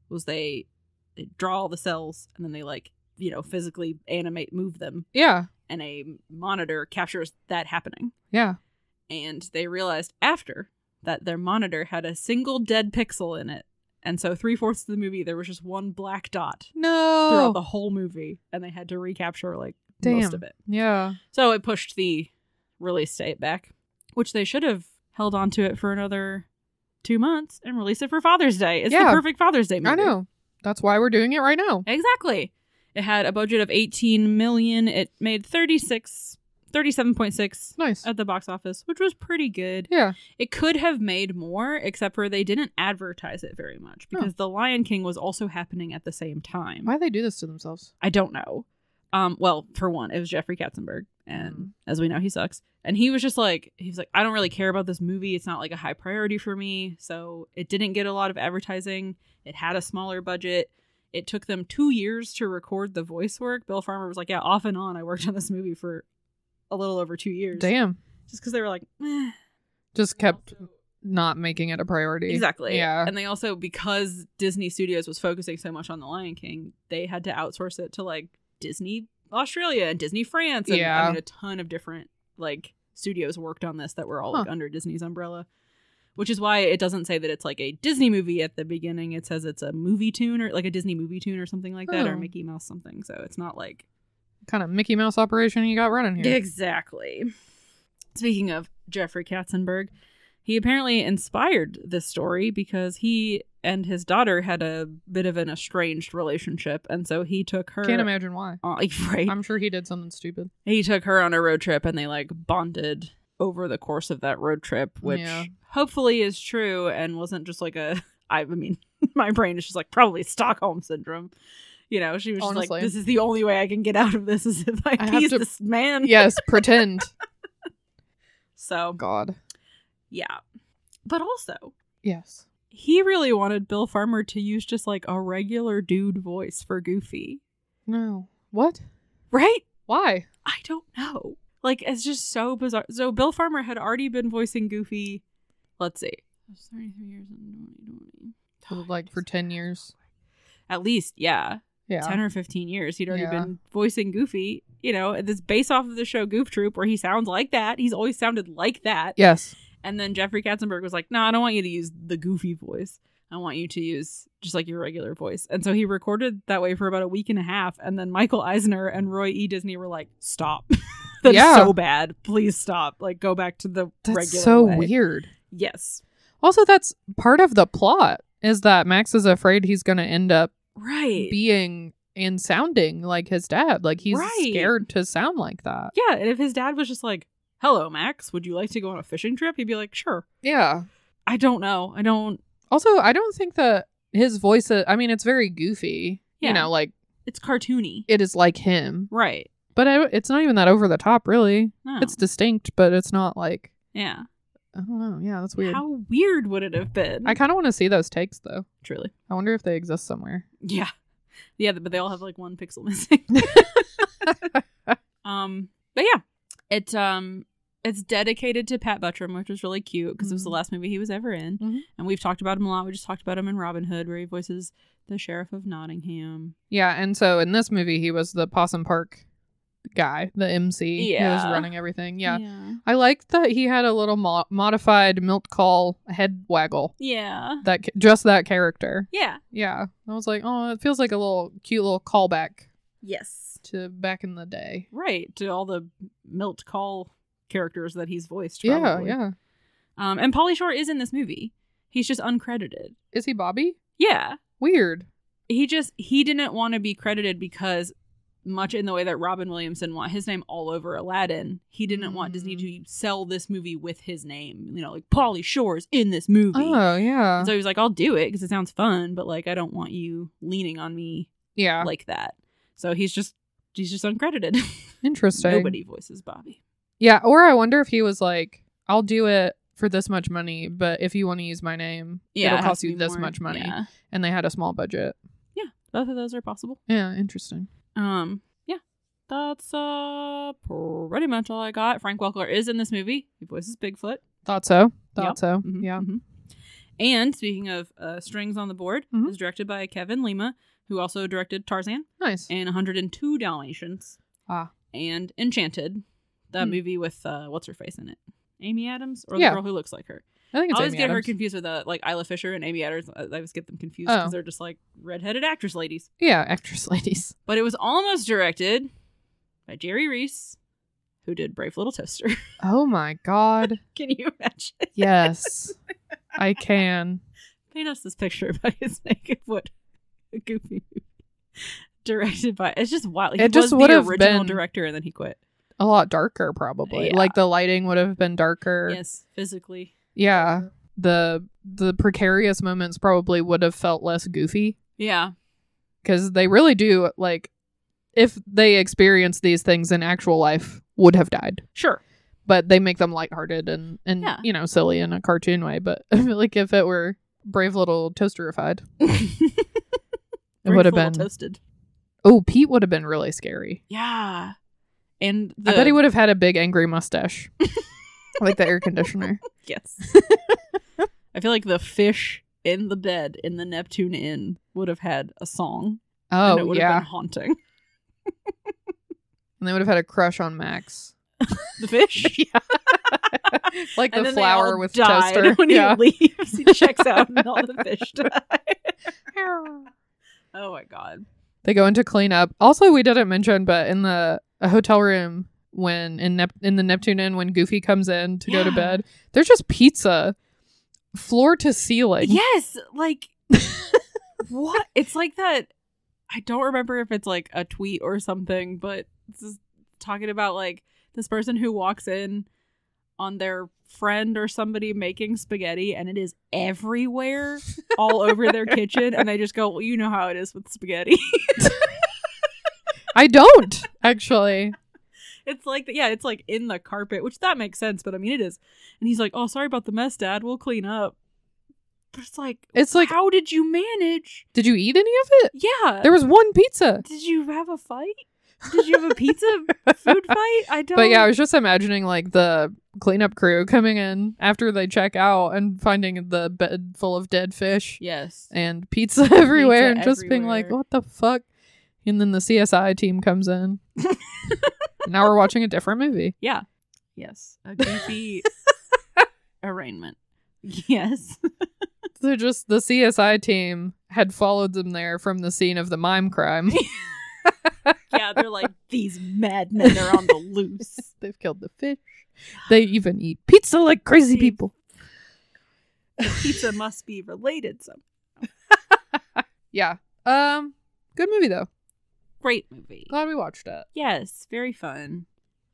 Speaker 1: was they, they draw all the cells and then they like, you know, physically animate move them
Speaker 2: Yeah,
Speaker 1: and a monitor captures that happening.
Speaker 2: yeah.
Speaker 1: And they realized after that their monitor had a single dead pixel in it. And so three fourths of the movie there was just one black dot
Speaker 2: No.
Speaker 1: throughout the whole movie, and they had to recapture like
Speaker 2: Oh. Damn.
Speaker 1: most of it.
Speaker 2: yeah.
Speaker 1: So it pushed the release date back, which they should have held on to it for another two months and released it for Father's Day. It's
Speaker 2: Yeah.
Speaker 1: the perfect Father's Day movie.
Speaker 2: I know. That's why we're doing it right now.
Speaker 1: Exactly. It had a budget of 18 million. It made 36 37.6
Speaker 2: Nice.
Speaker 1: at the box office, which was pretty good.
Speaker 2: yeah.
Speaker 1: It could have made more, except for they didn't advertise it very much
Speaker 2: Oh.
Speaker 1: because The Lion King was also happening at the same time.
Speaker 2: Why they do this to themselves?
Speaker 1: I don't know. Um, well, for one, it was Jeffrey Katzenberg, and
Speaker 2: Mhm.
Speaker 1: as we know, he sucks. And he was just like, he was like, I don't really care about this movie. It's not like a high priority for me. So it didn't get a lot of advertising. It had a smaller budget. It took them two years to record the voice work. Bill Farmer was like, yeah, off and on, I worked on this movie for a little over two years,
Speaker 2: Damn.
Speaker 1: just because they were like, eh.
Speaker 2: Just kept not making it a priority.
Speaker 1: Exactly.
Speaker 2: Yeah.
Speaker 1: And they also, because Disney Studios was focusing so much on The Lion King, they had to outsource it to like Disney Australia and Disney France. And
Speaker 2: Yeah.
Speaker 1: I mean, a ton of different like studios worked on this that were all like under Disney's umbrella, which is why it doesn't say that it's like a Disney movie at the beginning. It says it's a movie tune or like a Disney movie tune or something like that or
Speaker 2: Oh.
Speaker 1: Mickey Mouse something. So it's not like
Speaker 2: kind of Mickey Mouse operation you got running here.
Speaker 1: Exactly. Speaking of Jeffrey Katzenberg, he apparently inspired this story because he and his daughter had a bit of an estranged relationship, and so he took her.
Speaker 2: Can't imagine why.
Speaker 1: on- right.
Speaker 2: I'm sure he did something stupid.
Speaker 1: he took her on a road trip, and they like bonded over the course of that road trip, which
Speaker 2: Yeah.
Speaker 1: hopefully is true and wasn't just like a. I mean, my brain is just like probably Stockholm syndrome. You know, she was just
Speaker 2: Honestly.
Speaker 1: like, "This is the only way I can get out of this is if I,
Speaker 2: I have
Speaker 1: tease
Speaker 2: to-
Speaker 1: this man."
Speaker 2: Yes, pretend.
Speaker 1: So
Speaker 2: God.
Speaker 1: Yeah. But also,
Speaker 2: Yes.
Speaker 1: he really wanted Bill Farmer to use just like a regular dude voice for Goofy.
Speaker 2: No. What?
Speaker 1: Right?
Speaker 2: Why?
Speaker 1: I don't know. Like, it's just so bizarre. So, Bill Farmer had already been voicing Goofy. Let's see. I was 33 years in 2020.
Speaker 2: For, like for ten years.
Speaker 1: At least, yeah,
Speaker 2: Yeah.
Speaker 1: 10 or 15 years. He'd already
Speaker 2: Yeah.
Speaker 1: been voicing Goofy. You know, this based off of the show Goof Troop, where he sounds like that. He's always sounded like that.
Speaker 2: Yes.
Speaker 1: And then Jeffrey Katzenberg was like, "No, I don't want you to use the goofy voice. I want you to use just like your regular voice." And so he recorded that way for about a week and a half, and then Michael Eisner and Roy E. Disney were like, "Stop! That's
Speaker 2: Yeah.
Speaker 1: so bad. Please stop. Like, go back to the
Speaker 2: That's
Speaker 1: regular."
Speaker 2: so
Speaker 1: way."
Speaker 2: weird.
Speaker 1: Yes,
Speaker 2: Also, that's part of the plot is that Max is afraid he's going to end up
Speaker 1: right.
Speaker 2: being and sounding like his dad. Like he's
Speaker 1: Right.
Speaker 2: scared to sound like that.
Speaker 1: yeah, and if his dad was just like, "Hello, Max, would you like to go on a fishing trip?" He'd be like, "Sure."
Speaker 2: Yeah.
Speaker 1: I don't know. I don't.
Speaker 2: Also, I don't think that his voice. uh, I mean, it's very goofy.
Speaker 1: Yeah.
Speaker 2: You know, like
Speaker 1: It's cartoony,
Speaker 2: it is like him,
Speaker 1: right?
Speaker 2: but I, it's not even that over the top, really.
Speaker 1: No.
Speaker 2: It's distinct, but it's not like
Speaker 1: yeah.
Speaker 2: I don't know. Yeah, that's weird.
Speaker 1: How weird would it have been?
Speaker 2: I kind of want to see those takes though.
Speaker 1: truly.
Speaker 2: I wonder if they exist somewhere.
Speaker 1: Yeah. Yeah, but they all have like one pixel missing. um, but yeah. It um it's dedicated to Pat Buttram, which was really cute because it was the
Speaker 2: Mhm.
Speaker 1: last movie he was ever in,
Speaker 2: Mhm.
Speaker 1: and we've talked about him a lot. We just talked about him in Robin Hood, where he voices the sheriff of Nottingham.
Speaker 2: Yeah, and so in this movie, he was the Possum Park guy, the MC who was
Speaker 1: Yeah.
Speaker 2: running everything. Yeah. I liked that he had a little mo- modified milk call head waggle.
Speaker 1: yeah,
Speaker 2: That ca- just that character.
Speaker 1: yeah.
Speaker 2: Yeah, I was like, oh, it feels like a little cute little callback
Speaker 1: Yes,
Speaker 2: to back in the day.
Speaker 1: right to all the Milt Call characters that he's voiced.
Speaker 2: Yeah,
Speaker 1: probably.
Speaker 2: yeah.
Speaker 1: Um, and Polly Shore is in this movie. He's just uncredited.
Speaker 2: Is he Bobby?
Speaker 1: Yeah,
Speaker 2: Weird.
Speaker 1: he just he didn't want to be credited because much in the way that Robin Williamson want his name all over Aladdin, he didn't want Disney
Speaker 2: Mm-hmm.
Speaker 1: to sell this movie with his name. You know, like Polly Shore's in this movie.
Speaker 2: Oh yeah,
Speaker 1: And So he was like, "I'll do it because it sounds fun, but like I don't want you leaning on me
Speaker 2: yeah.
Speaker 1: like that." So he's just he's just uncredited.
Speaker 2: Interesting.
Speaker 1: Nobody voices Bobby.
Speaker 2: Yeah, or I wonder if he was like, I'll do it for this much money, but if you want to use my name,
Speaker 1: Yeah, it
Speaker 2: it'll
Speaker 1: has
Speaker 2: cost
Speaker 1: to
Speaker 2: you
Speaker 1: be
Speaker 2: this
Speaker 1: more-
Speaker 2: much money.
Speaker 1: Yeah.
Speaker 2: And they had a small budget.
Speaker 1: yeah, both of those are possible.
Speaker 2: Yeah, interesting.
Speaker 1: Um, yeah, that's uh pretty much all I got. Frank Welker is in this movie. He voices Bigfoot.
Speaker 2: Thought so. Thought
Speaker 1: Yep.
Speaker 2: so.
Speaker 1: Mhm,
Speaker 2: Yeah.
Speaker 1: mhm. And speaking of uh, strings on the board,
Speaker 2: Mhm.
Speaker 1: it was directed by Kevin Lima, who also directed Tarzan
Speaker 2: Nice.
Speaker 1: and 102 Dalmatians
Speaker 2: Ah.
Speaker 1: and Enchanted, that
Speaker 2: Hmm.
Speaker 1: movie with uh, what's her face in it, Amy Adams or
Speaker 2: Yeah.
Speaker 1: the girl who looks like her.
Speaker 2: I
Speaker 1: I
Speaker 2: think it's
Speaker 1: always
Speaker 2: Amy
Speaker 1: get her
Speaker 2: Adams.
Speaker 1: confused with uh, like Isla Fisher and Amy Adams. I I always get them confused because
Speaker 2: Oh.
Speaker 1: they're just like redheaded actress ladies.
Speaker 2: yeah, actress ladies.
Speaker 1: But it was almost directed by Jerry Reese, who did Brave Little Toaster.
Speaker 2: Oh my god.
Speaker 1: Can you imagine?
Speaker 2: Yes. I can.
Speaker 1: paint us this picture about his naked foot. A goofy movie. Directed by it's just wild. He
Speaker 2: It just
Speaker 1: was
Speaker 2: would
Speaker 1: the
Speaker 2: have
Speaker 1: original
Speaker 2: been-
Speaker 1: director and then he quit.
Speaker 2: A lot darker probably.
Speaker 1: Yeah.
Speaker 2: Like the lighting would have been darker.
Speaker 1: Yes, physically.
Speaker 2: Yeah. The the precarious moments probably would have felt less goofy.
Speaker 1: Yeah.
Speaker 2: because they really do like if they experienced these things in actual life would have died
Speaker 1: Sure.
Speaker 2: but they make them lighthearted and and
Speaker 1: Yeah.
Speaker 2: you know silly in a cartoon way but I feel like if it were brave little toasterified it would have been
Speaker 1: toasted.
Speaker 2: oh pete would have been really scary
Speaker 1: Yeah. And
Speaker 2: i bet he would have had a big angry mustache like the air conditioner
Speaker 1: Yes. I feel like the fish in the bed in the Neptune Inn would have had a song. and it
Speaker 2: oh
Speaker 1: would
Speaker 2: yeah
Speaker 1: have been haunting.
Speaker 2: and they would have had a crush on max
Speaker 1: The fish.
Speaker 2: like
Speaker 1: And
Speaker 2: the
Speaker 1: then they all
Speaker 2: flower with
Speaker 1: died
Speaker 2: toaster
Speaker 1: When
Speaker 2: yeah
Speaker 1: he leaves, he checks out and all the fish die. oh my god.
Speaker 2: They go in to clean up. Also, we didn't mention, but in the a hotel room when in Nep- in the Neptune Inn when Goofy comes in to go to
Speaker 1: Yeah.
Speaker 2: bed, there's just pizza, floor to ceiling.
Speaker 1: Yes, like what? It's like that. I don't remember if it's like a tweet or something, but it's just talking about like this person who walks in on their friend or somebody making spaghetti and it is everywhere all over their kitchen and they just go well, you know how it is with spaghetti
Speaker 2: I don't actually.
Speaker 1: it's like yeah it's like in the carpet which that makes sense but i mean it is and he's like oh sorry about the mess dad we'll clean up but it's like
Speaker 2: It's like,
Speaker 1: how did you manage
Speaker 2: did you eat any of it?
Speaker 1: yeah
Speaker 2: There was one pizza.
Speaker 1: Did you have a fight? Did you have a pizza food fight? I don't.
Speaker 2: But yeah, I was just imagining like the cleanup crew coming in after they check out and finding the bed full of dead fish
Speaker 1: yes.
Speaker 2: and pizza everywhere and just being like,
Speaker 1: everywhere.
Speaker 2: what the fuck? And then the CSI team comes in. now we're watching a different movie.
Speaker 1: Yeah. Yes. A goofy arraignment. Yes.
Speaker 2: So just the CSI team had followed them there from the scene of the mime crime.
Speaker 1: Yeah, they're like these madmen are on the loose.
Speaker 2: They've killed the fish. They even eat pizza like crazy
Speaker 1: Jeez.
Speaker 2: people.
Speaker 1: The pizza must be related. Some
Speaker 2: Yeah. Um good movie though.
Speaker 1: great movie.
Speaker 2: Glad we watched it.
Speaker 1: Yes, very fun,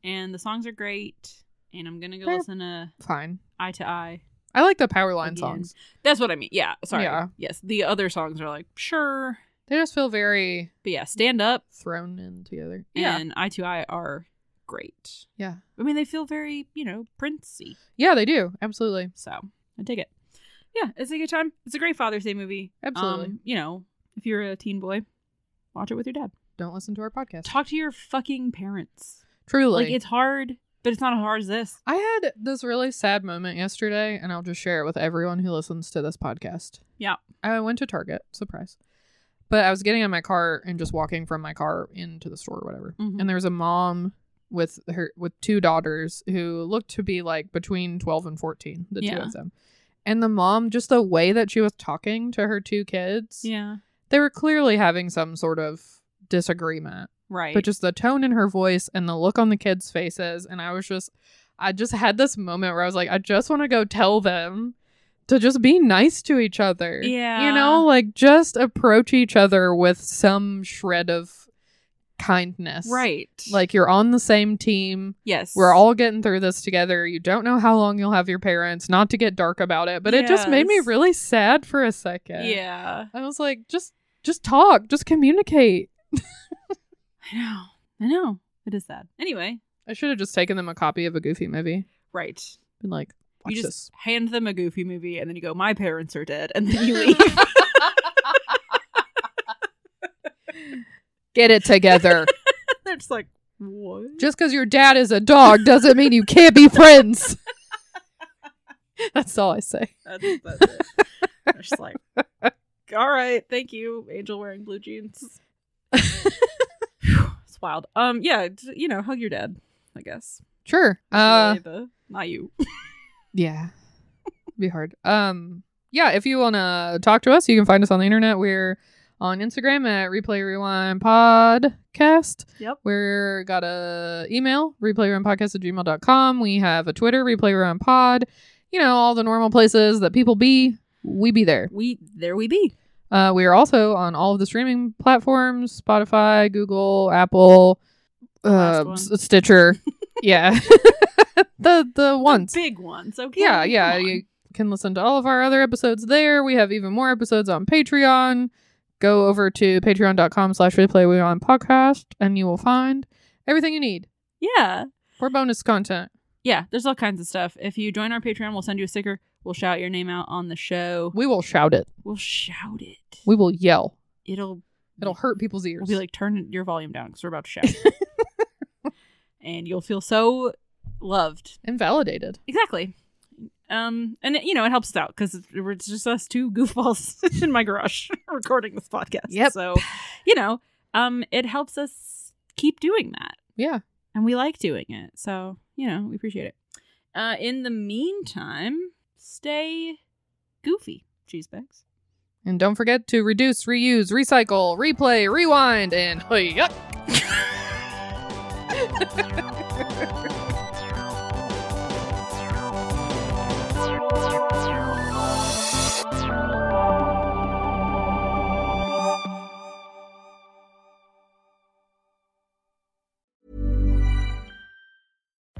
Speaker 1: and the songs are great. And I'm gonna go
Speaker 2: They're-
Speaker 1: listen to
Speaker 2: Fine.
Speaker 1: Eye to Eye.
Speaker 2: I like the power line
Speaker 1: Again.
Speaker 2: songs.
Speaker 1: That's what I mean. Yeah. Sorry.
Speaker 2: Yeah.
Speaker 1: Yes. The other songs are like sure,
Speaker 2: They just feel very
Speaker 1: but yeah, stand up.
Speaker 2: thrown in together.
Speaker 1: and I to I are great.
Speaker 2: Yeah.
Speaker 1: I mean, they feel very, you know, princey.
Speaker 2: Yeah, they do. Absolutely.
Speaker 1: So I dig it. Yeah, it's a good time. It's a great Father's Day movie.
Speaker 2: Absolutely.
Speaker 1: Um, you know, if you're a teen boy, watch it with your dad.
Speaker 2: Don't listen to our podcast.
Speaker 1: Talk to your fucking parents.
Speaker 2: Truly.
Speaker 1: Like, it's hard but it's not as hard as this.
Speaker 2: I had this really sad moment yesterday, and I'll just share it with everyone who listens to this podcast.
Speaker 1: Yeah.
Speaker 2: I went to Target, surprise. But I was getting in my car and just walking from my car into the store or whatever.
Speaker 1: Mhm.
Speaker 2: And there was a mom with her with two daughters who looked to be like between 12 and 14, the two
Speaker 1: Yeah.
Speaker 2: of them. And the mom, just the way that she was talking to her two kids,
Speaker 1: Yeah.
Speaker 2: they were clearly having some sort of disagreement
Speaker 1: Right.
Speaker 2: but just the tone in her voice and the look on the kids' faces. And I was just, I just had this moment where I was like, I just want to go tell them to just be nice to each other.
Speaker 1: Yeah.
Speaker 2: You know, like just approach each other with some shred of kindness.
Speaker 1: right.
Speaker 2: Like you're on the same team.
Speaker 1: yes,
Speaker 2: We're all getting through this together. You don't know how long you'll have your parents, not to get dark about it, but it just made me
Speaker 1: Yes.
Speaker 2: really sad for a second.
Speaker 1: Yeah.
Speaker 2: I was like, just just talk, just communicate.
Speaker 1: I know. I know. It is sad. Anyway.
Speaker 2: I should have just taken them a copy of a goofy movie.
Speaker 1: Right.
Speaker 2: been like, watch
Speaker 1: you just
Speaker 2: this.
Speaker 1: hand them a goofy movie and then you go, My parents are dead, and then you leave.
Speaker 2: Get it together.
Speaker 1: They're just like, What?
Speaker 2: just because your dad is a dog doesn't mean you can't be friends. That's all I say.
Speaker 1: That's, that's it. They're just like, all right, thank you, Angel wearing blue jeans. Phew, it's wild. Um, yeah, d- you know, hug your dad. I guess.
Speaker 2: Sure.
Speaker 1: That's
Speaker 2: Uh,
Speaker 1: really the- not you.
Speaker 2: yeah. Be hard. Um. Yeah. If you wanna talk to us, you can find us on the internet. We're on Instagram at Replay Rewind Podcast.
Speaker 1: Yep.
Speaker 2: We're got a email, replayrunpodcast at gmail.com. We have a Twitter, replayrunpod. You know, all the normal places that people be, we be there.
Speaker 1: We there we be.
Speaker 2: Uh, we are also on all of the streaming platforms Spotify, Google, Apple,
Speaker 1: Last
Speaker 2: uh,
Speaker 1: one.
Speaker 2: S- Stitcher. yeah. the the ones.
Speaker 1: The big ones. Okay.
Speaker 2: yeah, yeah.
Speaker 1: come on.
Speaker 2: You can listen to all of our other episodes there. We have even more episodes on Patreon. Go over to patreon.com slash replay we on podcast and you will find everything you need
Speaker 1: yeah.
Speaker 2: for bonus content.
Speaker 1: Yeah. There's all kinds of stuff. If you join our Patreon, we'll send you a sticker. We'll shout your name out on the show.
Speaker 2: We will shout it.
Speaker 1: We'll shout it.
Speaker 2: We will yell.
Speaker 1: It'll
Speaker 2: It'll hurt people's ears.
Speaker 1: We'll be like, turn your volume down because we're about to shout. and you'll feel so loved.
Speaker 2: invalidated.
Speaker 1: Exactly. Um, and it, you know it helps us out because it's just us two goofballs in my garage recording this podcast.
Speaker 2: Yep.
Speaker 1: So, you know, um, it helps us keep doing that,
Speaker 2: Yeah.
Speaker 1: and we like doing it. So, you know, we appreciate it. Uh, in the meantime, stay goofy, cheese bags.
Speaker 2: And don't forget to reduce, reuse, recycle, replay, rewind, and yup.